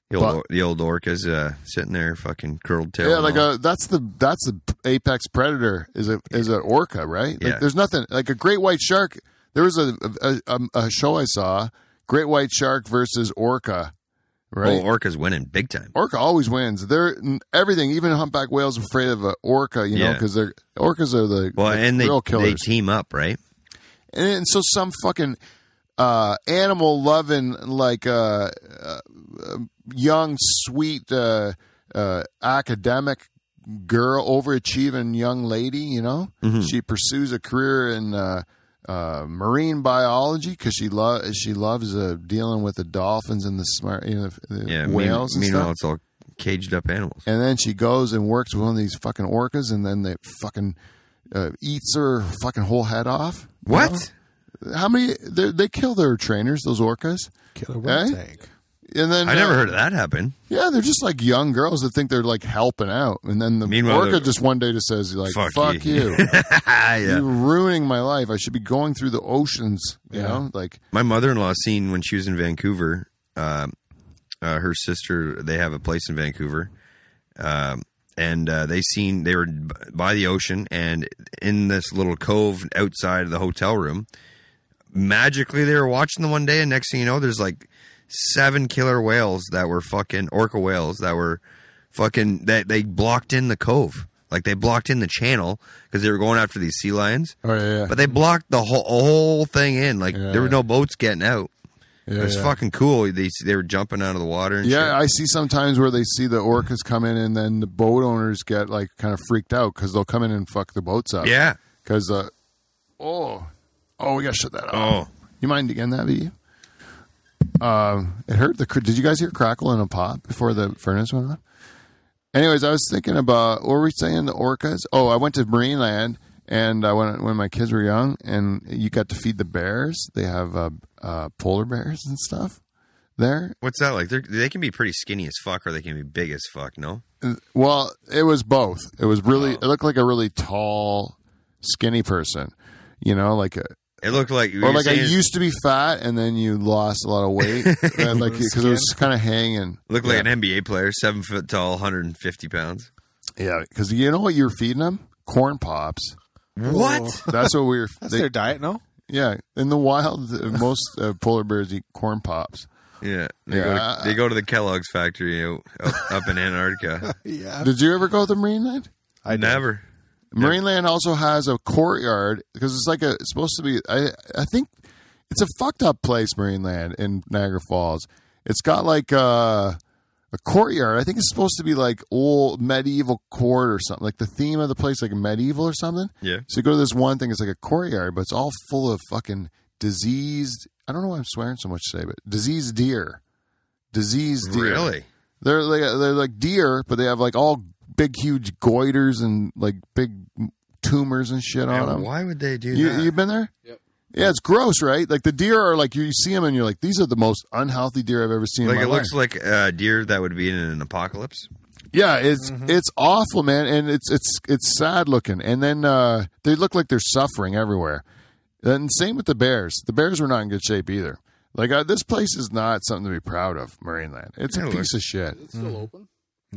[SPEAKER 1] the old,
[SPEAKER 3] But-
[SPEAKER 1] or- the old orcas uh, sitting there, fucking curled tail.
[SPEAKER 3] Yeah,
[SPEAKER 1] and
[SPEAKER 3] like
[SPEAKER 1] all.
[SPEAKER 3] a that's the that's the apex predator is a is an orca, right?
[SPEAKER 1] Yeah.
[SPEAKER 3] Like, there's nothing like a great white shark. There was a a, a, a show I saw, great white shark versus orca, right?
[SPEAKER 1] Well, orcas winning big time.
[SPEAKER 3] orca always wins. They're n- everything. Even humpback whales are afraid of an orca, you know,
[SPEAKER 1] Yeah.
[SPEAKER 3] because they're orcas are the,
[SPEAKER 1] Well,
[SPEAKER 3] the
[SPEAKER 1] and they
[SPEAKER 3] real
[SPEAKER 1] they
[SPEAKER 3] killers.
[SPEAKER 1] team up, right?
[SPEAKER 3] and, and so some fucking uh, animal loving like uh, uh, young sweet uh, uh, academic girl overachieving young lady you know
[SPEAKER 1] Mm-hmm.
[SPEAKER 3] she pursues a career in uh, uh, marine biology because she loves she loves uh, dealing with the dolphins and the smart you know the
[SPEAKER 1] Yeah, mean-
[SPEAKER 3] whales and
[SPEAKER 1] meanwhile,
[SPEAKER 3] stuff
[SPEAKER 1] it's all caged up animals.
[SPEAKER 3] and then she goes and works with one of these fucking orcas and then they fucking uh, eats her fucking whole head off you
[SPEAKER 1] What?
[SPEAKER 3] know? how many they, they kill their trainers those orcas
[SPEAKER 2] killer whale
[SPEAKER 3] Eh?
[SPEAKER 2] tank.
[SPEAKER 3] and then
[SPEAKER 1] I never
[SPEAKER 3] uh,
[SPEAKER 1] heard of that happen.
[SPEAKER 3] yeah they're just like young girls that think they're like helping out and then the
[SPEAKER 1] Meanwhile,
[SPEAKER 3] orca
[SPEAKER 1] they're-
[SPEAKER 3] just one day just says like
[SPEAKER 1] Fuck
[SPEAKER 3] fuck,
[SPEAKER 1] you."
[SPEAKER 3] you,
[SPEAKER 1] yeah.
[SPEAKER 3] you're ruining my life i should be going through the oceans you
[SPEAKER 2] Yeah.
[SPEAKER 3] know like
[SPEAKER 1] My mother in law seen when she was in Vancouver. Uh, uh, her sister, they have a place in Vancouver, um, and uh, they seen they were b- by the ocean and in this little cove outside of the hotel room. Magically, they were watching the one day, and next thing you know, there's like seven killer whales that were fucking orca whales that were fucking that they blocked in the cove, like they blocked in the channel because they were going after these sea lions.
[SPEAKER 3] oh yeah
[SPEAKER 1] But they blocked the whole whole thing in. Like
[SPEAKER 3] Yeah.
[SPEAKER 1] there were no boats getting out.
[SPEAKER 3] yeah,
[SPEAKER 1] it was
[SPEAKER 3] yeah.
[SPEAKER 1] fucking cool. They they were jumping out of the water. And
[SPEAKER 3] Yeah,
[SPEAKER 1] shit.
[SPEAKER 3] I see sometimes where they see the orcas come in, and then the boat owners get like kind of freaked out because they'll come in and fuck the boats up.
[SPEAKER 1] yeah.
[SPEAKER 3] because uh, oh, oh, we gotta shut that off.
[SPEAKER 1] Oh,
[SPEAKER 3] You mind again that be? Um, it hurt the. cr- Did you guys hear crackle and a pop before the furnace went off? Anyways, I was thinking about what were we saying the orcas? Oh, I went to Marineland And uh, when when my kids were young, and you got to feed the bears, they have uh, uh, polar bears and stuff there.
[SPEAKER 1] What's that like? They're, they can be pretty skinny as fuck, or they can be big as fuck. No,
[SPEAKER 3] Well, it was both. It was really.
[SPEAKER 1] Oh.
[SPEAKER 3] It looked like a really tall, skinny person. You know, like a,
[SPEAKER 1] it looked like
[SPEAKER 3] or like I used to be fat, and then you lost a lot of weight, and like because it was kind of hanging.
[SPEAKER 1] Looked like an NBA player, seven foot tall, 150 pounds.
[SPEAKER 3] Yeah, because you know what you were feeding them? Corn pops.
[SPEAKER 1] What?
[SPEAKER 3] That's what we were.
[SPEAKER 2] That's
[SPEAKER 3] they-
[SPEAKER 2] their diet, no?
[SPEAKER 3] yeah, in the wild, uh, most uh, polar bears eat corn pops.
[SPEAKER 1] Yeah, they,
[SPEAKER 3] Yeah.
[SPEAKER 1] Go, to, they go to the Kellogg's factory out, up, up in Antarctica.
[SPEAKER 2] Yeah.
[SPEAKER 3] Did you ever go to Marineland?
[SPEAKER 1] I never.
[SPEAKER 3] Marineland also has a courtyard because it's like a it's supposed to be. I I think it's a fucked up place, Marineland in Niagara Falls. It's got like a a courtyard. I think it's supposed to be like old medieval court or something. Like the theme of the place, like medieval or something.
[SPEAKER 1] Yeah.
[SPEAKER 3] So you go to this one thing. It's like a courtyard, but it's all full of fucking diseased. I don't know why I'm swearing so much today, but diseased deer, diseased deer.
[SPEAKER 1] Really?
[SPEAKER 3] They're like they're like deer, but they have like all big, huge goiters and like big tumors and shit
[SPEAKER 1] Man,
[SPEAKER 3] on them.
[SPEAKER 1] why would they do
[SPEAKER 3] You
[SPEAKER 1] that?
[SPEAKER 3] you've been there?
[SPEAKER 4] Yep.
[SPEAKER 3] Yeah, it's gross, right? Like the deer are like you, you see them and you're like, these are the most unhealthy deer I've ever seen.
[SPEAKER 1] like
[SPEAKER 3] in my
[SPEAKER 1] it
[SPEAKER 3] life.
[SPEAKER 1] looks like a deer that would be in an apocalypse.
[SPEAKER 3] Yeah, it's
[SPEAKER 1] Mm-hmm.
[SPEAKER 3] it's awful, man, and it's it's it's sad looking. And then uh, they look like they're suffering everywhere. And same with the bears. The bears were not in good shape either. Like uh, this place is not something to be proud of, Marineland. It's
[SPEAKER 1] Yeah,
[SPEAKER 3] a
[SPEAKER 1] it
[SPEAKER 3] piece of shit.
[SPEAKER 4] Is it still open?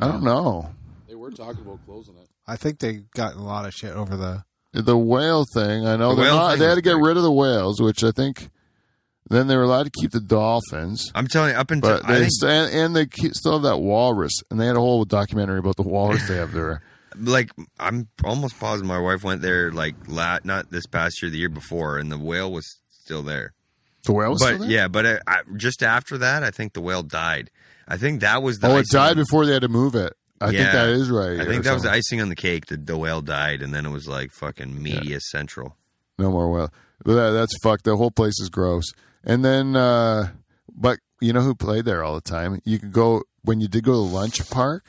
[SPEAKER 3] I don't know.
[SPEAKER 4] They were talking about closing it.
[SPEAKER 2] I think they got a lot of shit over the.
[SPEAKER 3] The whale thing, I know
[SPEAKER 1] The
[SPEAKER 3] they're
[SPEAKER 1] whale
[SPEAKER 3] not,
[SPEAKER 1] thing
[SPEAKER 3] they had to
[SPEAKER 1] was
[SPEAKER 3] get
[SPEAKER 1] big.
[SPEAKER 3] rid of the whales, which I think then they were allowed to keep the dolphins,
[SPEAKER 1] I'm telling you, up until
[SPEAKER 3] but
[SPEAKER 1] I
[SPEAKER 3] they
[SPEAKER 1] think,
[SPEAKER 3] st- and, and they keep, still have that walrus, and they had a whole documentary about the walrus they have there.
[SPEAKER 1] like I'm almost positive my wife went there like la- not this past year, the year before, and the whale was still there.
[SPEAKER 3] The whale was
[SPEAKER 1] but
[SPEAKER 3] still there?
[SPEAKER 1] yeah, but uh, I, I, just after that, I think the whale died. I think that was the
[SPEAKER 3] Oh, it
[SPEAKER 1] icing on-
[SPEAKER 3] died before they had to move it. I think
[SPEAKER 1] Yeah.
[SPEAKER 3] that is right.
[SPEAKER 1] I
[SPEAKER 3] or
[SPEAKER 1] think that was the
[SPEAKER 3] something.
[SPEAKER 1] icing on the cake. The, the whale died, and then it was like fucking media central.
[SPEAKER 3] no more whale. But that, that's fucked. The whole place is gross. And then, uh, but you know who played there all the time? You could go when you did go to lunch park.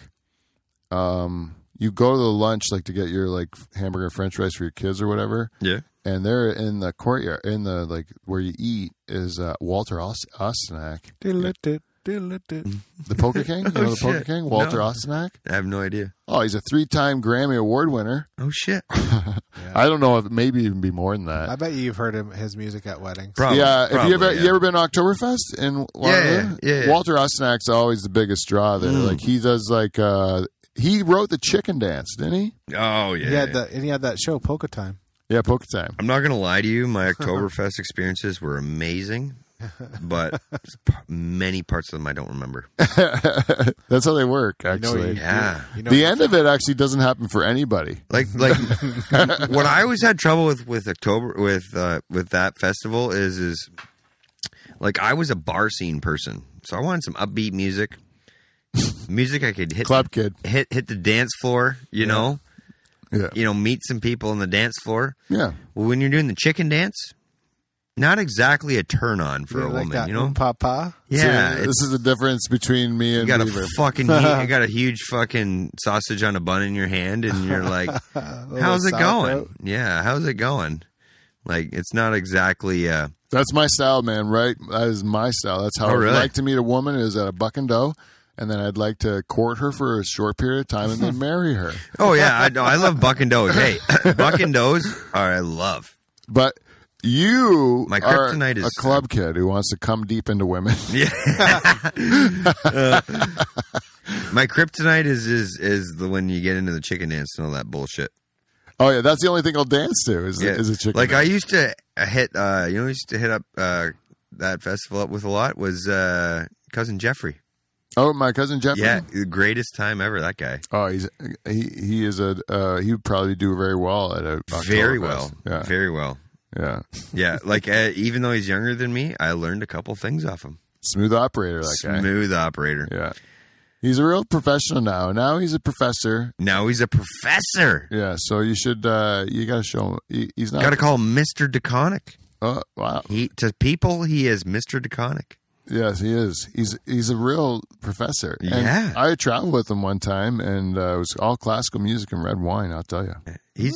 [SPEAKER 3] Um, you go to the lunch like to get your like hamburger, French fries for your kids or whatever.
[SPEAKER 1] Yeah.
[SPEAKER 3] And there in the courtyard, in the like where you eat, is uh, Walter Os- Ostenack,
[SPEAKER 2] Diddle-it-dit, diddle-it-dit.
[SPEAKER 3] the Poker King. You know the Poker
[SPEAKER 1] Oh, shit.
[SPEAKER 3] King, Walter
[SPEAKER 1] No.
[SPEAKER 3] Ostenack.
[SPEAKER 1] I have no idea.
[SPEAKER 3] Oh, he's a three-time Grammy Award winner.
[SPEAKER 1] Oh shit!
[SPEAKER 3] I don't know if maybe even be more than
[SPEAKER 2] I
[SPEAKER 3] that.
[SPEAKER 2] bet you've heard him, his music at weddings.
[SPEAKER 1] Probably.
[SPEAKER 3] yeah, if
[SPEAKER 1] probably,
[SPEAKER 3] you ever
[SPEAKER 1] yeah.
[SPEAKER 3] you ever been to Oktoberfest in Waterloo?
[SPEAKER 1] yeah, yeah.
[SPEAKER 3] Walter Osnack's always the biggest draw there.
[SPEAKER 1] Mm.
[SPEAKER 3] Like he does like uh he wrote the chicken dance, didn't he?
[SPEAKER 1] Oh yeah.
[SPEAKER 2] He had that, and he had that show, Polka Time.
[SPEAKER 3] Yeah, poker time.
[SPEAKER 1] I'm not gonna lie to you. My Oktoberfest experiences were amazing, but p- many parts of them I don't remember.
[SPEAKER 3] That's how they work,
[SPEAKER 2] You know,
[SPEAKER 3] actually.
[SPEAKER 2] you-
[SPEAKER 1] Yeah.
[SPEAKER 2] you know,
[SPEAKER 3] the end of it actually doesn't happen for anybody.
[SPEAKER 1] Like like what I always had trouble with with October with uh, with that festival is is like I was a bar scene person, so I wanted some upbeat music, music I could hit
[SPEAKER 3] Club kid.
[SPEAKER 1] hit hit the dance floor, you know,
[SPEAKER 3] Yeah.
[SPEAKER 1] you know, meet some people on the dance floor.
[SPEAKER 3] Yeah.
[SPEAKER 1] Well, when you're doing the chicken dance, not exactly a turn on for a
[SPEAKER 2] like
[SPEAKER 1] woman,
[SPEAKER 2] that
[SPEAKER 1] you know?
[SPEAKER 2] Oom Papa.
[SPEAKER 1] Yeah,
[SPEAKER 3] See,
[SPEAKER 1] it's,
[SPEAKER 3] this is the difference between me
[SPEAKER 1] you
[SPEAKER 3] and
[SPEAKER 1] got a
[SPEAKER 3] Weaver.
[SPEAKER 1] fucking you got a huge fucking sausage on a bun in your hand, and you're like, "How's it going?
[SPEAKER 2] sauerkraut.
[SPEAKER 1] Yeah, how's it going?" Like it's not exactly. Uh,
[SPEAKER 3] That's my style, man. Right? That is my style. That's how
[SPEAKER 1] Oh, really?
[SPEAKER 3] I'd like to meet a woman is at a buck and doe, and then I'd like to court her for a short period of time and then marry her.
[SPEAKER 1] oh yeah, I know. I love buck and does. Hey, buck and does are I love.
[SPEAKER 3] But you
[SPEAKER 1] My
[SPEAKER 3] are
[SPEAKER 1] kryptonite is-
[SPEAKER 3] a club kid who wants to come deep into women.
[SPEAKER 1] Yeah. Uh, my kryptonite is is is the when you get into the chicken dance and all that bullshit.
[SPEAKER 3] oh yeah, that's the only thing I'll dance to is,
[SPEAKER 1] Yeah.
[SPEAKER 3] is a chicken.
[SPEAKER 1] Like I used to hit, uh, you know, I used to hit up uh, that festival up with a lot was uh, cousin Jeffrey.
[SPEAKER 3] oh, my cousin Jeffrey.
[SPEAKER 1] Yeah, the greatest time ever. That guy.
[SPEAKER 3] Oh, he's he he is a uh, he would probably do very well at a
[SPEAKER 1] Very
[SPEAKER 3] Oktoberfest.
[SPEAKER 1] well.
[SPEAKER 3] Yeah,
[SPEAKER 1] Very well.
[SPEAKER 3] yeah.
[SPEAKER 1] Yeah, like uh, even though he's younger than me, I learned a couple things off him.
[SPEAKER 3] Smooth operator, that guy.
[SPEAKER 1] Smooth operator.
[SPEAKER 3] Yeah, he's a real professional now. Now he's a professor.
[SPEAKER 1] Now he's a professor.
[SPEAKER 3] Yeah, so you should uh you gotta show him. He, he's not.
[SPEAKER 1] Got to call him Mister DeConnick.
[SPEAKER 3] oh, wow,
[SPEAKER 1] He to people he is Mister DeConnick.
[SPEAKER 3] Yes, he is. He's he's a real professor. And
[SPEAKER 1] Yeah.
[SPEAKER 3] I traveled with him one time, and uh, it was all classical music and red wine. I'll tell you,
[SPEAKER 1] He's.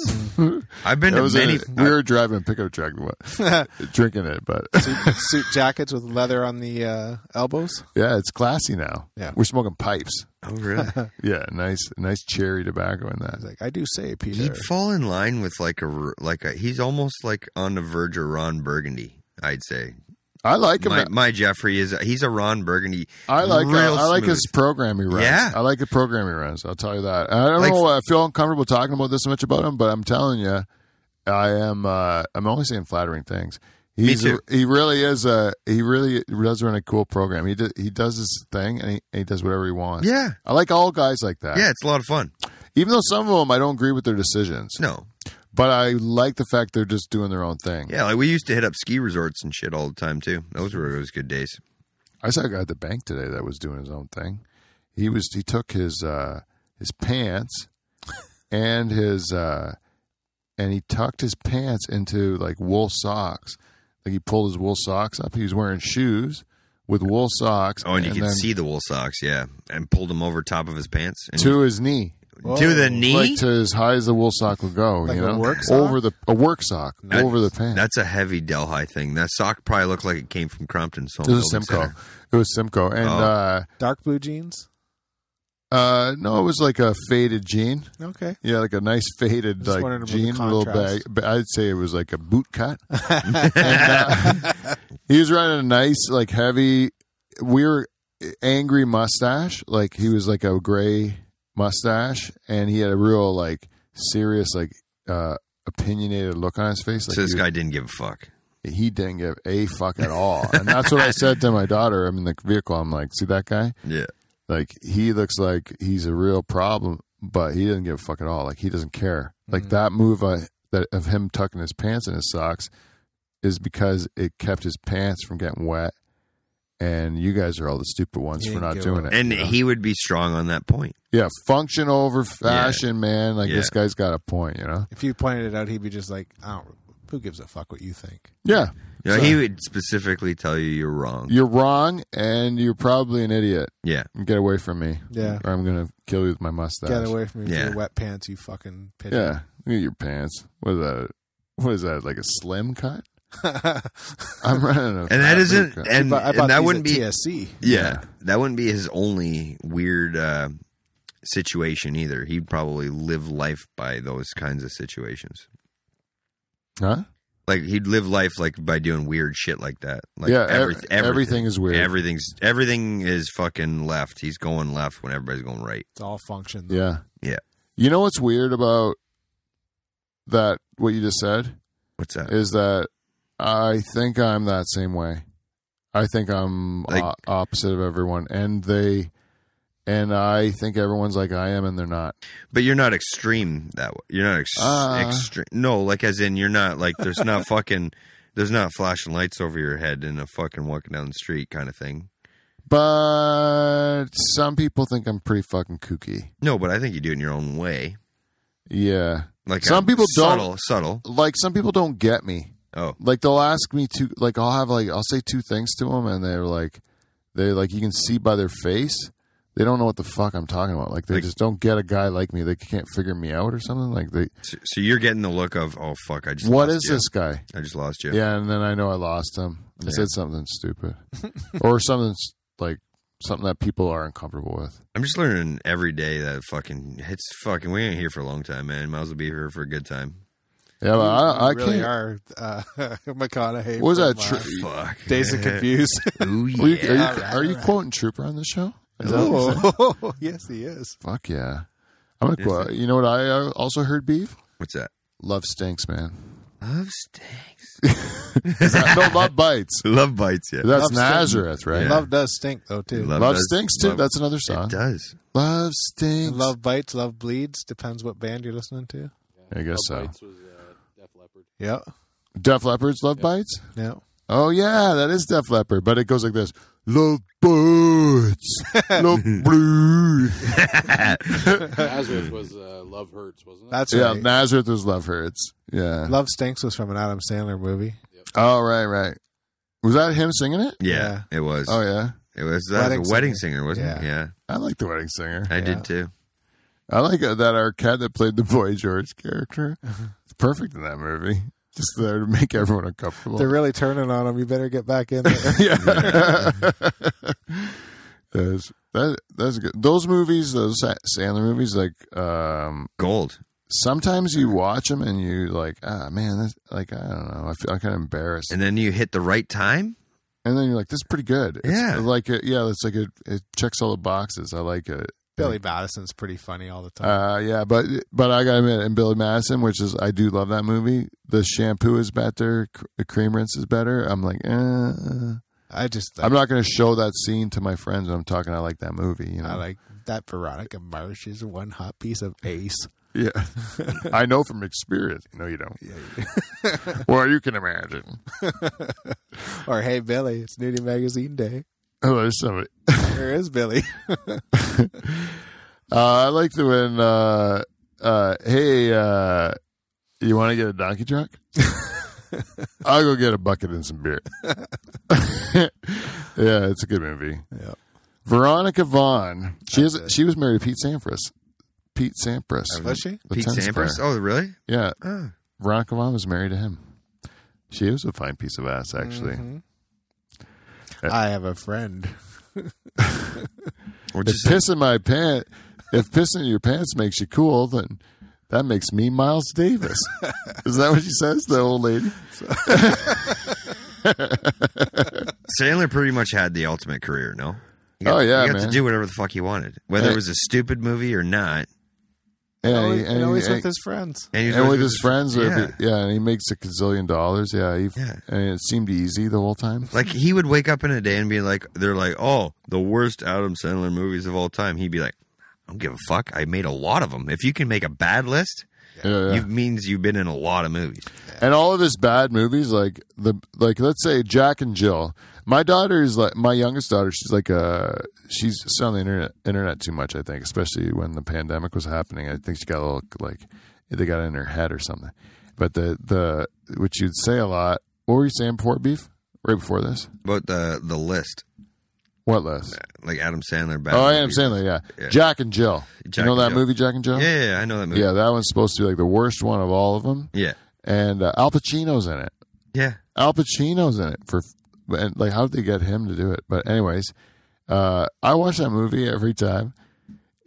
[SPEAKER 1] I've been to
[SPEAKER 3] it Hmm. was
[SPEAKER 1] many. uh,
[SPEAKER 3] in a- we were driving a pickup truck, what- drinking it, but
[SPEAKER 2] Suit, suit jackets with leather on the uh, elbows.
[SPEAKER 3] yeah, it's classy now.
[SPEAKER 2] Yeah.
[SPEAKER 3] we're smoking pipes.
[SPEAKER 1] oh, really?
[SPEAKER 3] Yeah, nice, nice cherry tobacco in that.
[SPEAKER 2] He's like, I do say, Peter.
[SPEAKER 1] He'd fall in line with like a r- like a. He's almost like on the verge of Ron Burgundy. I'd say
[SPEAKER 3] I like him.
[SPEAKER 1] my, my Jeffrey is he's a Ron Burgundy.
[SPEAKER 3] I like uh,
[SPEAKER 1] real
[SPEAKER 3] I like his
[SPEAKER 1] smooth.
[SPEAKER 3] program he runs.
[SPEAKER 1] Yeah.
[SPEAKER 3] I like the program he runs. I'll tell you that. And I don't
[SPEAKER 1] Like-
[SPEAKER 3] know. why I feel uncomfortable talking about this much about him, but I'm telling you, I am. Uh, I'm only saying flattering things. He's
[SPEAKER 1] too.
[SPEAKER 3] he really is a he really does run a cool program. He do, he does his thing and he, he does whatever he wants.
[SPEAKER 1] Yeah,
[SPEAKER 3] I like all guys like that.
[SPEAKER 1] yeah, it's a lot of fun.
[SPEAKER 3] Even though some of them I don't agree with their decisions,
[SPEAKER 1] No,
[SPEAKER 3] but I like the fact they're just doing their own thing.
[SPEAKER 1] yeah, like we used to hit up ski resorts and shit all the time too. Those were those good days.
[SPEAKER 3] I saw a guy at the bank today that was doing his own thing. He was he took his uh, his pants and his uh, and he tucked his pants into like wool socks. Like he pulled his wool socks up. He was wearing shoes with wool socks.
[SPEAKER 1] Oh, and you could
[SPEAKER 3] then
[SPEAKER 1] see the wool socks, yeah, and pulled them over top of his pants and
[SPEAKER 3] to his knee,
[SPEAKER 1] to the knee.
[SPEAKER 3] Oh, like to as high as the wool sock would go.
[SPEAKER 2] Like
[SPEAKER 3] you
[SPEAKER 2] a
[SPEAKER 3] know,
[SPEAKER 2] work sock?
[SPEAKER 3] over the a work sock
[SPEAKER 1] That-
[SPEAKER 3] over the pants.
[SPEAKER 1] That's a heavy Delhi thing. That sock probably looked like it came from Crompton's home.
[SPEAKER 3] it was
[SPEAKER 1] building
[SPEAKER 3] Simcoe.
[SPEAKER 1] center.
[SPEAKER 3] It was Simcoe, and
[SPEAKER 1] Oh.
[SPEAKER 3] uh,
[SPEAKER 2] Dark blue jeans.
[SPEAKER 3] uh, no, it was like a faded jean.
[SPEAKER 2] Okay.
[SPEAKER 3] Yeah, like a nice faded
[SPEAKER 2] Just wondering
[SPEAKER 3] like
[SPEAKER 2] about
[SPEAKER 3] jean
[SPEAKER 2] the
[SPEAKER 3] little bag.
[SPEAKER 2] contrast.
[SPEAKER 3] But I'd say it was like a boot cut. And, uh, he was running a nice, like heavy, weird, angry mustache. Like he was like a gray mustache, and he had a real like serious, like uh opinionated look on his face. Like
[SPEAKER 1] So this
[SPEAKER 3] he,
[SPEAKER 1] guy didn't give a fuck.
[SPEAKER 3] he didn't give a fuck at all. and that's what I said to my daughter. I'm in the vehicle. I'm like, see that guy?
[SPEAKER 1] Yeah,
[SPEAKER 3] Like he looks like he's a real problem, but he doesn't give a fuck at all. Like he doesn't care. Like that move uh, that of him tucking his pants in his socks is because it kept his pants from getting wet. And you guys are all the stupid ones
[SPEAKER 2] He
[SPEAKER 3] for
[SPEAKER 2] didn't
[SPEAKER 3] not
[SPEAKER 2] give
[SPEAKER 3] doing
[SPEAKER 2] a-
[SPEAKER 3] it.
[SPEAKER 1] and
[SPEAKER 3] you know?
[SPEAKER 1] he would be strong on that point.
[SPEAKER 3] yeah, function over fashion, man. Like
[SPEAKER 1] Yeah.
[SPEAKER 3] this guy's got a point, you know.
[SPEAKER 2] If you pointed it out, he'd be just like, I don't. Who gives a fuck what you think?
[SPEAKER 3] Yeah,
[SPEAKER 1] You know,
[SPEAKER 3] So-
[SPEAKER 1] he would specifically tell you you're wrong.
[SPEAKER 3] you're wrong, and you're probably an idiot.
[SPEAKER 1] yeah,
[SPEAKER 3] Get away from me,
[SPEAKER 2] Yeah.
[SPEAKER 3] or I'm gonna kill you with my mustache.
[SPEAKER 2] Get away from me with
[SPEAKER 1] Yeah.
[SPEAKER 2] your wet pants, you fucking pigeon.
[SPEAKER 3] Yeah, look at your pants. What is that? What is that? Like a slim cut? I'm running a
[SPEAKER 1] and
[SPEAKER 3] fat
[SPEAKER 1] that isn't,
[SPEAKER 3] boot cut.
[SPEAKER 1] and,
[SPEAKER 2] but I
[SPEAKER 1] and
[SPEAKER 2] bought
[SPEAKER 1] that
[SPEAKER 2] these
[SPEAKER 1] wouldn't
[SPEAKER 2] at
[SPEAKER 1] be,
[SPEAKER 2] TSC.
[SPEAKER 1] yeah, that wouldn't be his only weird uh, situation either. He'd probably live life by those kinds of situations.
[SPEAKER 3] huh?
[SPEAKER 1] Like he'd live life like by doing weird shit like that. Like
[SPEAKER 3] yeah,
[SPEAKER 1] every-
[SPEAKER 3] everything, everything is weird.
[SPEAKER 1] Everything's everything is fucking left. He's going left when everybody's going right.
[SPEAKER 2] It's all functions.
[SPEAKER 3] yeah,
[SPEAKER 1] Yeah.
[SPEAKER 3] You know what's weird about that? What you just said
[SPEAKER 1] What's that?
[SPEAKER 3] is that I think I'm that same way. I think I'm
[SPEAKER 1] Like-
[SPEAKER 3] o- opposite of everyone, and they, and I think everyone's like I am, and they're not.
[SPEAKER 1] But you're not extreme that way. You're not ex-
[SPEAKER 3] Uh.
[SPEAKER 1] extreme. No, like as in you're not like there's not fucking there's not flashing lights over your head and a fucking walking down the street kind of thing.
[SPEAKER 3] But some people think I'm pretty fucking kooky.
[SPEAKER 1] No, but I think you do it in your own way.
[SPEAKER 3] Yeah,
[SPEAKER 1] Like
[SPEAKER 3] Some
[SPEAKER 1] I'm
[SPEAKER 3] people don't-
[SPEAKER 1] subtle, subtle.
[SPEAKER 3] like some people don't get me.
[SPEAKER 1] Oh,
[SPEAKER 3] like they'll ask me to like I'll have like I'll say two things to them and they're like they like you can see by their face they don't know what the fuck I'm talking about like they
[SPEAKER 1] Like-
[SPEAKER 3] just don't get a guy like me they can't figure me out or something like they
[SPEAKER 1] so, so you're getting the look of oh fuck, I just
[SPEAKER 3] what
[SPEAKER 1] lost
[SPEAKER 3] is
[SPEAKER 1] you.
[SPEAKER 3] this guy
[SPEAKER 1] I just lost you.
[SPEAKER 3] yeah. and then I know I lost him I
[SPEAKER 1] Yeah.
[SPEAKER 3] said something stupid or something s- like something that people are uncomfortable with
[SPEAKER 1] I'm just learning every day that fucking it's fucking. We ain't here for a long time, man. Might as well be here for a good time.
[SPEAKER 3] yeah but I, I
[SPEAKER 2] You really
[SPEAKER 3] can't
[SPEAKER 2] are uh, McConaughey.
[SPEAKER 3] What was
[SPEAKER 2] from,
[SPEAKER 3] that
[SPEAKER 2] uh,
[SPEAKER 3] tr-
[SPEAKER 1] Fuck.
[SPEAKER 2] Days of Confused.
[SPEAKER 1] Ooh,
[SPEAKER 3] are you, are you,
[SPEAKER 1] yeah.
[SPEAKER 3] are you quoting Trooper on the show Is that what you said?
[SPEAKER 2] oh, yes, he is.
[SPEAKER 3] fuck yeah I'm gonna
[SPEAKER 1] Is
[SPEAKER 3] quote you know what I uh, also heard beef
[SPEAKER 1] What's that?
[SPEAKER 3] love stinks man
[SPEAKER 1] Love stinks.
[SPEAKER 3] Is that- no love bites
[SPEAKER 1] Love bites. Yeah.
[SPEAKER 3] That's
[SPEAKER 2] Love
[SPEAKER 3] Nazareth, right?
[SPEAKER 1] Yeah.
[SPEAKER 2] Love does stink though too.
[SPEAKER 1] Love
[SPEAKER 3] Love,
[SPEAKER 1] does-
[SPEAKER 3] stinks too.
[SPEAKER 1] love-
[SPEAKER 3] That's another
[SPEAKER 1] it
[SPEAKER 3] song.
[SPEAKER 1] does.
[SPEAKER 3] Love stinks.
[SPEAKER 2] Love bites, love bleeds. Depends what band you're listening to.
[SPEAKER 3] I guess so.
[SPEAKER 4] Bites was uh, Def Leppard.
[SPEAKER 2] Yeah,
[SPEAKER 3] Def Leppard's Love Bites.
[SPEAKER 2] yeah.
[SPEAKER 3] Oh yeah, that is Def Leppard, but it goes like this: Love bites, love blues.
[SPEAKER 4] Nazareth was uh, Love Hurts, wasn't it?
[SPEAKER 2] That's
[SPEAKER 3] Yeah,
[SPEAKER 2] right.
[SPEAKER 3] Nazareth was Love hurts. Yeah.
[SPEAKER 2] Love stinks was from an Adam Sandler movie.
[SPEAKER 3] Oh right, right. Was that him singing it?
[SPEAKER 1] Yeah, it was.
[SPEAKER 3] Oh yeah,
[SPEAKER 1] It was that
[SPEAKER 2] Wedding
[SPEAKER 1] was a wedding
[SPEAKER 2] singer.
[SPEAKER 1] singer, wasn't it?
[SPEAKER 2] Yeah.
[SPEAKER 1] Yeah,
[SPEAKER 3] I like the wedding singer.
[SPEAKER 1] I
[SPEAKER 2] Yeah.
[SPEAKER 1] did too.
[SPEAKER 3] I like uh, that our cat that played the boy George character. It's perfect in that movie. Just there to make everyone uncomfortable.
[SPEAKER 2] They're really turning on him. You better get back in there.
[SPEAKER 3] yeah. that's that, that's good. Those movies, those Sa- Sandler movies, like um,
[SPEAKER 1] Gold.
[SPEAKER 3] sometimes you watch them and you like, ah, man, that's like I don't know, I feel I kind of embarrassed, and,
[SPEAKER 1] And then you hit the right time.
[SPEAKER 3] then you're like, this is pretty good. It's
[SPEAKER 1] Yeah.
[SPEAKER 3] like it, yeah, it's like it, it checks all the boxes. I like it.
[SPEAKER 2] Billy Madison's pretty funny all the time.
[SPEAKER 3] Uh, yeah, but but I gotta admit, and Billy Madison, which is I do love that movie. The shampoo is better, cr- the cream rinse is better. I'm like, eh. I'm
[SPEAKER 2] I just
[SPEAKER 3] not gonna show that scene to my friends when I'm talking. I like that movie. You know?
[SPEAKER 2] I like that Veronica Marsh is one hot piece of ace.
[SPEAKER 3] Yeah, I know from experience. No, you don't. well, you can imagine.
[SPEAKER 2] Or hey Billy, it's nudie magazine day.
[SPEAKER 3] Oh, there's some.
[SPEAKER 2] Where is Billy?
[SPEAKER 3] Uh, I like the when. Uh, uh, hey, uh, you want to get a donkey truck? I'll go get a bucket and some beer. yeah, it's a good movie.
[SPEAKER 2] Yep.
[SPEAKER 3] Veronica Vaughn. She
[SPEAKER 2] That's
[SPEAKER 3] is.
[SPEAKER 2] it. Oh,
[SPEAKER 3] She was married to Pete Sampras. Pete Sampras.
[SPEAKER 2] Was she?
[SPEAKER 3] the
[SPEAKER 1] Pete
[SPEAKER 3] tennis
[SPEAKER 1] Sampras.
[SPEAKER 3] player.
[SPEAKER 1] Oh, really?
[SPEAKER 3] Yeah,
[SPEAKER 1] Oh.
[SPEAKER 3] Veronica Vaughn was married to him. She was a fine piece of ass, actually.
[SPEAKER 2] Mhm. I have a friend.
[SPEAKER 1] Or
[SPEAKER 3] If
[SPEAKER 1] just
[SPEAKER 3] pissing my pants, if pissing your pants makes you cool, then that makes me Miles Davis. Is that what she says, the old lady?
[SPEAKER 1] Sandler pretty much had the ultimate career. No. You
[SPEAKER 3] Oh, yeah,
[SPEAKER 1] you got
[SPEAKER 3] man.
[SPEAKER 1] to do whatever the fuck you wanted, whether
[SPEAKER 3] Hey.
[SPEAKER 1] it was a stupid movie or not.
[SPEAKER 3] Yeah,
[SPEAKER 2] and,
[SPEAKER 3] he-
[SPEAKER 2] always, and always
[SPEAKER 3] he-
[SPEAKER 2] with his friends.
[SPEAKER 1] And, he was
[SPEAKER 3] and with
[SPEAKER 1] always-
[SPEAKER 3] his friends, with
[SPEAKER 1] Yeah.
[SPEAKER 3] it- yeah, and he makes a gazillion dollars. Yeah, he,
[SPEAKER 1] Yeah.
[SPEAKER 3] and it seemed easy the whole time.
[SPEAKER 1] Like he would wake up in a day and be like, "They're like, oh, the worst Adam Sandler movies of all time." He'd be like, "I don't give a fuck. I made a lot of them. If you can make a bad list,
[SPEAKER 3] Yeah, yeah.
[SPEAKER 1] you means you've been in a lot of movies."
[SPEAKER 3] and all of his bad movies, like the like, let's say Jack and Jill. My daughter is like my youngest daughter. She's like uh she's she's on the internet internet too much. I think, especially when the pandemic was happening. I think she got a little like they got it in her head or something. But the the which you'd say a lot. What were you saying? Pork beef right before this.
[SPEAKER 1] But the the list,
[SPEAKER 3] What list?
[SPEAKER 1] like Adam Sandler. Bad
[SPEAKER 3] Oh, I am
[SPEAKER 1] movies.
[SPEAKER 3] saying that. Yeah.
[SPEAKER 1] Uh, Yeah.
[SPEAKER 3] Jack and Jill.
[SPEAKER 1] Jack
[SPEAKER 3] you know
[SPEAKER 1] and
[SPEAKER 3] that
[SPEAKER 1] Jill.
[SPEAKER 3] movie, Jack and Jill.
[SPEAKER 1] Yeah, yeah, yeah, I know that movie.
[SPEAKER 3] Yeah, that one's supposed to be like the worst one of all of them.
[SPEAKER 1] yeah,
[SPEAKER 3] And uh, Al Pacino's in it.
[SPEAKER 1] yeah.
[SPEAKER 3] Al Pacino's in it for, and like, how did they get him to do it? But anyways, uh, I watch that movie every time.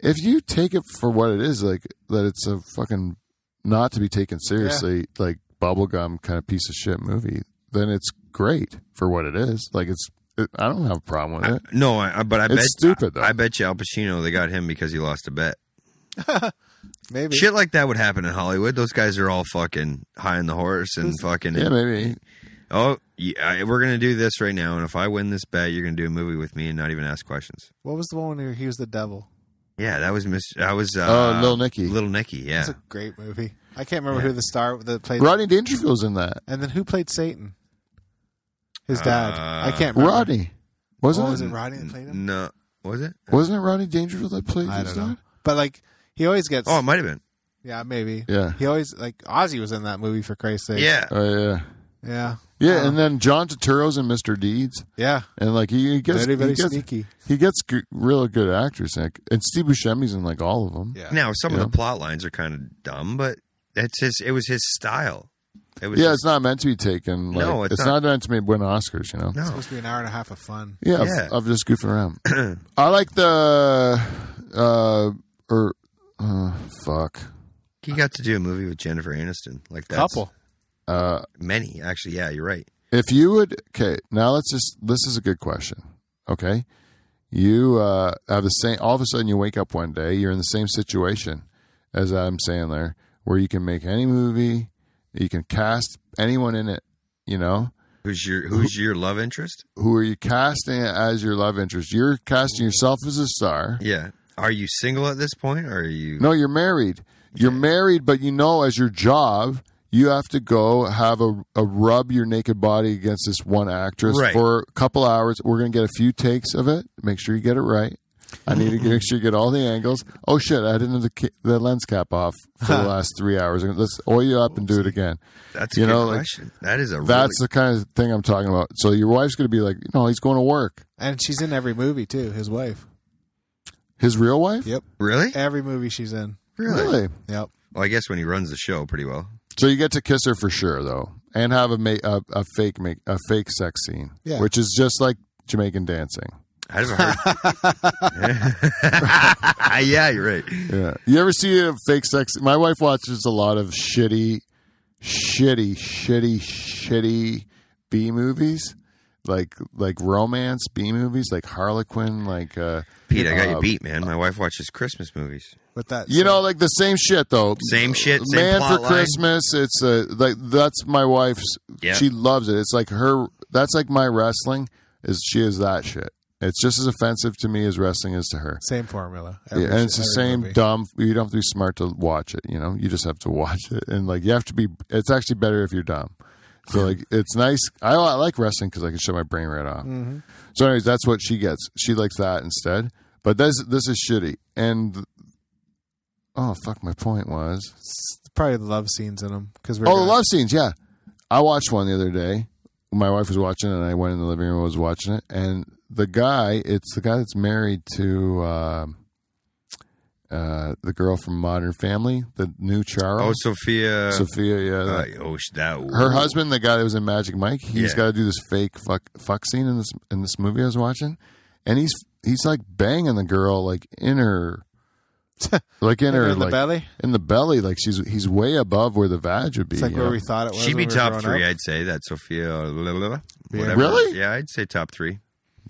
[SPEAKER 3] If you take it for what it is, like that, it's a fucking not to be taken seriously, like bubblegum kind of piece of shit movie. Then it's great for what it is. Like it's, it, I don't have a problem with it.
[SPEAKER 1] No, I, I- but I
[SPEAKER 3] It's
[SPEAKER 1] bet
[SPEAKER 3] stupid, though.
[SPEAKER 1] I, bet you Al Pacino they got him because he lost a bet.
[SPEAKER 2] Maybe
[SPEAKER 1] Shit like that would happen in Hollywood. Those guys are all fucking high on the horse and fucking
[SPEAKER 3] Yeah, maybe.
[SPEAKER 1] oh, yeah, I- we're gonna do this right now. And if I win this bet, you're gonna do a movie with me and not even ask questions.
[SPEAKER 2] what was the one where he was the devil?
[SPEAKER 1] Yeah, that was Miss. I was uh,
[SPEAKER 3] Oh, Lil Nicky.
[SPEAKER 1] Little Nicky. Yeah,
[SPEAKER 2] It's a great movie. I can't remember who the star that played.
[SPEAKER 3] Rodney Dangerfield's in that.
[SPEAKER 2] And then who played Satan? His dad. I can't remember.
[SPEAKER 3] Rodney, wasn't
[SPEAKER 2] Oh, was
[SPEAKER 3] it?
[SPEAKER 2] it Rodney that played him?
[SPEAKER 1] no, was it?
[SPEAKER 3] Wasn't it Rodney Dangerfield that played?
[SPEAKER 2] I
[SPEAKER 3] his
[SPEAKER 2] don't know.
[SPEAKER 3] dad?
[SPEAKER 2] But like he always gets.
[SPEAKER 1] Oh, it might have been.
[SPEAKER 2] yeah, maybe.
[SPEAKER 3] Yeah.
[SPEAKER 2] He always like Ozzy was in that movie for Christ's sake.
[SPEAKER 1] Yeah,
[SPEAKER 3] Oh yeah.
[SPEAKER 2] Yeah.
[SPEAKER 3] Yeah, and then John Turturro's and Mr. Deeds,
[SPEAKER 2] Yeah.
[SPEAKER 3] and like he gets
[SPEAKER 2] Very, very
[SPEAKER 3] he gets,
[SPEAKER 2] sneaky.
[SPEAKER 3] he gets g- real good actors, like, and Steve Buscemi's in like all of them.
[SPEAKER 2] Yeah.
[SPEAKER 1] Now some
[SPEAKER 3] Yeah.
[SPEAKER 1] of the plot lines are kind of dumb, but it's his. It was his style. It was
[SPEAKER 3] Yeah,
[SPEAKER 1] his-
[SPEAKER 3] it's not meant to be taken. Like,
[SPEAKER 1] No, it's
[SPEAKER 3] not.
[SPEAKER 1] not.
[SPEAKER 3] meant to be win Oscars. You know,
[SPEAKER 2] It's
[SPEAKER 1] no.
[SPEAKER 2] supposed to be an hour and a half of fun.
[SPEAKER 3] yeah, of-
[SPEAKER 1] Yeah.
[SPEAKER 3] Of, just goofing around. I like the uh or uh, fuck
[SPEAKER 1] He got to do a movie with Jennifer Aniston. Like that.
[SPEAKER 2] Couple.
[SPEAKER 3] uh
[SPEAKER 1] Many, actually. Yeah, you're right.
[SPEAKER 3] if you would okay now let's just this is a good question okay you uh have the same all of a sudden you wake up one day you're in the same situation as adam sandler where you can make any movie you can cast anyone in it you know
[SPEAKER 1] Who's your Who's your love interest?
[SPEAKER 3] who are you casting as your love interest you're casting yourself as a star
[SPEAKER 1] Yeah. Are you single at this point, or are you?
[SPEAKER 3] no you're married you're married but you know as your job you have to go have a, a rub your naked body against this one actress
[SPEAKER 1] Right.
[SPEAKER 3] for a couple hours. We're going to get a few takes of it. Make sure you get it right. I need to make sure you get all the angles. Oh shit! I didn't have the ca- the lens cap off for the last three hours. Let's oil you up and do it again.
[SPEAKER 1] That's a
[SPEAKER 3] You
[SPEAKER 1] good
[SPEAKER 3] know, like,
[SPEAKER 1] question. that is a
[SPEAKER 3] That's
[SPEAKER 1] really,
[SPEAKER 3] the kind of thing I'm talking about. So your wife's going to be like, you know, he's going to work.
[SPEAKER 2] And she's in every movie too. His wife.
[SPEAKER 3] His real wife?
[SPEAKER 2] Yep.
[SPEAKER 1] really,
[SPEAKER 2] Every movie she's in.
[SPEAKER 3] Really?
[SPEAKER 2] Yep.
[SPEAKER 1] Well, I guess when he runs the show pretty well.
[SPEAKER 3] So you get to kiss her for sure, though, and have a ma- a, a fake make a fake sex scene,
[SPEAKER 2] Yeah.
[SPEAKER 3] which is just like Jamaican dancing.
[SPEAKER 1] I never heard. yeah, you're right.
[SPEAKER 3] Yeah. You ever see a fake sex? My wife watches a lot of shitty, shitty, shitty, shitty B movies, like like romance B movies, like Harlequin, like uh,
[SPEAKER 1] Pete, I got
[SPEAKER 3] Uh,
[SPEAKER 1] you beat, man. My wife watches Christmas movies.
[SPEAKER 2] With that.
[SPEAKER 3] you know, like the same shit though.
[SPEAKER 1] Same shit, same
[SPEAKER 3] Man
[SPEAKER 1] plot
[SPEAKER 3] for
[SPEAKER 1] line.
[SPEAKER 3] Christmas. It's uh, like that's my wife's.
[SPEAKER 1] Yeah.
[SPEAKER 3] She loves it. It's like her. That's like my wrestling. Is she is that shit? It's just as offensive to me as wrestling is to her.
[SPEAKER 2] Same formula.
[SPEAKER 3] Yeah, and it's the
[SPEAKER 2] every
[SPEAKER 3] same
[SPEAKER 2] movie.
[SPEAKER 3] dumb. You don't have to be smart to watch it. You know, you just have to watch it, and like you have to be. It's actually better if you're dumb. So like, it's nice. I, I like wrestling because I can shut my brain right off.
[SPEAKER 2] Mm-hmm.
[SPEAKER 3] So, anyways, that's what she gets. She likes that instead. But this this is shitty. And oh fuck, my point was
[SPEAKER 2] It's probably the love scenes in them because we're.
[SPEAKER 3] oh the
[SPEAKER 2] gonna-
[SPEAKER 3] love scenes. Yeah, I watched one the other day. My wife was watching it, and I went in the living room and was watching it. And the guy, it's the guy that's married to um uh, the girl from Modern Family, the new
[SPEAKER 1] Oh,
[SPEAKER 3] Charles,
[SPEAKER 1] Sophia.
[SPEAKER 3] Sophia. Yeah,
[SPEAKER 1] Uh, oh, sh- that.
[SPEAKER 3] her husband, the guy that was in Magic Mike, he's
[SPEAKER 1] Yeah.
[SPEAKER 3] got to do this fake fuck fuck scene in this in this movie I was watching, and he's he's like banging the girl like in her, like in,
[SPEAKER 2] In
[SPEAKER 3] her
[SPEAKER 2] the
[SPEAKER 3] like,
[SPEAKER 2] belly?
[SPEAKER 3] in the belly, like she's he's way above where the uh, vag would be.
[SPEAKER 2] It's like
[SPEAKER 3] you
[SPEAKER 2] where
[SPEAKER 3] know?
[SPEAKER 2] we thought it was.
[SPEAKER 1] She'd be
[SPEAKER 2] when we were
[SPEAKER 1] top
[SPEAKER 2] growing
[SPEAKER 1] three,
[SPEAKER 2] up.
[SPEAKER 1] I'd say. That Sophia. uh, blah, blah, blah,
[SPEAKER 2] Yeah.
[SPEAKER 1] whatever.
[SPEAKER 3] Really?
[SPEAKER 1] Yeah, I'd say top three.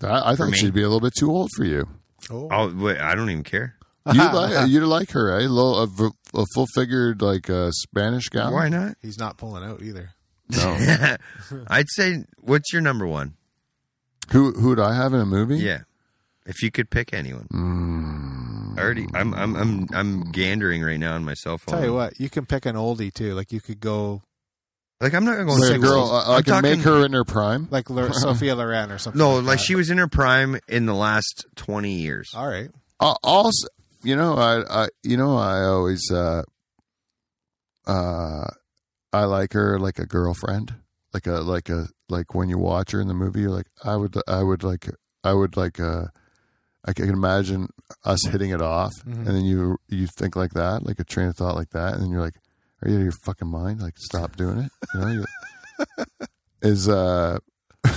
[SPEAKER 3] I, I
[SPEAKER 1] For
[SPEAKER 3] thought
[SPEAKER 1] me.
[SPEAKER 3] she'd be a little bit too old for you.
[SPEAKER 2] Oh.
[SPEAKER 1] Oh, wait, I don't even care.
[SPEAKER 3] You like you like her, eh? A, little, a, v- a full figured like uh, Spanish guy.
[SPEAKER 1] Why not?
[SPEAKER 2] He's not pulling out either.
[SPEAKER 3] No.
[SPEAKER 1] I'd say, what's your number one?
[SPEAKER 3] who who would I have in a movie?
[SPEAKER 1] Yeah, if you could pick anyone.
[SPEAKER 3] Hmm.
[SPEAKER 1] I already, I'm, I'm, I'm, I'm gandering right now on my cell phone.
[SPEAKER 2] Tell you what, you can pick an oldie too. Like you could go
[SPEAKER 1] like I'm not going
[SPEAKER 3] Like a
[SPEAKER 1] to
[SPEAKER 3] girl, I, I can make her in her prime.
[SPEAKER 2] like Lor- Sophia Loren or something.
[SPEAKER 1] No,
[SPEAKER 2] like,
[SPEAKER 1] like
[SPEAKER 2] that.
[SPEAKER 1] she was in her prime in the last 20 years.
[SPEAKER 2] All right.
[SPEAKER 3] Uh, also, you know, I, I, you know, I always, uh, uh, I like her like a girlfriend, like a, like a, like when you watch her in the movie, you're like, I would, I would like, I would like, uh, I can imagine us hitting it off, and then you, you think like that, like a train of thought like that, and then you're like, are you out of your fucking mind? Like, stop doing it. You know, you, is uh,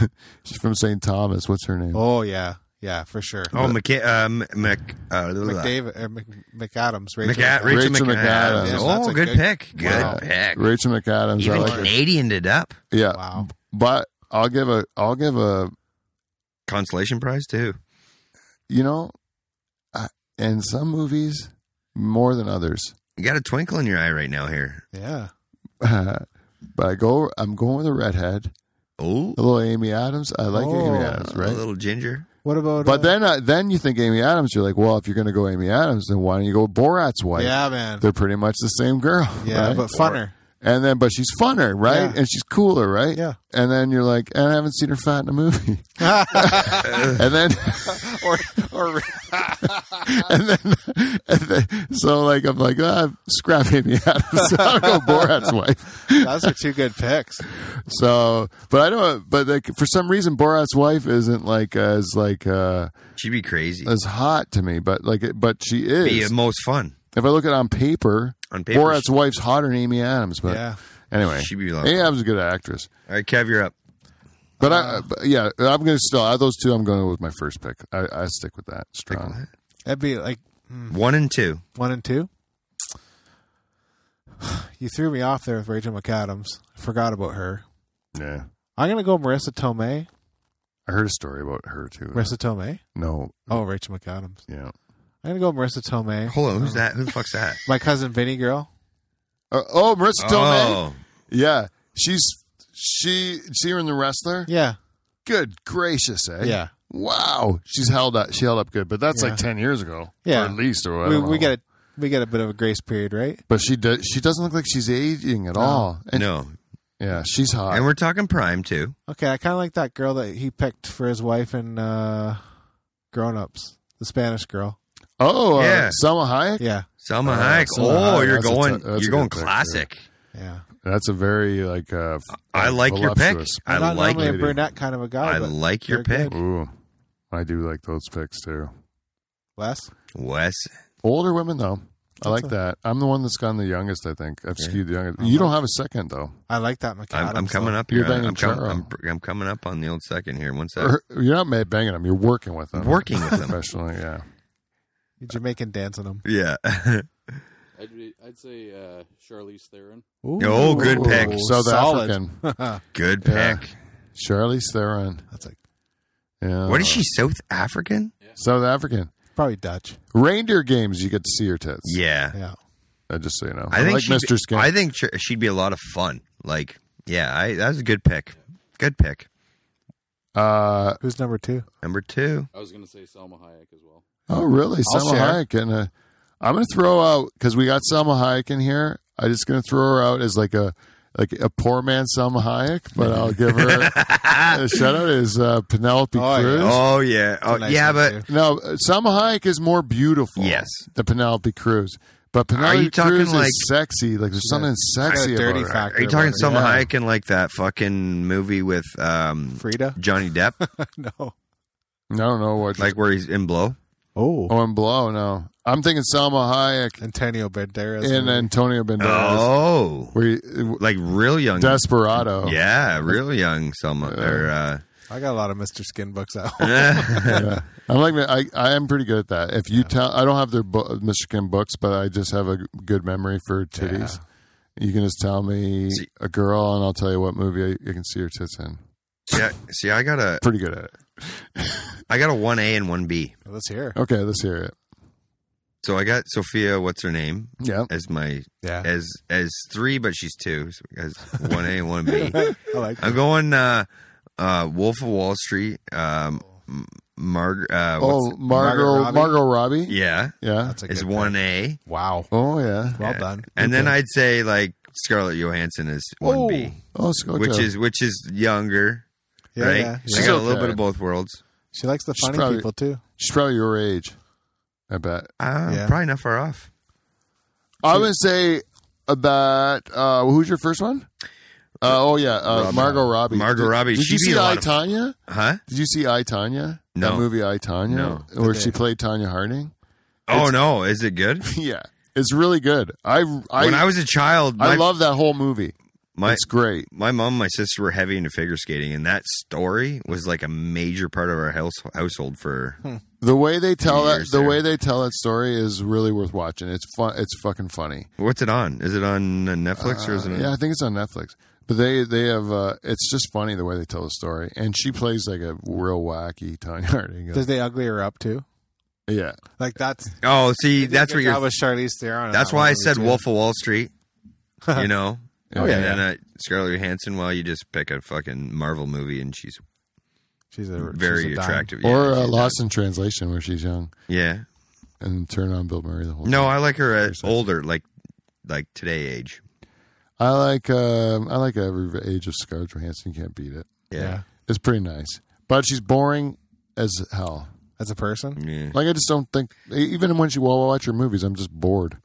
[SPEAKER 3] she's from St. Thomas. What's her name?
[SPEAKER 2] Oh yeah, yeah for sure.
[SPEAKER 1] Oh, McKay, uh, Mc, uh,
[SPEAKER 2] McDavid or Mc, McAdams. Rachel
[SPEAKER 1] McAd-
[SPEAKER 2] McAdams.
[SPEAKER 1] Rachel
[SPEAKER 3] Rachel
[SPEAKER 1] McAdams.
[SPEAKER 3] McAdams.
[SPEAKER 2] Yeah, that's
[SPEAKER 1] Oh,
[SPEAKER 2] a
[SPEAKER 1] good,
[SPEAKER 2] good-
[SPEAKER 1] pick. Good
[SPEAKER 3] Wow.
[SPEAKER 1] pick.
[SPEAKER 3] Rachel McAdams. I
[SPEAKER 1] Even
[SPEAKER 3] like her.
[SPEAKER 1] Canadianed it up.
[SPEAKER 3] Yeah.
[SPEAKER 2] Wow.
[SPEAKER 3] But I'll give a I'll give a
[SPEAKER 1] Consolation prize too.
[SPEAKER 3] you know, I, in some movies more than others.
[SPEAKER 1] You got a twinkle in your eye right now here.
[SPEAKER 2] Yeah.
[SPEAKER 3] but I go I'm going with a redhead,
[SPEAKER 1] Oh,
[SPEAKER 3] a little Amy Adams. I like
[SPEAKER 2] Oh.
[SPEAKER 3] Amy Adams,
[SPEAKER 1] a
[SPEAKER 3] right?
[SPEAKER 1] little ginger.
[SPEAKER 2] What about?
[SPEAKER 3] But
[SPEAKER 2] uh,
[SPEAKER 3] then uh, then you think Amy Adams, you're like, well, if you're going to go Amy Adams, then why don't you go Borat's wife?
[SPEAKER 2] yeah, man.
[SPEAKER 3] They're pretty much the same girl.
[SPEAKER 2] Yeah,
[SPEAKER 3] right?
[SPEAKER 2] but funner.
[SPEAKER 3] and then but she's funner, right?
[SPEAKER 2] Yeah.
[SPEAKER 3] And she's cooler, right?
[SPEAKER 2] Yeah.
[SPEAKER 3] And then you're like, and I haven't seen her fat in a movie. and then
[SPEAKER 2] or or
[SPEAKER 3] and then, and then so like I'm like ah, scrap Amy Adams. I'll go Borat's wife.
[SPEAKER 2] those are two good picks.
[SPEAKER 3] So, but I don't. But like for some reason, Borat's wife isn't like as like uh
[SPEAKER 1] She'd be crazy.
[SPEAKER 3] as hot to me. But like, it, but she
[SPEAKER 1] Be
[SPEAKER 3] is.
[SPEAKER 1] the most fun
[SPEAKER 3] If I look at it on paper,
[SPEAKER 1] on paper.
[SPEAKER 3] Borat's wife's hotter than Amy Adams. But
[SPEAKER 2] Yeah.
[SPEAKER 3] anyway,
[SPEAKER 1] She'd be lovely.
[SPEAKER 3] Amy Adams is a good actress.
[SPEAKER 1] All right, Kev, you're up.
[SPEAKER 3] But I, but yeah, I'm gonna still out of those two. I'm going with my first pick. I, I stick with that strong.
[SPEAKER 2] That'd be like
[SPEAKER 1] One and two.
[SPEAKER 2] one and two. You threw me off there with Rachel McAdams. I forgot about her.
[SPEAKER 3] Yeah,
[SPEAKER 2] I'm gonna go Marissa Tomei.
[SPEAKER 3] I heard a story about her too.
[SPEAKER 2] Marissa Tomei.
[SPEAKER 3] No,
[SPEAKER 2] Oh, Rachel McAdams.
[SPEAKER 3] yeah.
[SPEAKER 2] I'm gonna go Marissa Tomei.
[SPEAKER 1] Hold on, who's that? Who the fuck's that?
[SPEAKER 2] My cousin Vinny girl.
[SPEAKER 3] Uh, oh, Marissa Tomei.
[SPEAKER 1] Oh,
[SPEAKER 3] Yeah, she's she. See her in the wrestler.
[SPEAKER 2] Yeah.
[SPEAKER 3] Good gracious, eh?
[SPEAKER 2] Yeah.
[SPEAKER 3] Wow, she's held up. She held up good, but that's
[SPEAKER 2] Yeah.
[SPEAKER 3] like ten years ago.
[SPEAKER 2] Yeah.
[SPEAKER 3] or at least or I
[SPEAKER 2] We
[SPEAKER 3] don't
[SPEAKER 2] we
[SPEAKER 3] know.
[SPEAKER 2] got a we got a bit of a grace period, right?
[SPEAKER 3] But she does. She doesn't look like she's aging at all. And,
[SPEAKER 1] no.
[SPEAKER 3] Yeah, she's hot.
[SPEAKER 1] And we're talking prime too.
[SPEAKER 2] Okay, I kind of like that girl that he picked for his wife in uh, Grown Ups. the Spanish girl.
[SPEAKER 3] Oh,
[SPEAKER 1] Yeah.
[SPEAKER 3] uh, Selma Hayek.
[SPEAKER 2] Yeah,
[SPEAKER 1] Selma
[SPEAKER 3] Uh,
[SPEAKER 1] Hayek.
[SPEAKER 3] Selma
[SPEAKER 1] Oh,
[SPEAKER 3] Hayek,
[SPEAKER 1] you're
[SPEAKER 3] that's a
[SPEAKER 1] going.
[SPEAKER 3] t- that's a
[SPEAKER 1] you're going
[SPEAKER 3] good pick,
[SPEAKER 1] classic.
[SPEAKER 2] yeah.
[SPEAKER 3] That's a very like. Uh, f-
[SPEAKER 1] I like your pick.
[SPEAKER 3] voluptuous-
[SPEAKER 1] I
[SPEAKER 2] I'm not
[SPEAKER 1] like
[SPEAKER 2] normally
[SPEAKER 1] your.
[SPEAKER 2] a brunette kind of a guy.
[SPEAKER 1] I
[SPEAKER 2] but
[SPEAKER 1] like your
[SPEAKER 2] they're
[SPEAKER 1] pick,
[SPEAKER 2] good.
[SPEAKER 3] Ooh, I do like those picks too.
[SPEAKER 2] Wes.
[SPEAKER 1] Wes.
[SPEAKER 3] Older women though. I
[SPEAKER 2] That's
[SPEAKER 3] like that. I'm the one that's gone the youngest. I think I've
[SPEAKER 1] Yeah.
[SPEAKER 3] skewed the youngest.
[SPEAKER 1] Uh-huh.
[SPEAKER 2] I
[SPEAKER 3] You
[SPEAKER 2] like
[SPEAKER 3] don't have a second though.
[SPEAKER 2] I like that McAdams.
[SPEAKER 1] I'm, I'm coming up
[SPEAKER 3] You're
[SPEAKER 1] here. on-
[SPEAKER 3] banging Er.
[SPEAKER 1] I'm, com-
[SPEAKER 3] Charo.
[SPEAKER 1] I'm, I'm coming up on the old second here. One sec.
[SPEAKER 3] Or- You're not ma- banging them. You're working with them.
[SPEAKER 1] Working with them.
[SPEAKER 3] professionally. Yeah.
[SPEAKER 2] Jamaican dancing him.
[SPEAKER 1] Yeah.
[SPEAKER 4] I'd, be, I'd say uh, Charlize Theron.
[SPEAKER 1] Oh, good pick.
[SPEAKER 3] South
[SPEAKER 2] solid.
[SPEAKER 3] African.
[SPEAKER 2] That's
[SPEAKER 1] Good
[SPEAKER 3] Yeah.
[SPEAKER 1] pick.
[SPEAKER 3] Charlize Theron.
[SPEAKER 2] like
[SPEAKER 3] Yeah.
[SPEAKER 1] What is she? South African?
[SPEAKER 3] South African.
[SPEAKER 2] probably Dutch.
[SPEAKER 3] Reindeer games. You get to see her tits.
[SPEAKER 1] Yeah.
[SPEAKER 2] Yeah.
[SPEAKER 3] Uh, just so you know.
[SPEAKER 1] I think
[SPEAKER 3] like
[SPEAKER 1] she'd
[SPEAKER 3] Mr.
[SPEAKER 1] be-
[SPEAKER 3] Skin.
[SPEAKER 1] I think sh- she'd be a lot of fun. Like, yeah, I, that was a good pick. Good pick.
[SPEAKER 3] uh,
[SPEAKER 2] Who's number two?
[SPEAKER 1] Number two.
[SPEAKER 4] I was going to say Selma Hayek as well.
[SPEAKER 3] oh, really?
[SPEAKER 2] I'll
[SPEAKER 3] Selma
[SPEAKER 2] share.
[SPEAKER 3] Hayek. And uh, I'm going to throw out because we got Selma Hayek in here. I'm just going to throw her out as like a like a poor man Selma Hayek, but I'll give her a shout out Er. is uh, Penelope
[SPEAKER 2] Oh, yeah.
[SPEAKER 3] Cruz.
[SPEAKER 1] Oh yeah. Oh
[SPEAKER 2] Nice
[SPEAKER 1] yeah,
[SPEAKER 2] one,
[SPEAKER 1] but
[SPEAKER 2] too.
[SPEAKER 3] No, uh, Selma Hayek is more beautiful.
[SPEAKER 1] Yes.
[SPEAKER 3] than Penelope Cruz. But Penelope
[SPEAKER 1] you talking
[SPEAKER 3] Cruz
[SPEAKER 1] like-
[SPEAKER 3] is sexy. Like there's something
[SPEAKER 2] Got
[SPEAKER 3] sexy
[SPEAKER 2] a
[SPEAKER 3] about
[SPEAKER 2] dirty
[SPEAKER 3] her.
[SPEAKER 2] factor.
[SPEAKER 1] are you talking
[SPEAKER 2] about her.
[SPEAKER 1] Selma
[SPEAKER 3] Yeah.
[SPEAKER 1] Hayek in like that fucking movie with um,
[SPEAKER 2] Frida?
[SPEAKER 1] Johnny Depp,
[SPEAKER 2] no.
[SPEAKER 3] No, no, what?
[SPEAKER 1] like where he's in blow?
[SPEAKER 2] Oh.
[SPEAKER 3] oh, and blow. No, I'm thinking Selma Hayek
[SPEAKER 2] Antonio Banderas.
[SPEAKER 3] and Antonio Banderas.
[SPEAKER 1] Oh,
[SPEAKER 3] Where he,
[SPEAKER 1] like real young.
[SPEAKER 3] Desperado.
[SPEAKER 1] Yeah, real young Selma. Or, uh,
[SPEAKER 2] I got a lot of Mr. Skin books out.
[SPEAKER 3] Yeah. I'm like I, I am pretty good at that. If you tell, I don't have their bo- Michigan books, but I just have a good memory for titties. You can just tell me
[SPEAKER 1] See-
[SPEAKER 3] a girl, and I'll tell you what movie I, you can see her tits in.
[SPEAKER 1] yeah. See, I got a
[SPEAKER 3] Pretty good at it.
[SPEAKER 1] I got a one A and one B.
[SPEAKER 2] Let's hear.
[SPEAKER 3] Okay, let's hear it.
[SPEAKER 1] So I got Sophia. What's her name?
[SPEAKER 3] Yeah,
[SPEAKER 1] As my
[SPEAKER 2] Yeah.
[SPEAKER 1] as as three, but she's two. So as one A and one B.
[SPEAKER 2] I like
[SPEAKER 1] I'm going uh, uh, Wolf of Wall Street. Um, M- Marg. Uh,
[SPEAKER 3] Oh,
[SPEAKER 1] what's-
[SPEAKER 3] Margot
[SPEAKER 2] Margot
[SPEAKER 3] Margot
[SPEAKER 2] Robbie?
[SPEAKER 3] Robbie.
[SPEAKER 1] yeah.
[SPEAKER 3] Yeah.
[SPEAKER 2] That's a
[SPEAKER 1] It's
[SPEAKER 2] good
[SPEAKER 1] one A.
[SPEAKER 2] pick. Wow.
[SPEAKER 3] Oh yeah.
[SPEAKER 2] Well
[SPEAKER 1] Yeah.
[SPEAKER 2] done.
[SPEAKER 1] And then I'd say like Scarlett Johansson is one B,
[SPEAKER 3] Oh, Scotia.
[SPEAKER 1] which is which is younger,
[SPEAKER 2] Yeah,
[SPEAKER 1] right?
[SPEAKER 2] yeah, yeah.
[SPEAKER 1] I got a little
[SPEAKER 3] okay.
[SPEAKER 1] bit of both worlds.
[SPEAKER 2] She likes the
[SPEAKER 3] She's
[SPEAKER 2] funny
[SPEAKER 3] probably-
[SPEAKER 2] people too.
[SPEAKER 3] she's probably your age. I bet.
[SPEAKER 1] Uh,
[SPEAKER 2] Yeah.
[SPEAKER 1] Probably not far off.
[SPEAKER 3] I would say about uh, who's your first one? Uh, oh yeah, uh,
[SPEAKER 1] Robbie.
[SPEAKER 3] Margot Robbie.
[SPEAKER 1] Margot
[SPEAKER 3] Did-
[SPEAKER 1] Robbie.
[SPEAKER 3] Did,
[SPEAKER 1] She'd
[SPEAKER 3] you
[SPEAKER 1] be
[SPEAKER 3] see
[SPEAKER 1] a
[SPEAKER 3] I
[SPEAKER 1] lot of-
[SPEAKER 3] Tanya?
[SPEAKER 1] Huh?
[SPEAKER 3] Did you see I Tanya?
[SPEAKER 1] No.
[SPEAKER 3] That movie I Tanya,
[SPEAKER 1] No.
[SPEAKER 3] where
[SPEAKER 2] Did
[SPEAKER 3] she
[SPEAKER 2] they-
[SPEAKER 3] played Tanya Harding.
[SPEAKER 1] Oh no, is it good?
[SPEAKER 3] yeah, it's really good. I I
[SPEAKER 1] when I
[SPEAKER 3] I,
[SPEAKER 1] was a child, my,
[SPEAKER 3] love that whole movie.
[SPEAKER 1] my
[SPEAKER 3] it's great.
[SPEAKER 1] my mom and my sister were heavy into figure skating, and that story was like a major part of our house, household for.
[SPEAKER 2] Hmm.
[SPEAKER 3] The way they tell that
[SPEAKER 1] Years
[SPEAKER 3] the
[SPEAKER 1] there.
[SPEAKER 3] way they tell that story is really worth watching. It's fun. It's fucking funny.
[SPEAKER 1] What's it on? Is it on uh, Netflix or is
[SPEAKER 3] Uh,
[SPEAKER 1] it?
[SPEAKER 3] yeah, I think it's on Netflix. But they they have uh, it's just funny the way they tell the story, and she plays like a real wacky Tanya Harding.
[SPEAKER 2] Does they ugly her up too?
[SPEAKER 3] yeah,
[SPEAKER 2] Like that's
[SPEAKER 1] Oh, see, that's what you're.
[SPEAKER 2] That was Charlize Theron. in
[SPEAKER 1] That's
[SPEAKER 2] that
[SPEAKER 1] why
[SPEAKER 2] one
[SPEAKER 1] I
[SPEAKER 2] movie,
[SPEAKER 1] said
[SPEAKER 2] too.
[SPEAKER 1] Wolf of Wall Street. You know,
[SPEAKER 3] Oh,
[SPEAKER 1] and
[SPEAKER 3] yeah,
[SPEAKER 1] then uh, Scarlett Johansson. Well, you just pick a fucking Marvel movie, and she's
[SPEAKER 2] She's a
[SPEAKER 1] very
[SPEAKER 2] she's a dime.
[SPEAKER 1] attractive.
[SPEAKER 3] or
[SPEAKER 1] yeah,
[SPEAKER 3] uh,
[SPEAKER 1] she's
[SPEAKER 3] Lost in Translation, where she's young
[SPEAKER 1] not- yeah.
[SPEAKER 3] and turn on Bill Murray the whole.
[SPEAKER 1] No,
[SPEAKER 3] time.
[SPEAKER 1] I like her as older, like like today age.
[SPEAKER 3] I like um, I like every age of Scarlett Johansson. You Can't beat it.
[SPEAKER 1] Yeah.
[SPEAKER 3] It's pretty nice, but she's boring as hell.
[SPEAKER 2] As a person,
[SPEAKER 1] Yeah.
[SPEAKER 3] Like I just don't think even when she while I watch her movies, I'm just bored.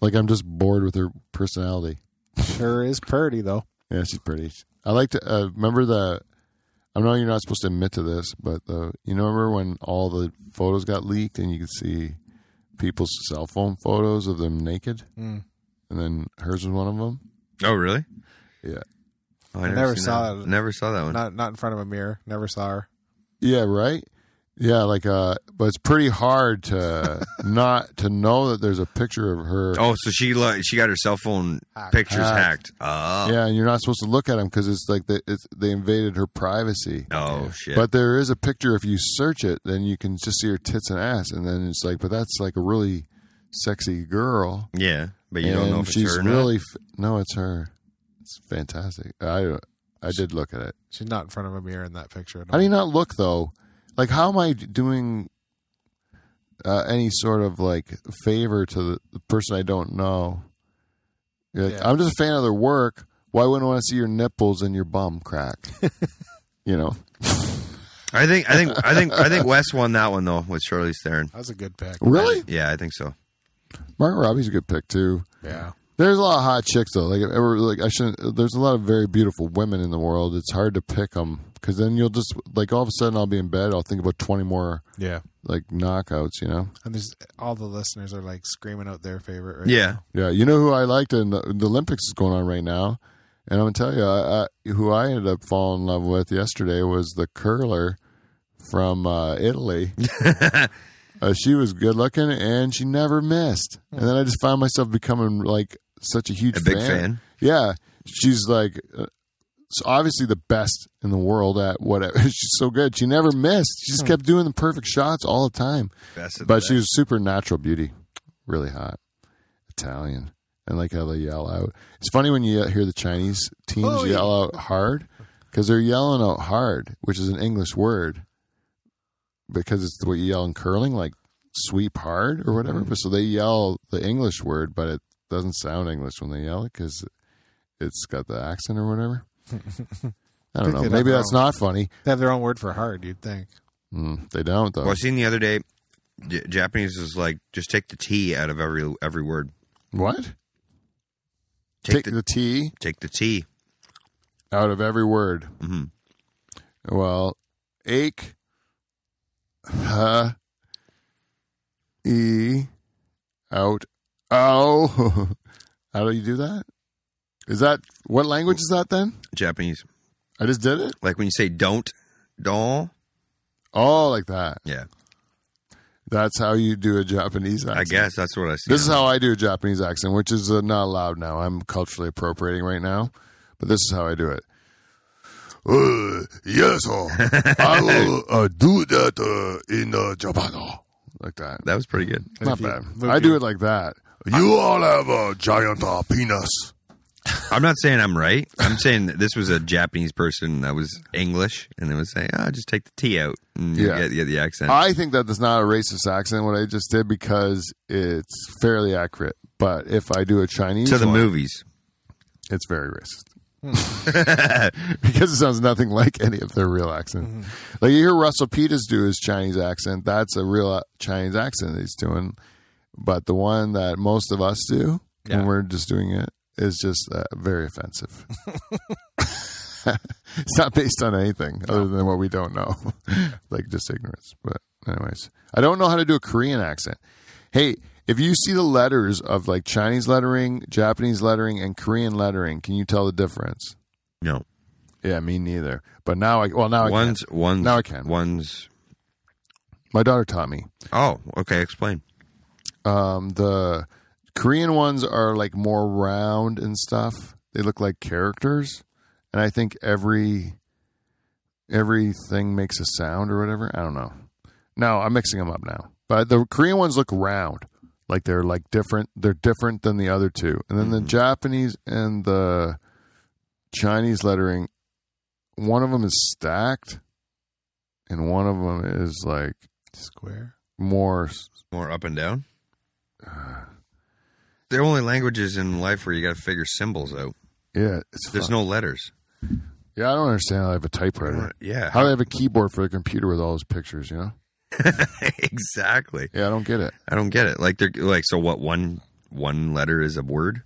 [SPEAKER 3] Like I'm just bored with her personality.
[SPEAKER 2] sure is purty though.
[SPEAKER 3] Yeah, she's pretty. I like to uh, remember the. I know you're not supposed to admit to this, but the you know remember when all the photos got leaked and you could see people's cell phone photos of them naked,
[SPEAKER 2] Mm.
[SPEAKER 3] and then hers was one of them.
[SPEAKER 1] Oh, really?
[SPEAKER 3] Yeah.
[SPEAKER 1] Oh,
[SPEAKER 2] I never
[SPEAKER 1] seen
[SPEAKER 2] saw
[SPEAKER 1] that.
[SPEAKER 2] it.
[SPEAKER 1] Never saw that one.
[SPEAKER 2] Not not in front of a mirror. Never saw her.
[SPEAKER 3] Yeah, right. Yeah, like uh, but it's pretty hard to not to know that there's a picture of her.
[SPEAKER 1] oh, so she li- she got her cell phone
[SPEAKER 2] Hacked.
[SPEAKER 1] pictures hacked.
[SPEAKER 3] Hacked.
[SPEAKER 1] Oh.
[SPEAKER 3] Yeah, and you're not supposed to look at them because it's like the, it's, they invaded her privacy.
[SPEAKER 1] Oh shit.
[SPEAKER 3] But there is a picture. If you search it, then you can just see her tits and ass, and then it's like, but that's like a really sexy girl.
[SPEAKER 1] yeah, but you don't
[SPEAKER 3] and
[SPEAKER 1] know if
[SPEAKER 3] she's
[SPEAKER 1] it's her. or not.
[SPEAKER 3] really f- no, it's her. It's fantastic. I I did look at it.
[SPEAKER 1] Mm.
[SPEAKER 2] She's not in front of a mirror in that picture. At
[SPEAKER 3] How do you
[SPEAKER 2] all.
[SPEAKER 3] not look though? Like, how am I doing uh, any sort of like favor to the, the person I don't know? You're like,
[SPEAKER 2] Yeah.
[SPEAKER 3] I'm just a fan of their work. Why wouldn't I want to see your nipples and your bum crack? you know,
[SPEAKER 1] I think I think I think I think Wes won that one though with Shirley Theron.
[SPEAKER 2] That was a good pick.
[SPEAKER 3] Really?
[SPEAKER 1] Yeah, I think so.
[SPEAKER 3] Margot Robbie's a good pick too.
[SPEAKER 2] Yeah.
[SPEAKER 3] There's a lot of hot chicks though. Like, ever, like I shouldn't. There's a lot of very beautiful women in the world. It's hard to pick them because then you'll just like all of a sudden I'll be in bed. I'll think about twenty more
[SPEAKER 2] Yeah.
[SPEAKER 3] like knockouts. You know.
[SPEAKER 2] And there's all the listeners are like screaming out their favorite. Right
[SPEAKER 1] Yeah.
[SPEAKER 2] now.
[SPEAKER 3] Yeah. You know who I liked in the, the Olympics is going on right now, and I'm gonna tell you I, I, who I ended up falling in love with yesterday was the curler from uh, Italy. uh, she was good looking and she never missed. And then I just found myself becoming like such a huge
[SPEAKER 1] Mm. A big fan.
[SPEAKER 3] Yeah, she's like uh, so obviously the best in the world at whatever. She's so good. She never missed. She just kept doing the perfect shots all the time.
[SPEAKER 1] Best of the
[SPEAKER 3] But she
[SPEAKER 1] best.
[SPEAKER 3] was super natural beauty, really hot, Italian. And like how they yell out. It's funny when you hear the Chinese teams
[SPEAKER 2] Oh, yeah.
[SPEAKER 3] yell out hard because they're yelling out hard, which is an English word because it's the way you yell in curling, like sweep hard or whatever.
[SPEAKER 2] Mm-hmm.
[SPEAKER 3] But so they yell the English word, but it doesn't sound English when they yell it because it's got the accent or whatever. I don't
[SPEAKER 2] Pick
[SPEAKER 3] know.
[SPEAKER 2] it up
[SPEAKER 3] Maybe that's
[SPEAKER 2] wrong.
[SPEAKER 3] not funny.
[SPEAKER 2] They have their own word for hard. You'd think.
[SPEAKER 3] Mm, they don't though.
[SPEAKER 1] Well, I seen the other day. J- Japanese is like just take the T out of every every word.
[SPEAKER 3] What?
[SPEAKER 1] Take, the,
[SPEAKER 3] the T
[SPEAKER 1] take the T.
[SPEAKER 3] out of every word.
[SPEAKER 1] Mm-hmm.
[SPEAKER 3] Well, ache, huh, e, out, ow. How do you do that? Is that what language is that then?
[SPEAKER 1] Japanese,
[SPEAKER 3] I just did it.
[SPEAKER 1] like when you say don't, don't.
[SPEAKER 3] Oh, like that.
[SPEAKER 1] Yeah,
[SPEAKER 3] That's how you do a Japanese accent.
[SPEAKER 1] I guess that's what I see.
[SPEAKER 3] This is how I do a Japanese accent, which is uh, not allowed now. I'm culturally appropriating right now, but this is how I do it. Uh, yes, oh, I will uh, do that uh, in uh, Japan. oh. Like that.
[SPEAKER 1] that was pretty good.
[SPEAKER 2] And
[SPEAKER 3] Not
[SPEAKER 2] if you
[SPEAKER 3] bad.
[SPEAKER 2] move
[SPEAKER 3] I do
[SPEAKER 2] your-
[SPEAKER 3] it like that. You all have a giant uh, penis.
[SPEAKER 1] I'm not saying I'm right. I'm saying that this was a Japanese person that was English and they would say, "Ah, just take the T out and you
[SPEAKER 3] Yeah.
[SPEAKER 1] get, you get the accent."
[SPEAKER 3] I think that that's not a racist accent, what I just did, because it's fairly accurate. But if I do a Chinese
[SPEAKER 1] to the
[SPEAKER 3] one,
[SPEAKER 1] movies.
[SPEAKER 3] It's very racist. because it sounds nothing like any of their real accent. Like you hear Russell Peters do his Chinese accent, that's a real uh, Chinese accent that he's doing. But the one that most of us do
[SPEAKER 2] Yeah.
[SPEAKER 3] when we're just doing it is just uh, very offensive. it's not based on anything other than what we don't know, like just ignorance. But anyways, I don't know how to do a Korean accent. Hey, if you see the letters of like Chinese lettering, Japanese lettering, and Korean lettering, can you tell the difference?
[SPEAKER 1] No,
[SPEAKER 3] Yeah, me neither. But now I well now I can.
[SPEAKER 1] one's one's
[SPEAKER 3] Now I can.
[SPEAKER 1] one's.
[SPEAKER 3] My daughter taught me.
[SPEAKER 1] Oh, okay. Explain.
[SPEAKER 3] Um, the Korean ones are like more round and stuff. They look like characters, and I think every everything makes a sound or whatever. I don't know. No, I'm mixing them up now. But the Korean ones look round, like they're like different. They're different than the other two, and then the Japanese and the Chinese lettering. One of them is stacked, and one of them is like
[SPEAKER 2] Square.
[SPEAKER 3] more
[SPEAKER 1] More up and down. Uh, There are only languages in life where you got to figure symbols out.
[SPEAKER 3] Yeah, it's
[SPEAKER 1] There's
[SPEAKER 3] fun.
[SPEAKER 1] no letters.
[SPEAKER 3] Yeah, I don't understand how they have a typewriter.
[SPEAKER 1] Yeah,
[SPEAKER 3] How they have a keyboard for the computer with all those pictures, you know?
[SPEAKER 1] exactly.
[SPEAKER 3] Yeah, I don't get it.
[SPEAKER 1] I don't get it. Like they're like so. What one one letter is a word?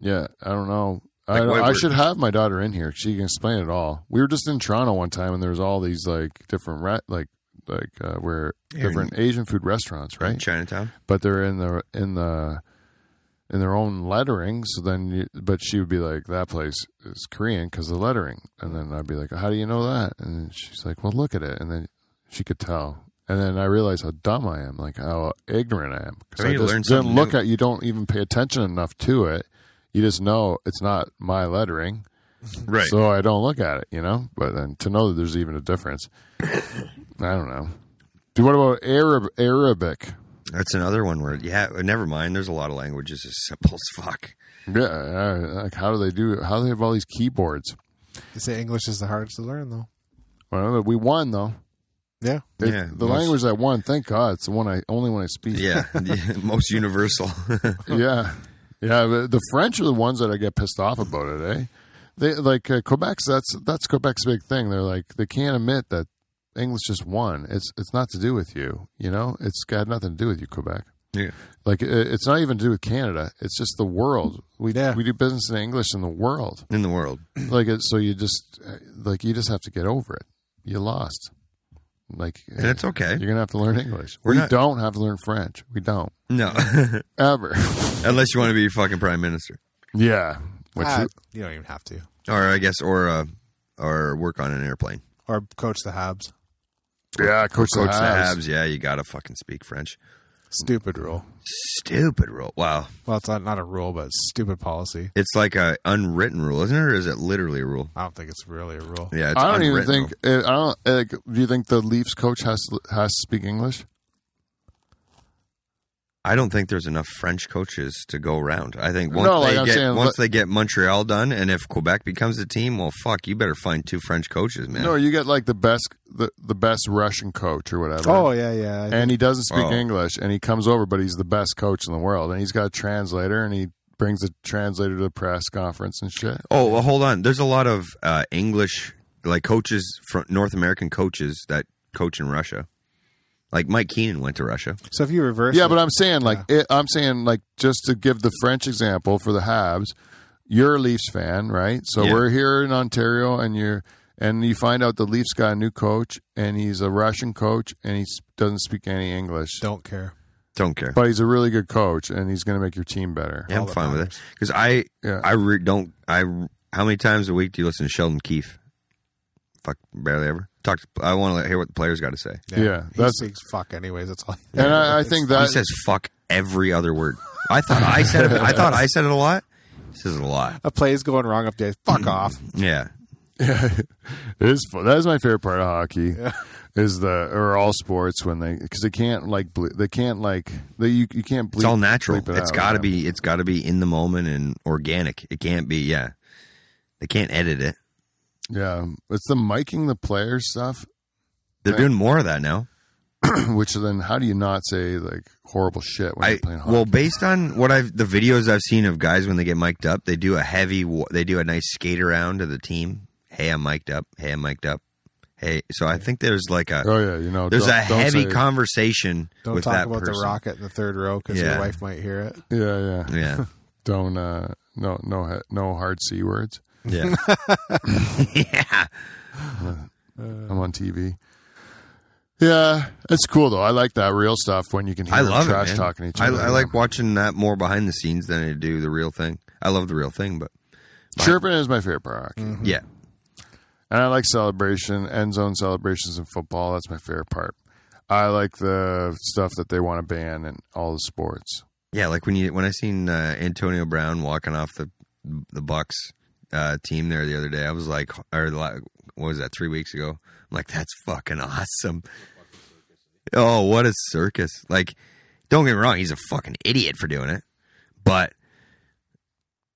[SPEAKER 3] Yeah, I don't know. I,
[SPEAKER 1] Like,
[SPEAKER 3] don't-
[SPEAKER 1] what
[SPEAKER 3] I
[SPEAKER 1] word?
[SPEAKER 3] should have my daughter in here. She can explain it all. We were just in Toronto one time, and there was all these like different re- like like uh, where
[SPEAKER 1] Yeah,
[SPEAKER 3] different Asian food restaurants, right?
[SPEAKER 1] Chinatown.
[SPEAKER 3] But they're in the in the in their own lettering. So then, you, but she would be like, "That place is Korean because the lettering." And then I'd be like, "How do you know that?" And then she's like, "Well, look at it." And then she could tell. And then I realized how dumb I am, like how ignorant I am. Because
[SPEAKER 1] I
[SPEAKER 3] I
[SPEAKER 1] need to learn
[SPEAKER 3] just
[SPEAKER 1] something
[SPEAKER 3] didn't look
[SPEAKER 1] new.
[SPEAKER 3] at. You don't even pay attention enough to it. You just know it's not my lettering,
[SPEAKER 1] Right.
[SPEAKER 3] so I don't look at it. You know, but then to know that there's even a difference, I don't know. Dude, what about Arab Arabic?
[SPEAKER 1] That's another one where yeah. Never mind. There's a lot of languages as simple as fuck.
[SPEAKER 3] Yeah, uh, like how do they do? How do they have all these keyboards?
[SPEAKER 2] They say English is the hardest to learn, though.
[SPEAKER 3] Well, we won though.
[SPEAKER 2] Yeah.
[SPEAKER 3] They-
[SPEAKER 1] Yeah,
[SPEAKER 3] the
[SPEAKER 1] most-
[SPEAKER 3] language I won. Thank God, it's the one I only one I speak.
[SPEAKER 1] Yeah, yeah, most universal.
[SPEAKER 3] yeah, yeah. but The French are the ones that I get pissed off about it. Eh? They like uh, Quebec's. That's that's Quebec's big thing. They're like they can't admit that England's just one. It's it's not to do with you. You know, it's got nothing to do with you, Quebec.
[SPEAKER 1] Yeah.
[SPEAKER 3] Like it, it's not even to do with Canada. It's just the world. We
[SPEAKER 2] Yeah.
[SPEAKER 3] we do business in English in the world.
[SPEAKER 1] in the world.
[SPEAKER 3] Like it, so you just uh, like you just have to get over it. You lost. Like
[SPEAKER 1] And it's okay.
[SPEAKER 3] You're gonna have to learn English.
[SPEAKER 1] We're
[SPEAKER 3] we
[SPEAKER 1] not-
[SPEAKER 3] don't have to learn French. We don't
[SPEAKER 1] No,
[SPEAKER 3] ever.
[SPEAKER 1] unless you want to be your fucking prime minister,
[SPEAKER 3] yeah. Which
[SPEAKER 2] Ah, you don't even have to.
[SPEAKER 1] or I guess, or uh, or work on an airplane.
[SPEAKER 2] Or coach the Habs.
[SPEAKER 3] yeah, coach,
[SPEAKER 1] Coach the
[SPEAKER 3] Habs.
[SPEAKER 1] Habs, yeah, you gotta fucking speak French.
[SPEAKER 2] Stupid rule.
[SPEAKER 1] Stupid rule. Wow,
[SPEAKER 2] Well, it's not, not a rule, but it's stupid policy.
[SPEAKER 1] it's like a unwritten rule, isn't it? Or is it literally a rule?
[SPEAKER 2] I don't think it's really a rule.
[SPEAKER 1] Yeah, it's
[SPEAKER 3] I don't even
[SPEAKER 1] unwritten
[SPEAKER 3] think. uh I don't. uh, Like, do you think the Leafs coach has to, has to speak English?
[SPEAKER 1] I don't think there's enough French coaches to go around. I think once
[SPEAKER 3] No, like
[SPEAKER 1] they
[SPEAKER 3] I'm
[SPEAKER 1] get
[SPEAKER 3] saying,
[SPEAKER 1] once
[SPEAKER 3] but-
[SPEAKER 1] they get Montreal done, and if Quebec becomes a team, well, fuck, you better find two French coaches, man.
[SPEAKER 3] No, you get like the best the, the best Russian coach or whatever.
[SPEAKER 2] Oh yeah, yeah. I think-
[SPEAKER 3] and he doesn't speak
[SPEAKER 1] Oh.
[SPEAKER 3] English, and he comes over, but he's the best coach in the world, and he's got a translator, and he brings the translator to the press conference and shit.
[SPEAKER 1] oh, well, hold on. There's a lot of uh, English like coaches, from North American coaches that coach in Russia. Like Mike Keenan went to Russia.
[SPEAKER 2] so if you reverse,
[SPEAKER 3] Yeah,
[SPEAKER 2] it-
[SPEAKER 3] but I'm saying like it, I'm saying like just to give the French example for the Habs, you're a Leafs fan, right? So
[SPEAKER 1] Yeah.
[SPEAKER 3] we're here in Ontario, and you're and you find out the Leafs got a new coach, and he's a Russian coach, and he s- doesn't speak any English,
[SPEAKER 2] don't care.
[SPEAKER 1] Don't care.
[SPEAKER 3] but he's a really good coach, and he's going to make your team better.
[SPEAKER 1] Yeah, I'm
[SPEAKER 2] all that
[SPEAKER 1] fine with it
[SPEAKER 2] matters.
[SPEAKER 1] because I
[SPEAKER 3] Yeah.
[SPEAKER 1] I re- don't I. How many times a week do you listen to Sheldon Keefe? Fuck, barely ever. Talk. To, I want to hear what the players got to say.
[SPEAKER 3] Yeah,
[SPEAKER 2] he
[SPEAKER 3] that's-
[SPEAKER 2] speaks fuck anyways. That's all.
[SPEAKER 3] And I, I think
[SPEAKER 1] he
[SPEAKER 3] that
[SPEAKER 1] says fuck every other word. I thought I said it. I thought I said it a lot. He says it a lot.
[SPEAKER 2] a play's going wrong up there. Fuck
[SPEAKER 3] Mm,
[SPEAKER 2] off.
[SPEAKER 1] Yeah.
[SPEAKER 3] It is fun. That is my favorite part of hockey. Is the or all sports when they because they can't like ble- they can't like they you, you can't bleep,
[SPEAKER 1] It's all natural.
[SPEAKER 3] bleep it
[SPEAKER 1] it's
[SPEAKER 3] out,
[SPEAKER 1] got to
[SPEAKER 3] yeah.
[SPEAKER 1] be. It's got to be in the moment and organic. It can't be. Yeah. They can't edit it.
[SPEAKER 3] yeah it's the miking the player stuff
[SPEAKER 1] They're doing more of that now.
[SPEAKER 3] which then how do you not say like horrible shit when
[SPEAKER 1] I
[SPEAKER 3] you're playing hockey
[SPEAKER 1] well, based on what I've the videos I've seen of guys when they get mic'd up, they do a heavy, wa- they do a nice skate around to the team. Hey, I'm mic'd up. Hey, I'm mic'd up. Hey, so I think there's like a
[SPEAKER 3] oh yeah you know
[SPEAKER 1] there's
[SPEAKER 3] don't-
[SPEAKER 1] a
[SPEAKER 3] don't
[SPEAKER 1] heavy
[SPEAKER 3] say-
[SPEAKER 1] conversation.
[SPEAKER 2] Don't
[SPEAKER 1] with
[SPEAKER 2] talk
[SPEAKER 1] that
[SPEAKER 2] about the
[SPEAKER 1] person.
[SPEAKER 2] rocket in the third row because
[SPEAKER 1] Yeah.
[SPEAKER 2] your wife might hear it.
[SPEAKER 3] yeah yeah
[SPEAKER 1] Yeah,
[SPEAKER 3] don't uh no no he- no hard c words
[SPEAKER 1] yeah, yeah.
[SPEAKER 3] I'm on TV yeah it's cool though I like that real stuff when you can hear
[SPEAKER 1] I love
[SPEAKER 3] them trash
[SPEAKER 1] it, man.
[SPEAKER 3] talking each
[SPEAKER 1] I,
[SPEAKER 3] other
[SPEAKER 1] I like watching that more behind the scenes than I do the real thing. I love the real thing, but
[SPEAKER 3] chirping is my favorite part of hockey.
[SPEAKER 1] yeah,
[SPEAKER 3] And I like celebration, end zone celebrations in football. That's my favorite part. I like the stuff that they want to ban in all the sports.
[SPEAKER 1] yeah. Like when you when I seen uh, Antonio Brown walking off the the Bucks uh, team there the other day, I was like, or like, what was that? Three weeks ago, I'm like, that's fucking awesome. Oh, what a circus! Like, don't get me wrong, he's a fucking idiot for doing it, but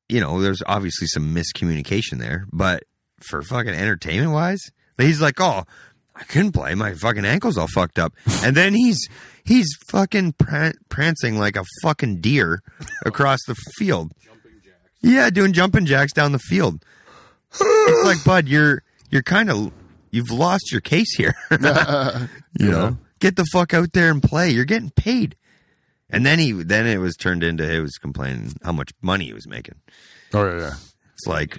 [SPEAKER 1] you know, there's obviously some miscommunication there. But for fucking entertainment wise, he's like, oh, I couldn't play, my fucking ankle's all fucked up, and then he's he's fucking pran- prancing like a fucking deer across the field. Yeah, doing jumping jacks down the field. it's like, bud, you're you're kind of you've lost your case here. you know, get the fuck out there and play. You're getting paid. And then he then it was turned into he was complaining how much money he was making.
[SPEAKER 3] Oh yeah, yeah.
[SPEAKER 1] It's like,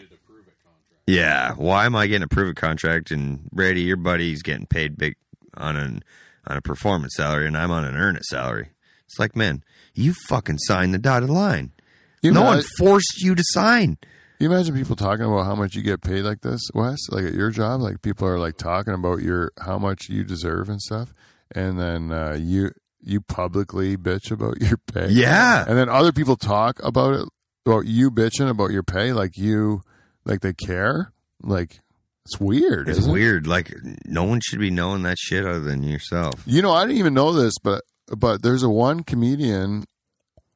[SPEAKER 1] yeah, why am I getting a prove it contract? And Brady, your buddy's getting paid big on an on a performance salary, and I'm on an earn it salary. It's like, man, you fucking signed the dotted line.
[SPEAKER 3] You
[SPEAKER 1] no
[SPEAKER 3] know,
[SPEAKER 1] one forced you to sign.
[SPEAKER 3] You imagine people talking about how much you get paid like this, Wes? Like at your job, like people are like talking about your how much you deserve and stuff, and then uh, you you publicly bitch about your pay.
[SPEAKER 1] Yeah.
[SPEAKER 3] and then other people talk about it about you bitching about your pay, like you like they care. Like it's weird.
[SPEAKER 1] It's
[SPEAKER 3] isn't it?
[SPEAKER 1] weird. Like no one should be knowing that shit other than yourself.
[SPEAKER 3] You know, I didn't even know this, but but there's a one comedian,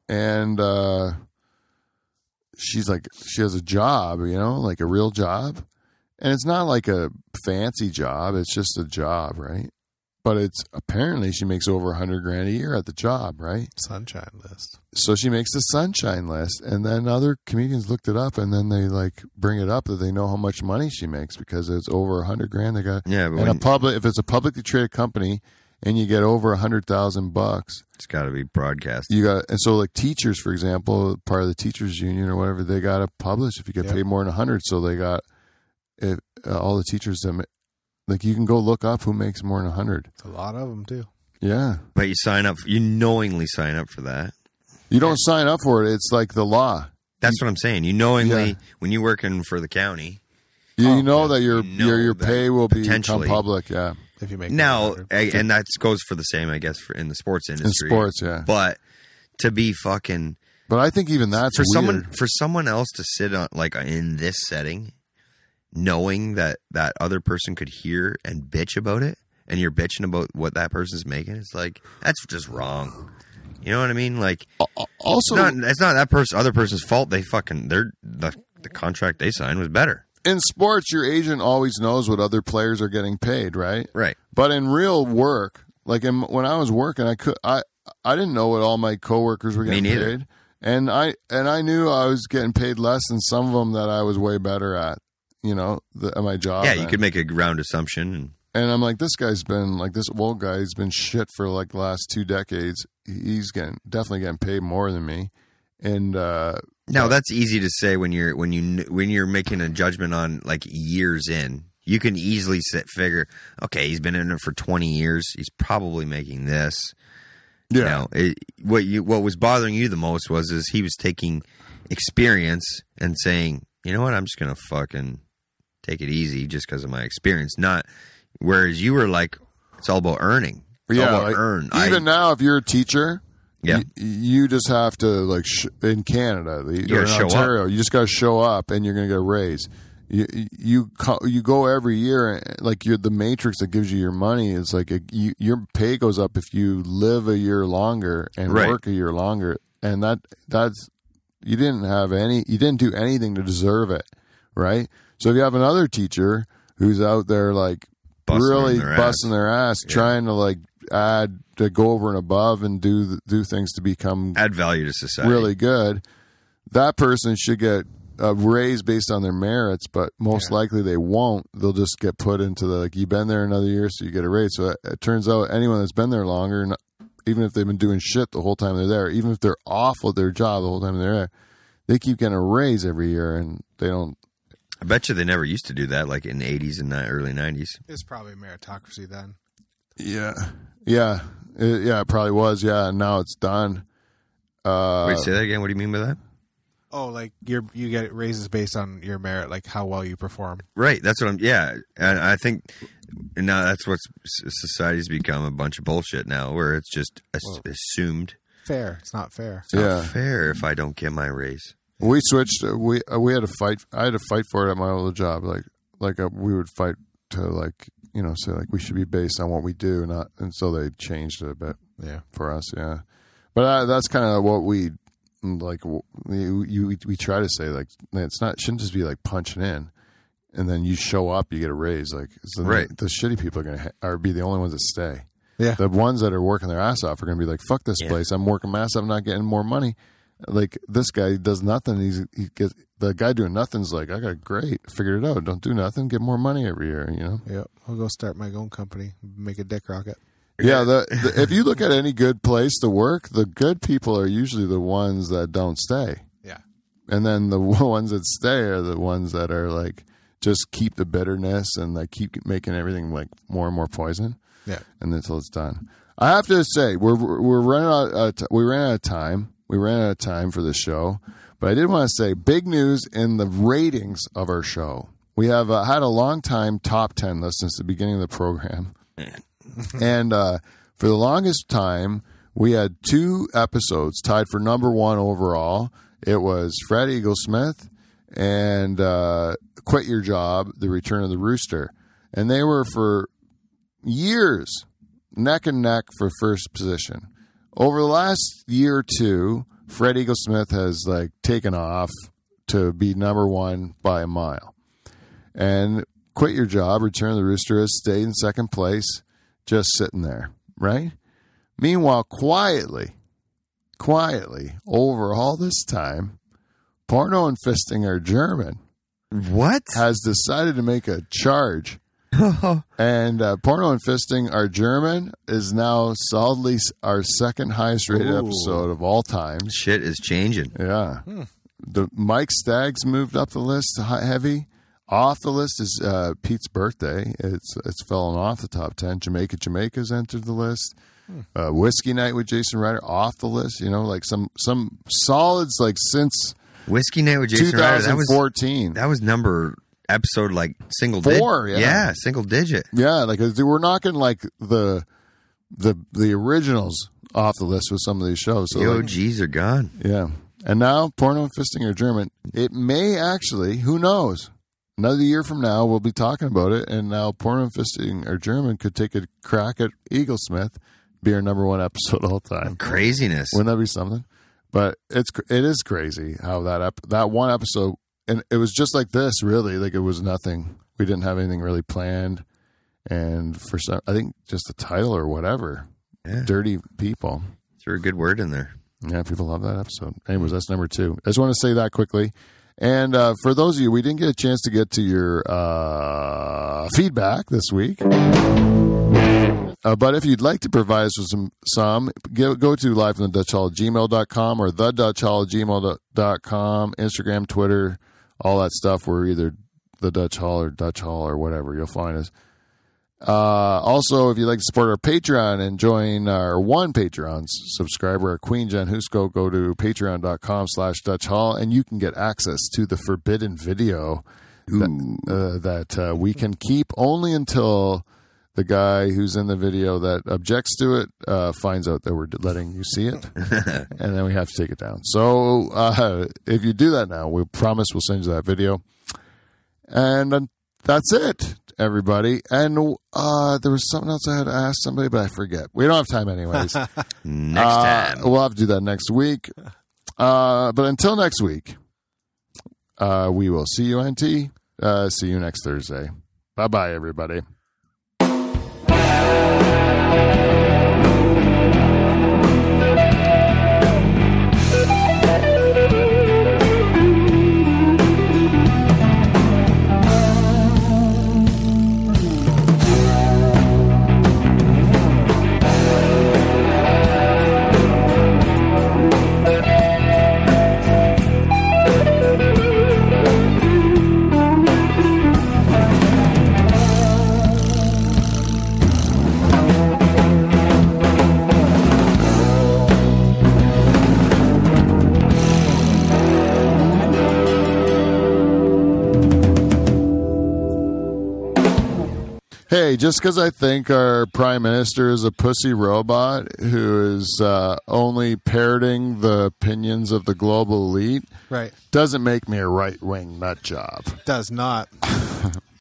[SPEAKER 3] and uh, she's like she has a job, you know, like a real job, and it's not like a fancy job; it's just a job, right? but it's apparently she makes over a hundred grand a year at the job, right?
[SPEAKER 2] Sunshine list.
[SPEAKER 3] So she makes the sunshine list, and then other comedians looked it up, and then they like bring it up that they know how much money she makes because it's over a hundred grand. They got
[SPEAKER 1] Yeah, but
[SPEAKER 3] and a
[SPEAKER 1] when-
[SPEAKER 3] public if it's a publicly traded company, and you get over a hundred thousand bucks,
[SPEAKER 1] It's got to be broadcast.
[SPEAKER 3] you got and so like teachers, for example, part of the teachers union or whatever, they got to publish if you get
[SPEAKER 2] Yep.
[SPEAKER 3] paid more than a hundred. So they got if, uh, all the teachers that ma- like you can go look up who makes more than a hundred.
[SPEAKER 2] It's a lot of them too.
[SPEAKER 3] Yeah.
[SPEAKER 1] But you sign up, you knowingly sign up for that.
[SPEAKER 3] You don't sign up for it. It's like the law.
[SPEAKER 1] That's what I'm saying. You knowingly,
[SPEAKER 3] Yeah.
[SPEAKER 1] when you're working for the county.
[SPEAKER 3] You
[SPEAKER 2] Oh,
[SPEAKER 3] know that your
[SPEAKER 1] You know
[SPEAKER 3] your your
[SPEAKER 1] that
[SPEAKER 3] pay will be become
[SPEAKER 1] potentially-
[SPEAKER 3] public. Yeah,
[SPEAKER 2] If you make
[SPEAKER 1] Now,
[SPEAKER 2] it.
[SPEAKER 1] a- and that goes for the same, I guess, for in the sports
[SPEAKER 3] in
[SPEAKER 1] industry.
[SPEAKER 3] sports. Yeah,
[SPEAKER 1] But to be fucking
[SPEAKER 3] but I think even that's
[SPEAKER 1] for someone
[SPEAKER 3] weird.
[SPEAKER 1] for someone else to sit on like uh, in this setting, knowing that that other person could hear and bitch about it, and you're bitching about what that person's making. It's like that's just wrong. You know what I mean? Like
[SPEAKER 3] Also,
[SPEAKER 1] not, it's not that person other person's fault. They fucking they're the the contract they signed was better.
[SPEAKER 3] in sports, your agent always knows what other players are getting paid, right?
[SPEAKER 1] Right.
[SPEAKER 3] But in real work, like in, when I was working, I could I I didn't know what all my coworkers were
[SPEAKER 1] Me
[SPEAKER 3] getting
[SPEAKER 1] neither.
[SPEAKER 3] paid, and I and I knew I was getting paid less than some of them that I was way better at. You know, the, at my job.
[SPEAKER 1] yeah, you
[SPEAKER 3] and-
[SPEAKER 1] could make a round assumption. And,
[SPEAKER 3] and I'm like, this guy's been like this old guy's been shit for like the last two decades. He's getting definitely getting paid more than me, and uh,
[SPEAKER 1] now that's easy to say when you're when you kn- when you're making a judgment on like years in. You can easily sit, figure, okay, he's been in it for twenty years. He's probably making this.
[SPEAKER 3] yeah,
[SPEAKER 1] You know, it, what you what was bothering you the most was is he was taking experience and saying, you know what, I'm just gonna fucking take it easy just because of my experience. Not whereas you were like, it's all about earning. It's all
[SPEAKER 3] yeah.
[SPEAKER 1] about
[SPEAKER 3] like,
[SPEAKER 1] earn. I-
[SPEAKER 3] Even now, if you're a teacher,
[SPEAKER 1] yeah,
[SPEAKER 3] y- you just have to like sh- in Canada, you
[SPEAKER 1] gotta
[SPEAKER 3] in
[SPEAKER 1] show up.
[SPEAKER 3] Ontario, you just got to show up, and you're gonna get a raise. You you co- you go every year, eh, like you're the matrix that gives you your money. It's like a, you, your pay goes up if you live a year longer and
[SPEAKER 1] Right.
[SPEAKER 3] work a year longer, and that that's you didn't have any you didn't do anything to deserve it, right? So if you have another teacher who's out there like
[SPEAKER 1] Busting
[SPEAKER 3] really
[SPEAKER 1] their ass.
[SPEAKER 3] busting their ass, trying to like add to go over and above and do th- do things to become
[SPEAKER 1] add value to society.
[SPEAKER 3] really good, that person should get a raise based on their merits, but most likely they won't. They'll just get put into the like you've been there another year, so you get a raise. So uh, it, it turns out anyone that's been there longer, and even if they've been doing shit the whole time they're there, even if they're awful at their job the whole time they're there, they keep getting a raise every year, and they don't.
[SPEAKER 1] I bet you they never used to do that, like in the '80s and the early '90s.
[SPEAKER 2] It's probably meritocracy then.
[SPEAKER 3] Yeah, yeah, it, yeah. It probably was. Yeah, and now it's done. Uh,
[SPEAKER 1] Wait, say that again. What do you mean by that?
[SPEAKER 2] Oh, like you you get raises based on your merit, like how well you perform.
[SPEAKER 1] Right. That's what I'm. Yeah, and I think and now that's what society's become a bunch of bullshit now, where it's just as- assumed.
[SPEAKER 2] Fair. It's not fair.
[SPEAKER 1] It's not
[SPEAKER 3] Yeah.
[SPEAKER 1] fair if I don't get my raise.
[SPEAKER 3] We switched. uh, We uh, we had a fight. I had to fight for it at my old job. Like like uh, we would fight to like you know say like we should be based on what we do, not and so they changed it a bit
[SPEAKER 2] Yeah.
[SPEAKER 3] for us. Yeah, but uh, that's kind of what we like. w- You, you we, we try to say like it's not shouldn't just be like punching in, and then you show up, you get a raise. Like so the-
[SPEAKER 1] Right.
[SPEAKER 3] the, shitty people are gonna ha- are be the only ones that stay.
[SPEAKER 2] Yeah.
[SPEAKER 3] the ones that are working their ass off are gonna be like fuck this
[SPEAKER 1] Yeah.
[SPEAKER 3] place. I'm working my ass. off, I'm not getting more money. Like this guy does nothing. He's he gets the guy doing nothing's like I got great, figured it out. Don't do nothing, get more money every year. You know.
[SPEAKER 2] Yep. I'll go start my own company, make a dick rocket.
[SPEAKER 3] Yeah, the, the, if you look at any good place to work, the good people are usually the ones that don't stay,
[SPEAKER 2] Yeah.
[SPEAKER 3] and then the ones that stay are the ones that are like just keep the bitterness and like keep making everything like more and more poison,
[SPEAKER 2] Yeah.
[SPEAKER 3] and until it's done. I have to say, we're we're running out. Of, t- we ran out of time. We ran out of time for the show, but I did want to say big news in the ratings of our show. We have uh, had a long time top ten list since the beginning of the program and uh, for the longest time, we had two episodes tied for number one overall. It was Fred Eaglesmith and uh, Quit Your Job, The Return of the Rooster. And they were for years neck and neck for first position. Over the last year or two, Fred Eaglesmith has like taken off to be number one by a mile and quit your job, return to the rooster has stayed in second place, just sitting there, right? Meanwhile, quietly, quietly, over all this time, porno fisting our German
[SPEAKER 1] What?
[SPEAKER 3] has decided to make a charge. and uh, porno and fisting our German is now solidly s- our second highest rated
[SPEAKER 2] Ooh.
[SPEAKER 3] episode of all time.
[SPEAKER 1] Shit is changing.
[SPEAKER 3] Yeah.
[SPEAKER 1] Hmm.
[SPEAKER 3] The Mike Staggs moved up the list hi- heavy. Off the list is uh, Pete's birthday. It's it's fallen off the top ten. Jamaica Jamaica's entered the list.
[SPEAKER 1] Hmm.
[SPEAKER 3] Uh, Whiskey night with Jason Ryder off the list. You know, like some some solids like since
[SPEAKER 1] Whiskey Night with Jason Ryder. That was
[SPEAKER 3] 2014.
[SPEAKER 1] that was number episode like single
[SPEAKER 3] Four, yeah.
[SPEAKER 1] digit. single digit.
[SPEAKER 3] Yeah, like uh, we're knocking like the the the originals off the list with some of these shows. So
[SPEAKER 1] The
[SPEAKER 3] like,
[SPEAKER 1] OGs are gone.
[SPEAKER 3] Yeah. And now, porno and fisting are German. It may actually, who knows? Another year from now, we'll be talking about it. And now, porno and fisting are German could take a crack at Eaglesmith, be our number one episode all time.
[SPEAKER 1] Craziness.
[SPEAKER 3] Wouldn't that be something? But it's cr- it is crazy how that up that one episode, and it was just like this, really. Like it was nothing. We didn't have anything really planned, and for some, I think just the title or whatever,
[SPEAKER 1] Yeah.
[SPEAKER 3] "Dirty People."
[SPEAKER 1] Threw a good word in there.
[SPEAKER 3] Yeah, people love that episode. Anyways, that's number two. I just want to say that quickly. And uh, for those of you, we didn't get a chance to get to your uh, feedback this week. Uh, but if you'd like to provide us with some, some go, go to live from the Dutch Hall gmail.com or the Dutch Hall gmail.com, Instagram, Twitter, all that stuff. We're either the Dutch Hall or Dutch Hall or whatever. You'll find us. Uh, also, if you'd like to support our Patreon and join our one Patreon s- subscriber, Queen Jen Husko, go to patreon.com slash Dutch Hall and you can get access to the forbidden video that, uh, that uh, we can keep only until the guy who's in the video that objects to it uh, finds out that we're letting you see it. and then we have to take it down. So uh, if you do that now, we promise we'll send you that video. And um, that's it, everybody. And uh, there was something else I had to ask somebody, but I forget. We don't have time, anyways. Next
[SPEAKER 1] Next time.
[SPEAKER 3] We'll have to do that next week. Uh, but until next week, uh, we will see you, NT. Uh, see you next Thursday. Bye bye, everybody. Hey, just because I think our prime minister is a pussy robot who is uh, only parroting the opinions of the global elite
[SPEAKER 2] Right.
[SPEAKER 3] doesn't make me a right wing nut job.
[SPEAKER 2] Does not.